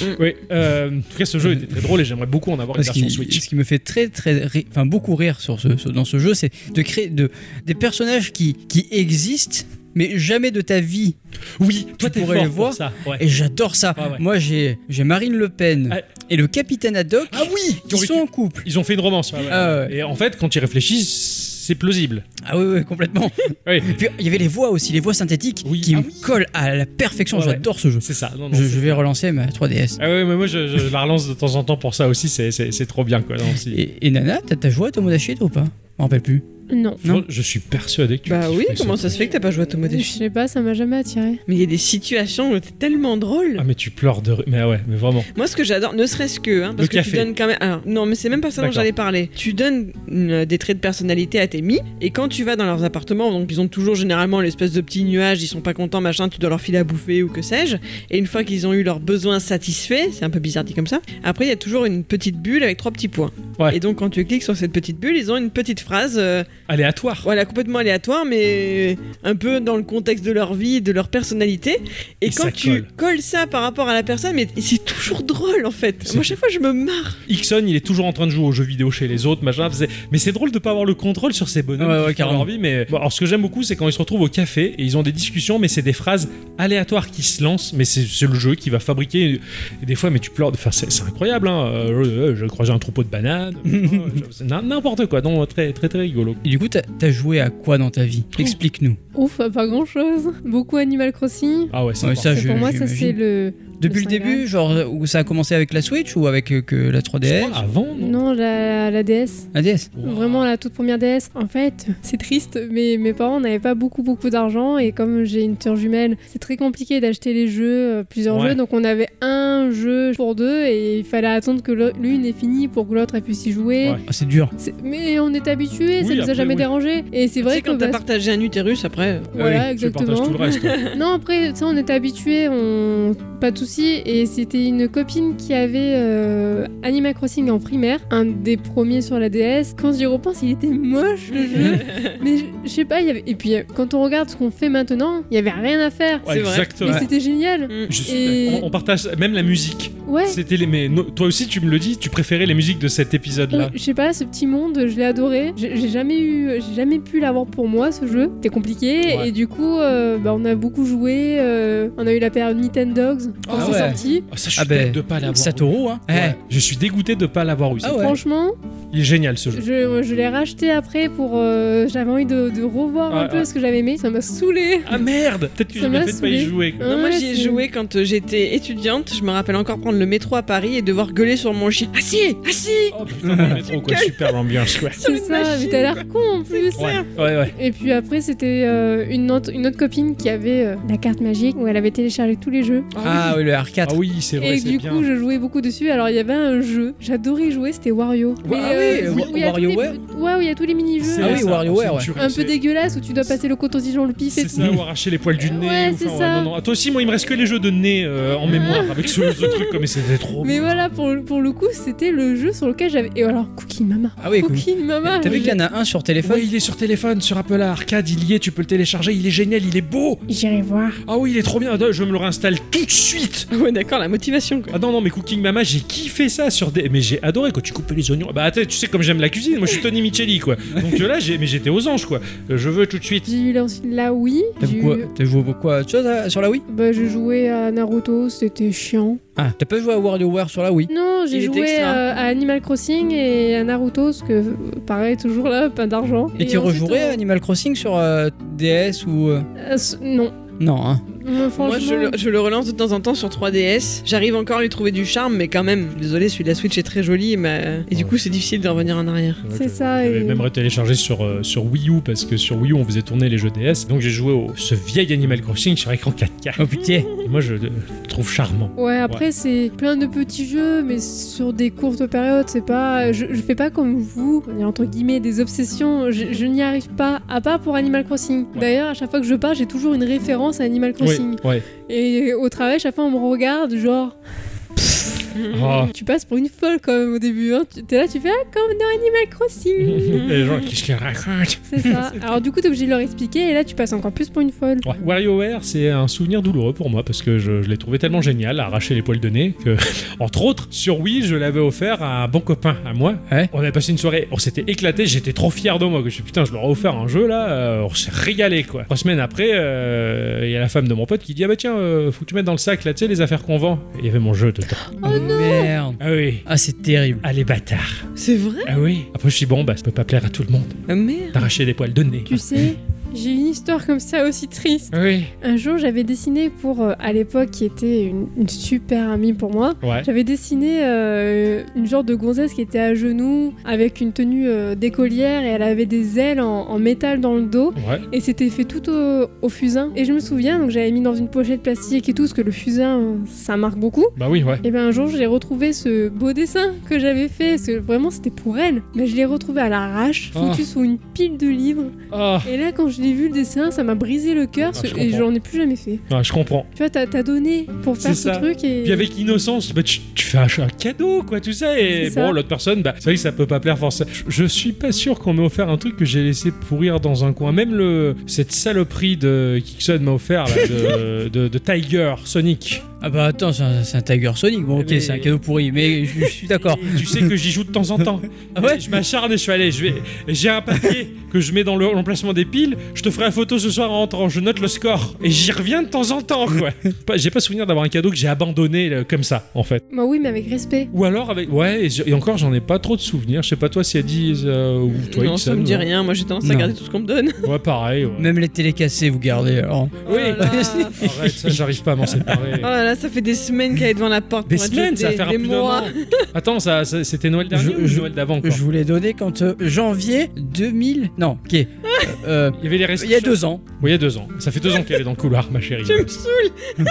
mm.
Oui, euh, en tout cas ce jeu était très drôle et j'aimerais beaucoup en avoir une
Parce
version
qu'il-
Switch.
ce qui me fait très très ri- enfin beaucoup rire sur ce, sur- dans ce jeu, c'est de créer de, des personnages qui, qui existent mais jamais de ta vie.
Oui, toi
tu
t'es fort
pourrais les
pour
voir.
ça. ouais.
Et j'adore ça.
Ah ouais.
Moi j'ai j'ai Marine Le Pen
Ah.
et le capitaine Haddock
Ah oui, ils
qui
ont,
sont en couple.
ils ont fait une romance. ouais, ouais.
Ah ouais.
Et en fait quand tu y réfléchis, c'est plausible.
Ah oui, oui complètement.
Oui.
Et Puis il y avait les voix aussi, les voix synthétiques
Oui.
qui
Ah
me collent à la perfection.
Ouais, ouais.
J'adore ce jeu.
C'est ça. Non, non,
Je,
c'est-
je vais relancer ma 3DS.
Ah ouais, mais moi je, je la relance de temps en temps pour ça aussi, c'est- c'est c'est trop bien quoi. Non, si-
Et, et Nana, t'as t'as joué à Tomodachi toi, ou pas Je m'en rappelle plus.
Non.
Fran- Je suis persuadé que tu
Bah
kiffes
oui,
ce
comment ça
truc.
se fait que t'as pas joué à
Je
Tomodachi
sais pas, ça m'a jamais attiré.
Mais il y a des situations où t'es tellement drôle.
Ah mais tu pleures de... ri- Mais ouais, mais vraiment.
Moi, ce que j'adore, ne serait-ce que, hein, parce
Le
que tu
café.
donnes quand même. alors, non, mais c'est même pas ça dont
D'accord.
j'allais parler. Tu donnes euh, des traits de personnalité à tes mi, et quand tu vas dans leurs appartements, donc ils ont toujours généralement l'espèce de petit nuage, ils sont pas contents, machin, tu dois leur filer à bouffer ou que sais-je. Et une fois qu'ils ont eu leurs besoins satisfaits, c'est un peu bizarre dit comme ça, après il y a toujours une petite bulle avec trois petits points.
Ouais.
Et donc quand tu cliques sur cette petite bulle, ils ont une petite phrase, euh,
Aléatoire.
voilà, complètement aléatoire, mais un peu dans le contexte de leur vie, de leur personnalité. Et,
Et
quand
ça
tu
colle.
colles ça par rapport à la personne, mais c'est toujours drôle en fait.
C'est-
Moi, chaque fois, je me marre.
Ixon, il est toujours en train de jouer aux jeux vidéo chez les autres, machin. c'est- Mais c'est drôle de pas avoir le contrôle sur ces bonhommes
Ouais,
qui
ouais,
font
carrément.
leur vie. Mais bon, alors, ce que j'aime beaucoup, c'est quand ils se retrouvent au café et ils ont des discussions, mais c'est des phrases aléatoires qui se lancent. Mais c'est c'est le jeu qui va fabriquer. Et des fois, mais tu pleures. de- Enfin, c'est c'est incroyable. Hein. Euh, je, je croisais un troupeau de bananes. euh, je- c'est n- N'importe quoi. Non, très, très, très rigolo.
Et du coup, t'as t'as joué à quoi dans ta vie Explique-nous.
Ouf, pas grand chose. Beaucoup Animal Crossing.
Ah ouais, c'est
Ouais,
fort.
ça,
Parce que
je-
pour moi, ça c'est
j'imagine.
le.
Depuis le
Personne
début, genre euh, où ça a commencé avec la Switch ou avec euh, que la
Je
3DS
crois avant, non,
Non, la, la DS.
Ah, La DS
Wow. Ah
Vraiment la toute première DS. En fait, c'est triste, mais mes parents n'avaient pas beaucoup beaucoup d'argent et comme j'ai une sœur jumelle, c'est très compliqué d'acheter les jeux, euh, plusieurs
Ouais.
jeux. Donc on avait un jeu pour deux et il fallait attendre que l'o- l'une ait fini pour que l'autre ait pu s'y jouer.
Ouais.
Ah, C'est dur.
C'est- Mais on est habitué, ça
Oui,
nous a
après,
jamais
oui.
dérangé. Et c'est vrai
tu sais,
que
quand t'as
bah,
partagé un utérus, après.
voilà,
Ah oui, tu partages
exactement.
tout le reste. toi.
Non, après, tu sais, on était habitués, on... pas de soucis. Et c'était une copine qui avait euh, Animal Crossing en primaire, un des premiers sur la DS. Quand j'y repense, il était moche le jeu. mais je- je sais pas, il y avait... et puis euh, quand on regarde ce qu'on fait maintenant, il y avait rien à faire.
Ouais,
C'est vrai.
Mais
exactement.
c'était génial.
Mm.
Je suis
Et-
d'accord. on, on partage même la musique.
Ouais.
C'était les. Mais no- toi aussi, tu me le dis, tu préférais les musiques de cet épisode-là.
Je sais pas, ce petit monde, je l'ai adoré. J'ai j'ai jamais eu, j'ai jamais pu l'avoir pour moi ce jeu. C'était compliqué
Ouais.
et du coup, euh, bah, on a beaucoup joué. euh, on a eu la période Nintendogs quand
Ah
c'est
ouais.
sorti.
Ah, ça, je suis
Ah ben,
deg de pas l'avoir. eu.
Satoru, hein
Ouais, Je suis dégoûté de pas l'avoir eu.
Ah ouais.
Franchement,
Il est génial ce jeu.
Je, je l'ai racheté après pour. euh, j'avais envie de, de revoir un
Ouais,
peu
ouais.
ce que j'avais aimé. Ça m'a saoulé.
Ah merde Peut-être que
Ça
j'ai bien
m'a
fait de pas y
saoulé.
jouer. quoi.
hmm. Non, moi
Ouais,
j'y ai
c'est-
joué quand euh, j'étais étudiante. Je me rappelle encore prendre le métro à Paris et devoir gueuler sur mon chien. Ah si Ah si
Oh putain, le métro, quoi. Super ambiance, quoi.
C'est
une
ça, mais
machine.
t'as l'air con en plus.
Ouais, ouais, ouais.
Et puis après, c'était euh, une, autre, une autre copine qui avait euh, la carte magique où elle avait téléchargé tous les jeux.
Ah oui, le R4.
Ah oui, c'est vrai,
Et
c'est
du
bien.
coup, je jouais beaucoup dessus. Alors, il y avait un jeu, j'adorais y jouer, c'était Wario.
Ah oui,
où-
Wa-
où il y a tous les-
WarioWare
Ouais, où il y a tous les mini-jeux. euh,
C'est
Ah oui,
ça,
WarioWare,
c'est
ouais.
une tuerie,
Un peu
c'est-
dégueulasse où tu dois passer le coton-tige dans le pif et
C'est
tout.
ça, ou arracher les poils du nez.
Ouais,
ou-
c'est
enfin,
ça.
non, non. Ah, toi aussi, moi, il me reste que les jeux de nez euh, en mémoire avec ce, ce truc, comme mais c'était trop.
Mais
bon.
voilà, pour, pour le coup, c'était le jeu sur lequel j'avais. Et alors, Cooking Mama.
Ah oui,
Cooking Mama.
T'as vu
j'ai-
qu'il y en a un sur téléphone
Ouais, il est sur téléphone, sur Apple Arcade, il y est, tu peux le télécharger, il est génial, il est beau.
J'irai voir.
Ah oui, il est trop bien. Attends, Je me le réinstalle tout de suite.
Ouais d'accord, la motivation quoi.
Ah non non, mais Cooking Mama, j'ai kiffé ça sur des. Mais j'ai adoré quand tu coupais les oignons. Bah attends, tu sais comme j'aime la cuisine. Moi, je suis Tony Micheli quoi. Donc euh, là, j'ai, mais j'étais aux anges quoi. Euh, Je veux tout de suite.
J'ai eu là ensuite la Wii.
T'as
j'ai eu-
quoi- t'as joué beaucoup à autre chose euh, sur la Wii
Bah, j'ai joué à Naruto, c'était chiant.
Ah, t'as pas joué à WarioWare sur la Wii
Non,
Il
j'ai
était
joué
extra.
euh, à Animal Crossing et à Naruto, parce que euh, pareil, toujours là, pas d'argent.
Et tu
ensuite,
rejouerais à
euh,
Animal Crossing sur euh, DS ou. euh,
euh, s- Non.
Non, hein.
Euh, franchement,
Moi je le, je le relance de temps en temps sur 3DS. J'arrive encore à lui trouver du charme, mais quand même, désolé, celui de la Switch est très joli, mais... euh, et du coup c'est difficile de revenir en arrière.
C'est ça,
euh, J'avais
et-
même retéléchargé sur, euh, sur Wii U parce que sur Wii U on faisait tourner les jeux DS. Donc j'ai joué au ce vieil Animal Crossing sur écran 4K.
Oh putain
Et moi je euh, le trouve charmant.
Ouais, après, c'est plein de petits jeux, mais sur des courtes périodes, c'est pas. Je, je fais pas comme vous, on va dire entre guillemets, des obsessions. Je, je n'y arrive pas, à part pour Animal Crossing.
Ouais.
D'ailleurs, à chaque fois que je pars, j'ai toujours une référence à Animal Crossing.
ouais.
Et au travail, chaque fois, on me regarde, genre.
Ah.
Tu passes pour une folle quand même au début. Hein. Tu- T'es là, tu fais ah, comme dans Animal Crossing.
Et les gens, qu'est-ce qu'ils racontent
C'est ça. Alors du coup, t'es obligé de leur expliquer et là, tu passes encore plus pour une folle.
Ouais. WarioWare, c'est un souvenir douloureux pour moi parce que je, je l'ai trouvé tellement génial, à arracher les poils de nez, que, entre autres, sur Wii, je l'avais offert à un bon copain, à moi.
Ouais.
On avait passé une soirée, on s'était éclaté, j'étais trop fier de moi, que je suis putain, je leur ai offert un jeu là, euh, on s'est régalé quoi. Trois semaines après, euh, il y a la femme de mon pote qui dit Ah bah tiens, euh, faut que tu mettes dans le sac là, tu sais, les affaires qu'on vend. Et Il y avait mon jeu dedans.
Oh non
Merde
Ah oui.
Ah, c'est terrible.
Ah les bâtards.
C'est vrai
Ah oui. Après, je suis bon, bah ça peut pas plaire à tout le monde
Ah, Merde.
d'arracher les poils de nez.
Tu sais, j'ai une histoire comme ça aussi triste.
Oui.
Un jour, j'avais dessiné pour, euh, à l'époque, qui était une, une super amie pour moi.
Ouais.
J'avais dessiné euh, une genre de gonzesse qui était à genoux, avec une tenue euh, d'écolière et elle avait des ailes en- en métal dans le dos.
Ouais.
Et c'était fait tout au, au fusain. Et je me souviens, donc j'avais mis dans une pochette plastique et tout, parce que le fusain, euh, ça marque beaucoup.
Bah oui, ouais.
Et bien un jour, j'ai retrouvé ce beau dessin que j'avais fait, parce que vraiment c'était pour elle. Mais je l'ai retrouvé à l'arrache, foutu sous une pile de livres.
Ah,
Et là, quand je l'ai vu le dessin, ça m'a brisé le cœur,
Ah,
ce-
je
et
comprends.
j'en ai plus jamais fait.
ah, je comprends.
Tu vois, t'as t'as donné pour faire
C'est
ce
ça.
truc et.
Puis avec innocence, bah, tu, tu fais un, un cadeau, quoi, tout ça. Et
C'est ça.
bon, l'autre personne, bah, c'est vrai que ça peut pas plaire forcément. Je, je suis pas sûr qu'on m'ait offert un truc que j'ai laissé pourrir dans un coin. Même le, cette saloperie de Kixon m'a offert, là, de, de- de Tiger, Sonic.
Ah bah attends, c'est un, c'est un Tiger Sonic. Bon, ok,
Mais-
c'est un cadeau pourri, mais je, je suis d'accord.
Et Tu sais que j'y joue de temps en temps.
Ah ouais
Je m'acharne et je fais, allez, je vais. J'ai un papier que je mets dans le- l'emplacement des piles. Je te ferai la photo ce soir en rentrant. Je note le score. Et j'y reviens de temps en temps, quoi. Pas- J'ai pas souvenir d'avoir un cadeau que j'ai abandonné là, comme ça, en fait.
Bah oui, mais avec respect.
Ou alors avec. Ouais, et, j- et encore, j'en ai pas trop de souvenirs. Je sais pas, toi, si dit ou toi, Ixon,
non, ça me dit
ouais.
rien. Moi j'ai tendance à
Non.
garder tout ce qu'on me donne.
Ouais, pareil. ouais.
Même les télés cassées, vous gardez alors.
Oh là là.
Ah.
Arrête, ça, j'arrive pas à m'en séparer.
Oh là là, ça fait des semaines qu'elle est devant la porte.
Des
pour être
semaines,
jetée,
ça va faire
des
un plus d'un
mois.
an. Attends, ça, ça- c'était Noël dernier
Je-
ou
je-
Noël d'avant encore
Je vous l'ai donné quand euh, janvier 2000. Non, ok. Euh, euh,
Il y avait les
il y a
restrictions.
deux ans.
Oui, il y a deux ans. Ça fait deux ans qu'elle est dans le couloir, ma chérie.
Tu me saoules.
Euh,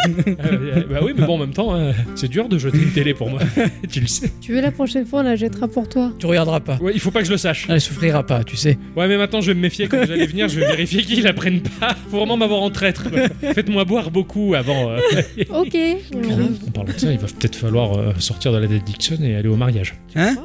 euh, bah oui, mais bon, en même temps, euh, c'est dur de jeter une télé pour moi. tu le sais.
Tu veux la prochaine fois, on la jettera pour toi.
Tu regarderas pas.
Ouais, il faut pas que je le sache.
Elle souffrira pas, tu sais.
Ouais, mais maintenant, je vais me méfier quand vous allez venir. Je vais vérifier qu'ils la prennent pas. Faut vraiment m'avoir en traître. quoi. Faites-moi boire beaucoup avant. euh,
Ok.
Grave. En parlant de ça, il va peut-être falloir euh, sortir de la Dead Diction et aller au mariage.
Hein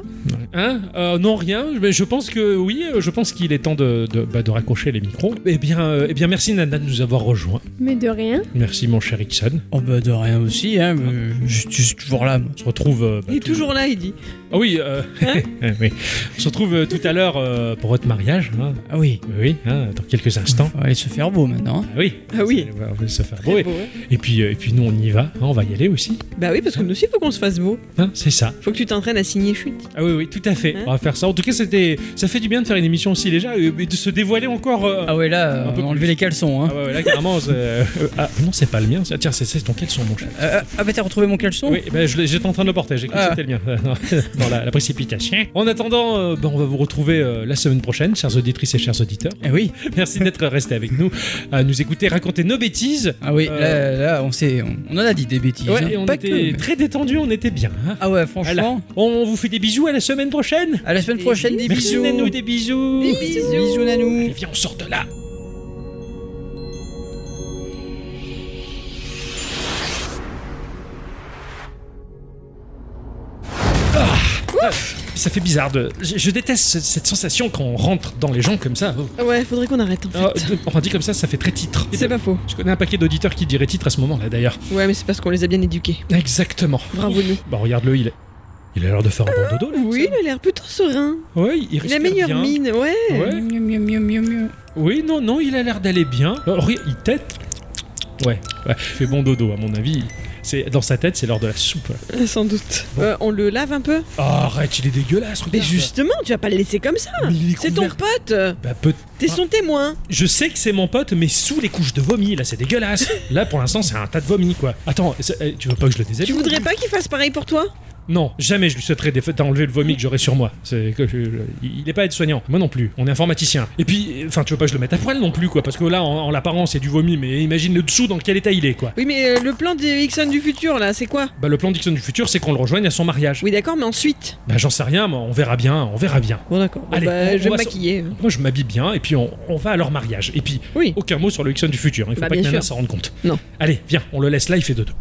Hein Euh, Non, rien. Mais je pense que oui, euh, je pense qu'il est temps de, de- bah, de raccrocher les micros. Eh bien, euh, eh bien merci Nana de nous avoir rejoints.
Mais de rien.
Merci mon cher Ixon.
Oh bah de rien aussi, hein. euh, Je je suis toujours là. moi.
On se retrouve. euh, bah,
Il est
tout-
toujours Hein là, il dit.
Ah oui, euh, oui. On se retrouve euh, tout à l'heure euh, pour votre mariage. hein.
Ah oui.
Oui, hein, dans quelques instants.
Faut aller se faire beau maintenant. hein.
Ah oui.
Ah oui.
On va- On va se faire
Très
beau. Et-
beau, ouais.
Et puis, euh, et puis nous, on y va. hein, on va y aller aussi.
Bah oui, parce que nous aussi, il faut qu'on se fasse beau.
Hein, c'est ça.
Faut que tu t'entraînes à signer chute.
Ah oui, oui, tout à fait.
Hein
on va faire ça. En tout cas, c'était, ça fait du bien de faire une émission aussi déjà et et de se dévoiler encore. euh,
Ah ouais, là,
Un
euh,
peu
on a enlevé les caleçons. Hein.
Ah ouais, ouais, là, carrément. c'est- euh, ah, non, c'est pas le mien. Ah, tiens, c'est, c'est ton caleçon, mon chat.
Euh, ah bah t'as retrouvé mon caleçon
Oui, ben, je l'ai- j'étais en train de le porter. J'ai cru
Ah.
que c'était le mien. Non, Dans la, la précipitation. En attendant, euh, ben, on va vous retrouver euh, la semaine prochaine, chères auditrices et chers auditeurs.
Eh oui.
Merci d'être restés avec nous, à nous écouter, raconter nos bêtises.
Ah oui,
Euh,
là, là, on, s'est- on, on en a dit des bêtises.
Ouais,
hein.
et on
Pas
était
que.
très détendus, on était bien. hein.
Ah ouais, franchement.
On vous fait des bisous à la semaine prochaine.
À la semaine prochaine, des
Merci
bisous.
Nanou, des bisous.
Des bisous.
Bisous, Nanou.
Allez, viens, on sort de là. Ah, ah, ça fait bizarre de. Je, je déteste ce- cette sensation quand on rentre dans les gens comme ça.
Ouais, faudrait qu'on arrête en fait.
Ah, de- on dit comme ça, ça fait très titre.
C'est pas faux.
Je connais un paquet d'auditeurs qui diraient titre à ce moment-là d'ailleurs.
Ouais, mais c'est parce qu'on les a bien éduqués.
Exactement.
Bravo nous.
Bah regarde-le, il, est- il a l'air de faire un bon dodo là.
Oui, il a l'air plutôt serein.
Ouais, il
Il a
respire
meilleure
bien.
mine, ouais.
Ouais. Oui, non, non, il a l'air d'aller bien. Oh, regarde, il tête. Ouais, ouais, il fait bon dodo, à mon avis. C'est Dans sa tête, c'est l'heure de la soupe.
Euh, Sans doute. Euh, on le lave un peu
Oh, arrête, il est dégueulasse, regarde.
Mais justement, tu vas pas le laisser comme ça.
Mais il est
C'est ton
couvert-
pote.
Bah, peut-
T'es son témoin.
Je sais que c'est mon pote, mais sous les couches de vomi, là, c'est dégueulasse. là, pour l'instant, c'est un tas de vomi, quoi. Attends, c'est- eh, tu veux pas que je le déshabille
Tu voudrais pas qu'il fasse pareil pour toi
Non, jamais je lui souhaiterais des- d'enlever le vomi que j'aurais sur moi. C'est que je- je- il est pas aide-soignant. Moi non plus. On est informaticien. Et puis, enfin, tu veux pas que je le mette à poil non plus, quoi. Parce que là, en, en l'apparence, c'est du vomi, mais imagine le dessous dans quel état il est, quoi.
Oui, mais euh, le plan des Ixon du futur là, c'est quoi
Bah, le plan Dixon du futur, c'est qu'on le rejoigne à son mariage.
Oui, d'accord, mais ensuite.
Bah, j'en sais rien, moi. On verra bien, on verra bien.
Bon, d'accord. Bon,
Allez,
bah,
on-
je vais
on
me
va se-
maquiller.
Moi, je m'habille bien, et puis on, on va à leur mariage. Et puis,
Oui.
aucun mot sur le Dixon du futur. hein. Il faut
Bah,
pas que
bien
Nana
sûr.
s'en rende compte.
Non.
Allez, viens, on le laisse là, il fait dodo.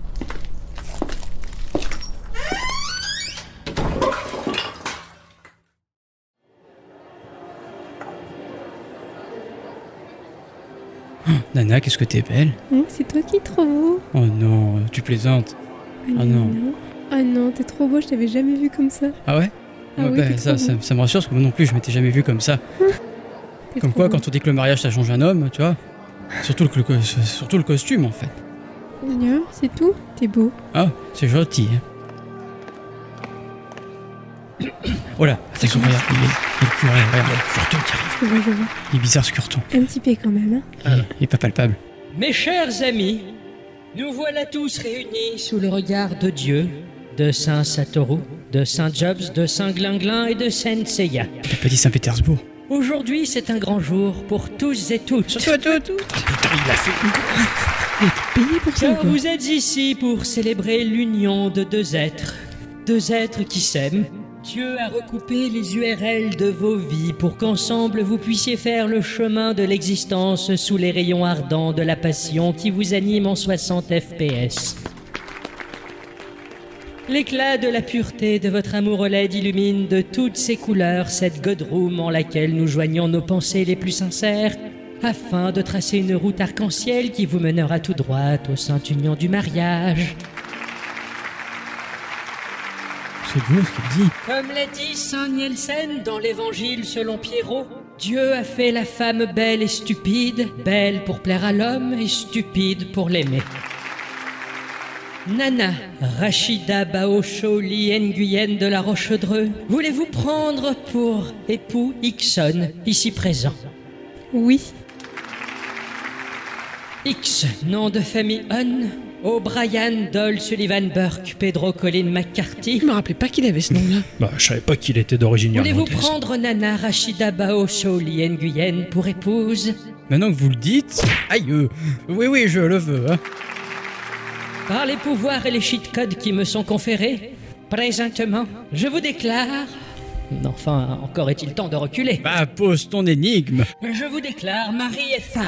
Nana, qu'est-ce que t'es belle.
Oh, c'est toi qui es trop beau.
Oh non, euh, tu plaisantes. Ah non.
Ah non, t'es trop beau, je t'avais jamais vu comme ça.
Ah ouais
Ah
Ouais,
oui,
bah,
t'es
ça,
trop
ça, ça me rassure parce que moi non plus, je m'étais jamais vu comme ça.
T'es
Comme
trop
quoi,
beau.
quand on dit que le mariage ça change un homme, tu vois. Surtout le, co- surtout le costume en fait.
D'ailleurs, c'est tout. T'es beau.
Ah, c'est gentil. hein. Oh là, attention, regarde, il est, il est le curé, regarde, le curton qui arrive. Ah
Je vois, je vois.
Il est bizarre ce curton,
Un petit peu quand même. hein.
il, est- il est pas palpable.
Mes chers amis, nous voilà tous réunis sous le regard de Dieu, de Saint Satoru, de Saint Jobs, de Saint Glinglin et de Saint Seiya.
Le petit Saint-Pétersbourg.
Aujourd'hui, c'est un grand jour pour tous et toutes.
Payé pour ça ou
Car
quoi
vous êtes ici pour célébrer l'union de deux êtres. Deux êtres qui s'aiment. Dieu a recoupé les URL de vos vies pour qu'ensemble vous puissiez faire le chemin de l'existence sous les rayons ardents de la passion qui vous anime en 60 FPS. L'éclat de la pureté de votre amour au LED illumine de toutes ses couleurs cette godroom en laquelle nous joignons nos pensées les plus sincères afin de tracer une route arc-en-ciel qui vous mènera tout droit au saint union du mariage.
C'est beau ce qu'il dit.
Comme l'a dit Saint Nielsen dans l'évangile selon Pierrot, Dieu a fait la femme belle et stupide, belle pour plaire à l'homme et stupide pour l'aimer. Nana, Rachida Baocholi Nguyen de la Rochedreux, voulez-vous prendre pour époux Ixon, ici présent
Oui.
X, nom de famille On, O'Brien, Doll, Sullivan, Burke, Pedro, Colin, McCarthy.
Je me rappelais pas qu'il avait ce nom là.
Bah, je savais pas qu'il était d'origine
Voulez-vous
irlandaise.
prendre Nana Rachida Bao Shaoli Nguyen pour épouse
Maintenant que vous le dites, aïe, euh, oui, oui, je le veux. hein.
Par les pouvoirs et les cheat codes qui me sont conférés, présentement, je vous déclare. Enfin, encore est-il temps de reculer.
Bah, pose ton énigme.
Je vous déclare mari et femme.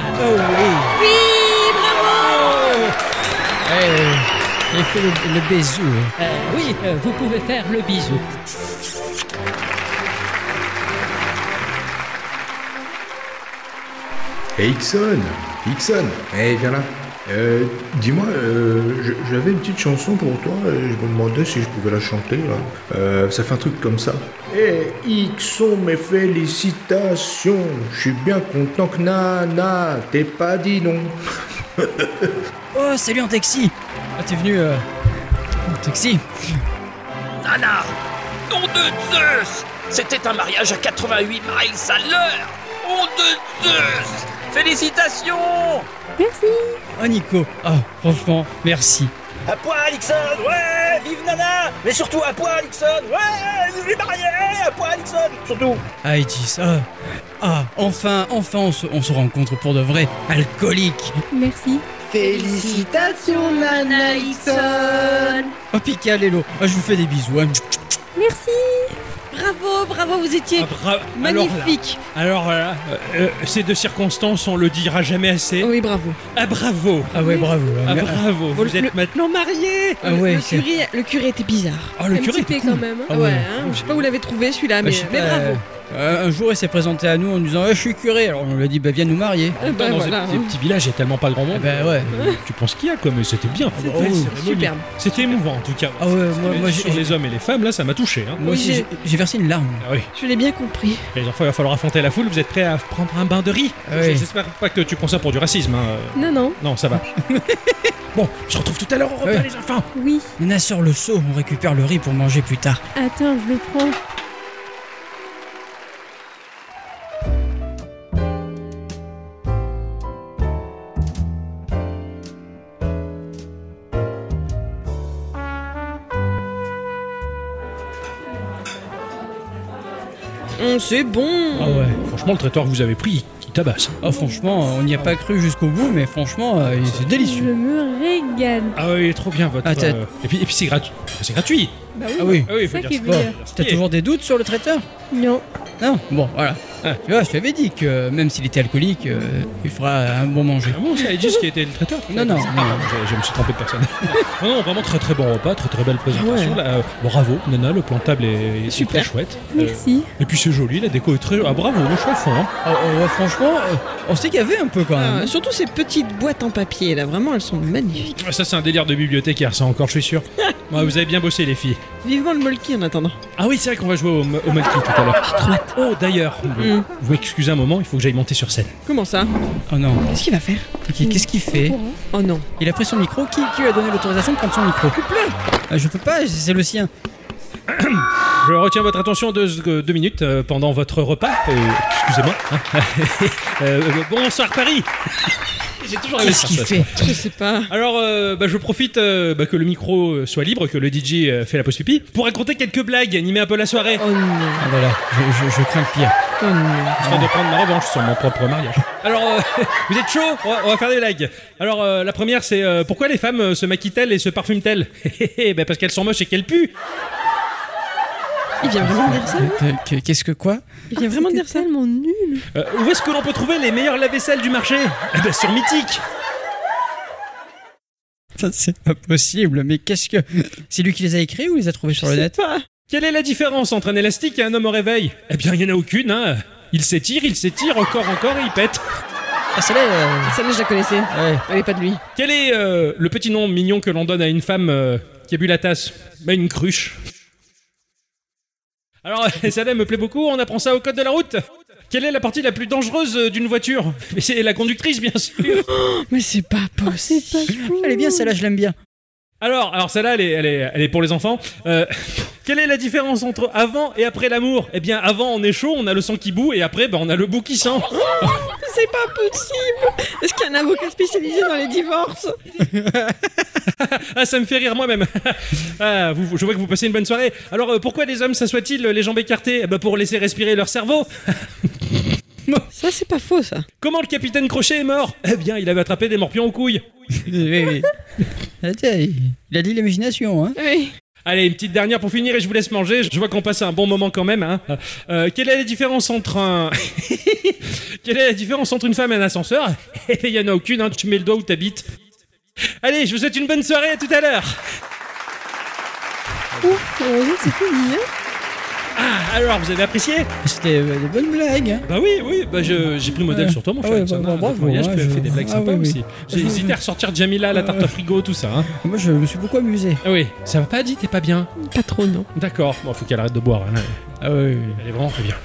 Eh, il fait le, le bisou. hein.
Euh, oui, euh, vous pouvez faire le bisou.
Et Ixon Ixon Eh, viens là. Euh, Dis-moi, euh, je- j'avais une petite chanson pour toi et je me demandais si je pouvais la chanter. Là. Euh, ça fait un truc comme ça. Eh, Ixon, mes félicitations. Je suis bien content que Nana t'es pas dit non.
Oh, salut en taxi Ah, t'es venu euh, en taxi
Nom de Zeus C'était un mariage à 88 miles à l'heure Nom de Zeus Félicitations
Merci.
Oh, Nico Ah, franchement, merci.
À poil, Ixon Ouais Vive Nana Mais surtout à poil, Ixon Ouais Vive les mariés À poil, Ixon Surtout
Ah, Edis, ah Ah, enfin, enfin, on se, on se rencontre pour de vrai alcoolique
Merci.
Félicitations, Nana Ixon
Oh, Pika, Lélo, ah, je vous fais des bisous. hein.
Merci.
Bravo, bravo, vous étiez
Ah, bra-
magnifique.
Alors là, alors là, euh, euh, ces deux circonstances, on le dira jamais assez.
Oui, bravo.
Ah bravo
Ah ouais, bravo.
Ah
hein.
bravo Vous
Oh. Le-
êtes maintenant...
Non, marié
Ah ouais,
le,
c'est-
curé, le curé était bizarre.
Oh, le
Un
curé était
petit thé
cool.
quand même. hein.
Ah
ouais,
ouais.
hein, je sais pas où l'avez trouvé celui-là,
Bah,
mais,
je sais
mais
pas,
bravo.
euh, un jour, il s'est présenté à nous en nous disant Eh, Je suis curé. Alors, on lui a dit bah, Viens nous marier.
Eh ben,
dans
voilà,
ces, ces
hein.
petits villages, il y a tellement pas de grand
Ah
monde. Euh,
bah, ouais.
Tu penses qu'il y a quoi, mais Eh ben c'était bien.
C'était
Oh,
superbe.
cérémonie.
Superbe.
C'était émouvant en tout cas.
Ah ouais, moi-
Ce qu'il avait
moi,
dit
j'ai-
sur les hommes et les femmes, là, ça m'a touché. hein.
Moi
Oui,
aussi,
j'ai-
j'ai- j'ai versé une larme.
Ah oui.
Je l'ai bien compris.
Les enfants, il va falloir affronter la foule. Vous êtes prêts à prendre un bain de riz
Ah oui.
J'espère pas que tu prends ça pour du racisme. hein.
Non, non.
Non, ça va. bon, on se retrouve tout à l'heure au repas,
Ouais.
les enfants.
Oui.
Nana sort le seau, on récupère le riz pour manger plus tard.
Attends, je le prends.
Hum, c'est bon.
Ah ouais.
Franchement, le traiteur que vous avez pris, il, il tabasse.
Ah franchement, on n'y a pas cru jusqu'au bout, mais franchement, euh, c'est
Je
délicieux.
me régale.
Ah oui, trop bien votre.
Ah, t'as-
euh, Et puis, et puis c'est gratuit. C'est gratuit.
Ah oui.
Ah oui,
C'est ça
dire
qui est
ça.
bien.
T'as toujours des doutes sur le traiteur
Non.
Non Bon, voilà.
Ah.
Tu vois, je t'avais dit que euh, même s'il était alcoolique, euh, il fera un bon manger.
Ah bon, c'est Aegis qui était le traiteur
Non, non,
Ah,
non.
je, je me suis trompé de personne. non, non, vraiment très très bon repas, très très belle présentation. là. Euh, bravo, Nana, le plantable est, est
Super.
très chouette. Euh,
Merci.
et puis c'est joli, la déco est très. Ah bravo, le choix fond. hein.
Ah, ah, ouais, franchement, euh, on s'est gavé un peu quand
Ah,
même.
surtout ces petites boîtes en papier là, vraiment elles sont magnifiques.
Ah, Ça, c'est un délire de bibliothécaire, ça encore, je suis sûr. Ouais, vous avez bien bossé, les filles.
Vivement le molki en attendant.
Ah oui, c'est vrai qu'on va jouer au, m- au Malki tout à l'heure. Oh, d'ailleurs,
Hum,
vous m'excusez un moment, il faut que j'aille monter sur scène.
Comment ça
Oh non.
Qu'est-ce qu'il va faire
Qui- Qu'est-ce qu'il fait
Oh non.
Il a pris son micro. Qui, qui lui a donné l'autorisation de prendre son micro Ah, Je peux pas, c'est le sien.
Ah, Je retiens votre attention deux, sec- deux minutes euh, pendant votre repas. Euh, Excusez-moi. hein. Euh, bonsoir, Paris J'ai toujours aimé
Qu'est-ce
faire
qu'il
ça,
fait
Je sais pas.
Alors, euh, bah, je profite euh, bah, que le micro euh, soit libre, que le DJ euh, fait la pause pipi, pour raconter quelques blagues, et animer un peu la soirée,
Oh non.
Ah voilà, je, je- je crains le pire.
Oh non.
afin de prendre ma revanche sur mon propre mariage. Alors, euh, vous êtes chaud on, va- on va faire des blagues. Alors, euh, la première, c'est euh, pourquoi les femmes euh, se maquillent-elles et se parfument-elles Eh ben, Parce qu'elles sont moches et qu'elles puent.
Il vient vraiment dire ça
Euh, que- Qu'est-ce que quoi
Il vient vraiment
C'était
dire ça
tellement nul.
Euh, où est-ce que l'on peut trouver les meilleurs lave-vaisselle du marché Eh ben, Sur Mythique.
Ça, c'est pas possible, mais qu'est-ce que. C'est lui qui les a écrits ou il les a trouvés sur le
Je sais
net
pas.
Quelle est la différence entre un élastique et un homme au réveil Eh bien, il n'y en a aucune. Hein. Il s'étire, il s'étire, encore, encore, et il pète.
Ah, celle-là, euh,
Celle-là, je la connaissais.
ouais.
Elle est pas de lui.
Quel est euh, le petit nom mignon que l'on donne à une femme euh, qui a bu la tasse Bah, Une cruche. Alors, celle-là me plaît beaucoup, on apprend ça au code de la route. Quelle est la partie la plus dangereuse euh, d'une voiture Mais C'est la conductrice, bien sûr.
Mais c'est pas
C'est
possible.
pas cool.
Elle est bien, celle-là, je l'aime bien.
Alors, alors celle-là, elle est, elle est- elle est pour les enfants. Euh, quelle est la différence entre avant et après l'amour Eh bien, avant, on est chaud, on a le sang qui bout, et après, bah, on a le bout qui sent.
C'est pas possible. Est-ce qu'il y a un avocat spécialisé dans les divorces
Ah, ça me fait rire moi-même. ah, vous- vous- je vois que vous passez une bonne soirée. Alors, euh, pourquoi les hommes s'assoient-ils euh, les jambes écartées Eh ben, Pour laisser respirer leur cerveau.
Ça, c'est pas faux, ça.
Comment le capitaine Crochet est mort Eh bien, il avait attrapé des morpions aux couilles.
oui, oui. Ah, tiens, il il a dit l'imagination, hein
Oui.
Allez, une petite dernière pour finir et je vous laisse manger. Je vois qu'on passe un bon moment quand même. hein. Euh, quelle est la différence entre un... quelle est la différence entre une femme et un ascenseur Eh, Il y en a aucune, hein. tu mets le doigt où t'habites. Allez, je vous souhaite une bonne soirée, à tout à l'heure
Ouf, heureusement que c'est fini. hein.
Ah, alors, vous avez apprécié
C'était euh, des bonnes blagues. hein.
Bah oui, oui, bah je- j'ai pris modèle
Ouais.
sur toi, mon
Ah
cher.
ouais,
Alexandre,
bah, bah,
hein,
bravo,
notre voyage,
ouais,
tu as
je-
fait des blagues
ah
sympas
oui, oui.
aussi. J'ai
Je-
hésité à ressortir Jamila, la tarte au frigo, tout ça. hein.
Moi, je me suis beaucoup amusé.
Ah oui, ça va pas dit, t'es pas bien.
Pas trop, non.
D'accord, bon, faut qu'elle arrête de boire. hein.
Ah oui.
Elle est vraiment très bien.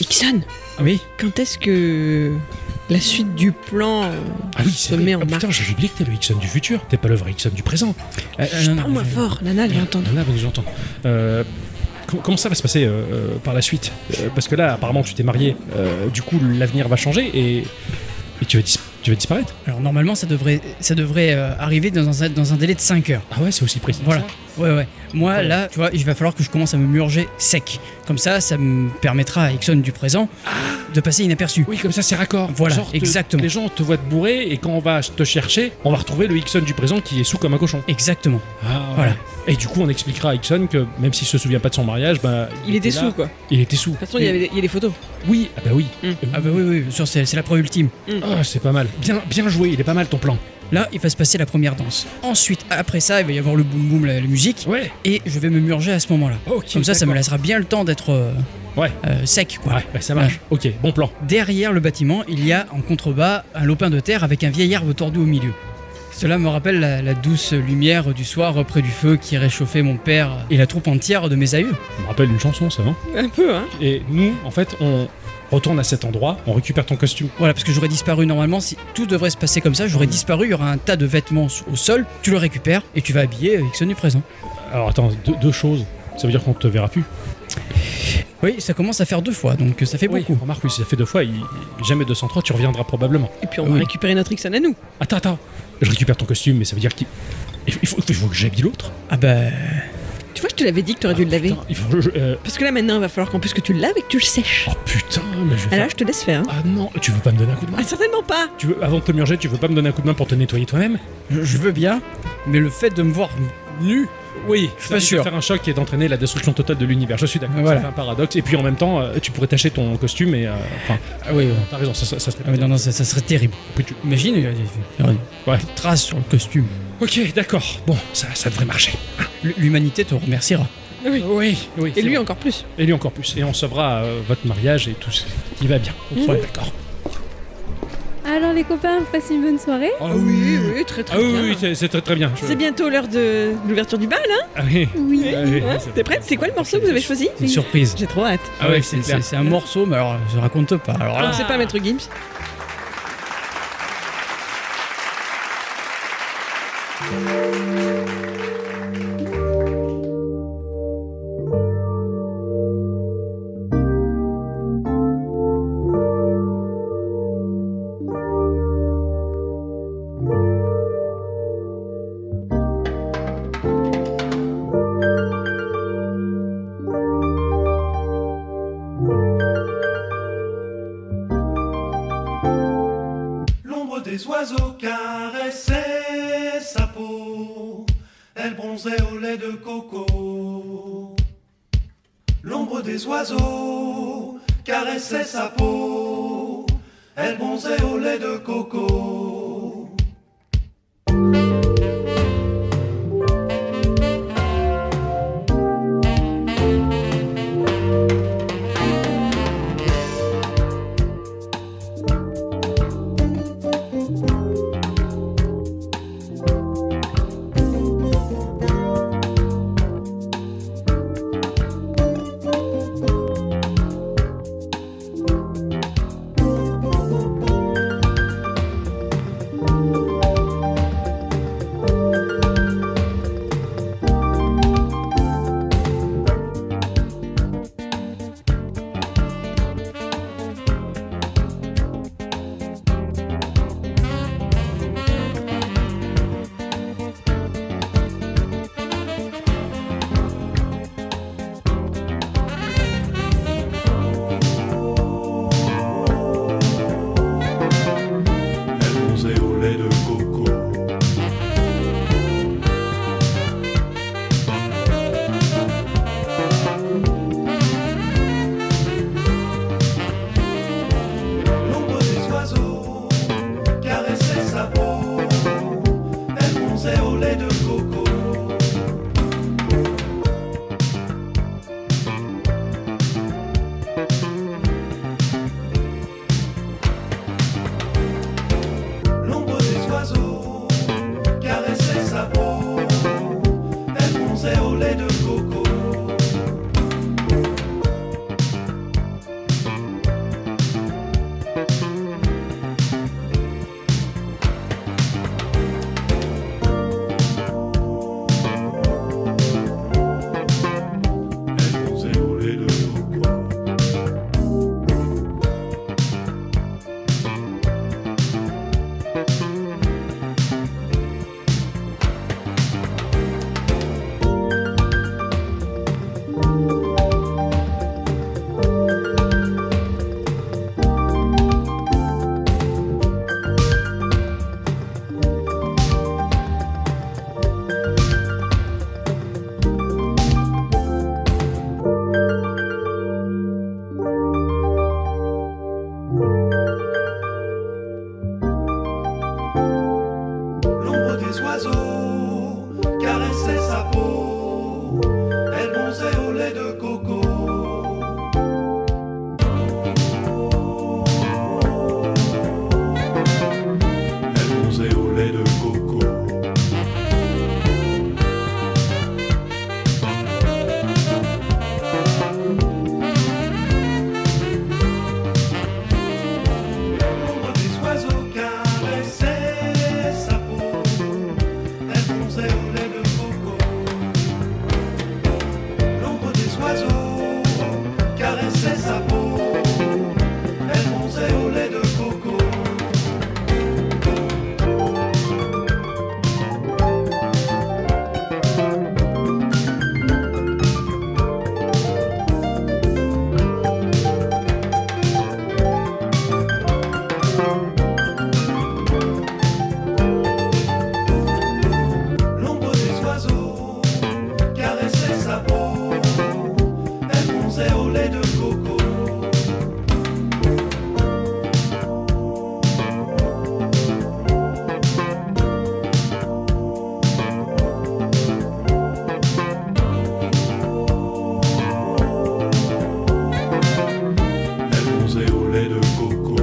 Ixon,
Ah
Oui.
quand est-ce que la suite du plan euh,
Ah oui,
se
c'est vrai.
met en
Ah
marche
putain, j'ai oublié que t'es le Hickson du futur. T'es pas le vrai Hickson du présent.
Ah, ah, non, non,
Parle-moi
je-
fort, Nana, elle va entendre.
Nana va nous entendre. Euh, com- Comment ça va se passer euh, euh, par la suite Euh, Parce que là, apparemment, tu t'es marié. euh, du coup, l'avenir va changer et, et tu, vas dis- tu vas disparaître.
Alors normalement, ça devrait, ça devrait euh, arriver dans un, dans un délai de 5 heures.
Ah ouais, c'est aussi précis. que
Voilà.
ça
Ouais, ouais. Moi,
Ouais.
là, tu vois, il va falloir que je commence à me murger sec. Comme ça, ça me permettra à Exxon du présent de passer inaperçu.
Ah. Oui, comme ça, c'est raccord.
Voilà,
Genre, te-
exactement.
Les gens te voient te bourrer et quand on va te chercher, on va retrouver le Hickson du présent qui est sous comme un cochon.
Exactement.
Ah, ouais.
Voilà.
Et du coup, on expliquera à Hickson que même s'il se souvient pas de son mariage, bah,
Il était
là,
sous, quoi. De
Il était sous.
toute façon, il y avait des- il y a des photos.
Oui, ah bah oui.
Mm.
Ah bah oui, oui, bien sûr, c'est c'est la preuve ultime.
Ah, c'est pas mal. Bien, bien joué, il est pas mal ton plan.
Là, il va se passer la première danse. Ensuite, après ça, il va y avoir le boum boum, la, la musique,
Ouais.
et je vais me murger à ce moment-là.
Ok.
Comme ça, ça me
d'accord.
laissera bien le temps d'être euh,
Ouais.
euh, sec, quoi.
Ouais, bah, ça marche. Ok, bon plan.
Derrière le bâtiment, il y a en contrebas un lopin de terre avec un vieil arbre tordu au milieu. Cela me rappelle la, la douce lumière du soir près du feu qui réchauffait mon père et la troupe entière de mes aïeux.
Ça me rappelle une chanson, ça, non
Un peu, hein.
Et nous, en fait, on retourne à cet endroit, on récupère ton costume.
Voilà, parce que j'aurais disparu normalement, si tout devrait se passer comme ça, j'aurais disparu, il y aura un tas de vêtements au sol, tu le récupères et tu vas habiller avec ce du présent.
Alors attends, deux, deux choses. Ça veut dire qu'on te verra plus.
Oui, ça commence à faire deux fois, donc ça fait
Oui,
beaucoup.
remarque, oui, si ça fait deux fois, il- jamais 203, tu reviendras probablement.
Et puis on va
Oui.
récupérer notre Ixon à nous.
Attends, attends. Je récupère ton costume, mais ça veut dire qu'il il faut, il faut- il faut que j'habille l'autre.
Ah bah...
Tu vois, je te l'avais dit que t'aurais dû le laver.
Putain, il faut que je- euh,
Parce que là, maintenant, il va falloir qu'en plus que tu le laves et que tu le sèches.
Oh putain, mais je vais
Alors,
faire-
je te laisse faire. hein.
Ah non, tu veux pas me donner un coup de main
Ah, certainement pas
tu veux, avant de te murger, tu veux pas me donner un coup de main pour te nettoyer toi-même
Je, je veux bien, mais le fait de me voir nu...
Oui,
Je suis
ça risque
pas
de
sûr.
faire un choc et d'entraîner la destruction totale de l'univers. Je suis d'accord,
Voilà.
ça fait un paradoxe. Et puis en même temps, euh, tu pourrais tâcher ton costume et. euh, Enfin,
Ah oui, oui.
t'as raison, ça, ça- ça serait
Ah mais non, non, ça, ça serait terrible.
Puis tu-
Imagine, il y a- il y a il y a
Ouais.
des traces sur le costume.
Ok, d'accord. Bon, ça, ça devrait marcher.
L- L'humanité te remerciera.
Oui.
Oui, oui.
Et lui
encore.
encore plus.
Et lui encore plus. Et on sauvera euh, votre mariage et tout ce qui va bien.
Mhm.
Mmh.
Ouais, d'accord.
Alors les copains, passez une bonne soirée.
Ah
oui, très
Ah oui, oui, c'est- c'est très très bien. Je-
Euh.
C'est bientôt l'heure de de l'ouverture du bal, hein,
Ah oui.
Oui.
Ah oui,
hein
c'est-
T'es prête C'est quoi le morceau que vous avez choisi
C'est une surprise.
J'ai trop hâte.
Ah ouais,
c'est
c'est clair.
c'est- c'est un morceau, mais alors je raconte pas. Alors là,
On sait pas, Maître Gims.
L'ombre des oiseaux caressait sa peau. Elle bronzait au lait de coco. L'ombre des oiseaux caressait sa peau. Elle bronzait au lait de coco. oiseaux caressaient sa peau. Elle bronzait au lait de coco. Elle bronzait au lait de coco. L'ombre des oiseaux caressait sa peau. Elle bronzait au lait de coco. L'ombre des oiseaux caressait sa peau. Elle bronzait au lait de coco. L'ombre des oiseaux caressait sa peau. Elle bronzait au lait de coco. Elle bronzait au lait de coco.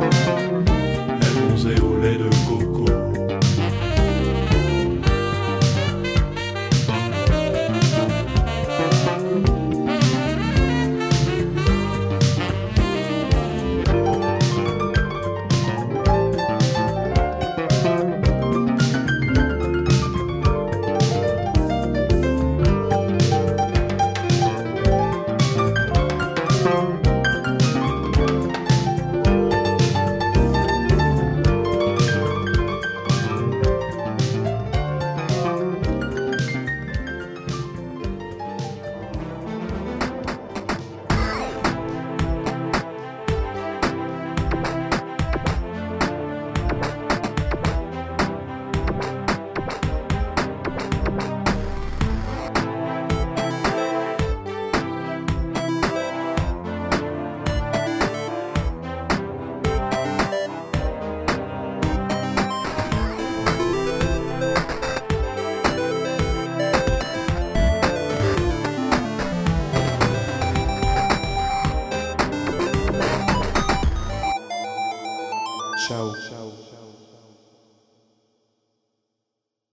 Elle bronzait au lait de coco.
Ciao.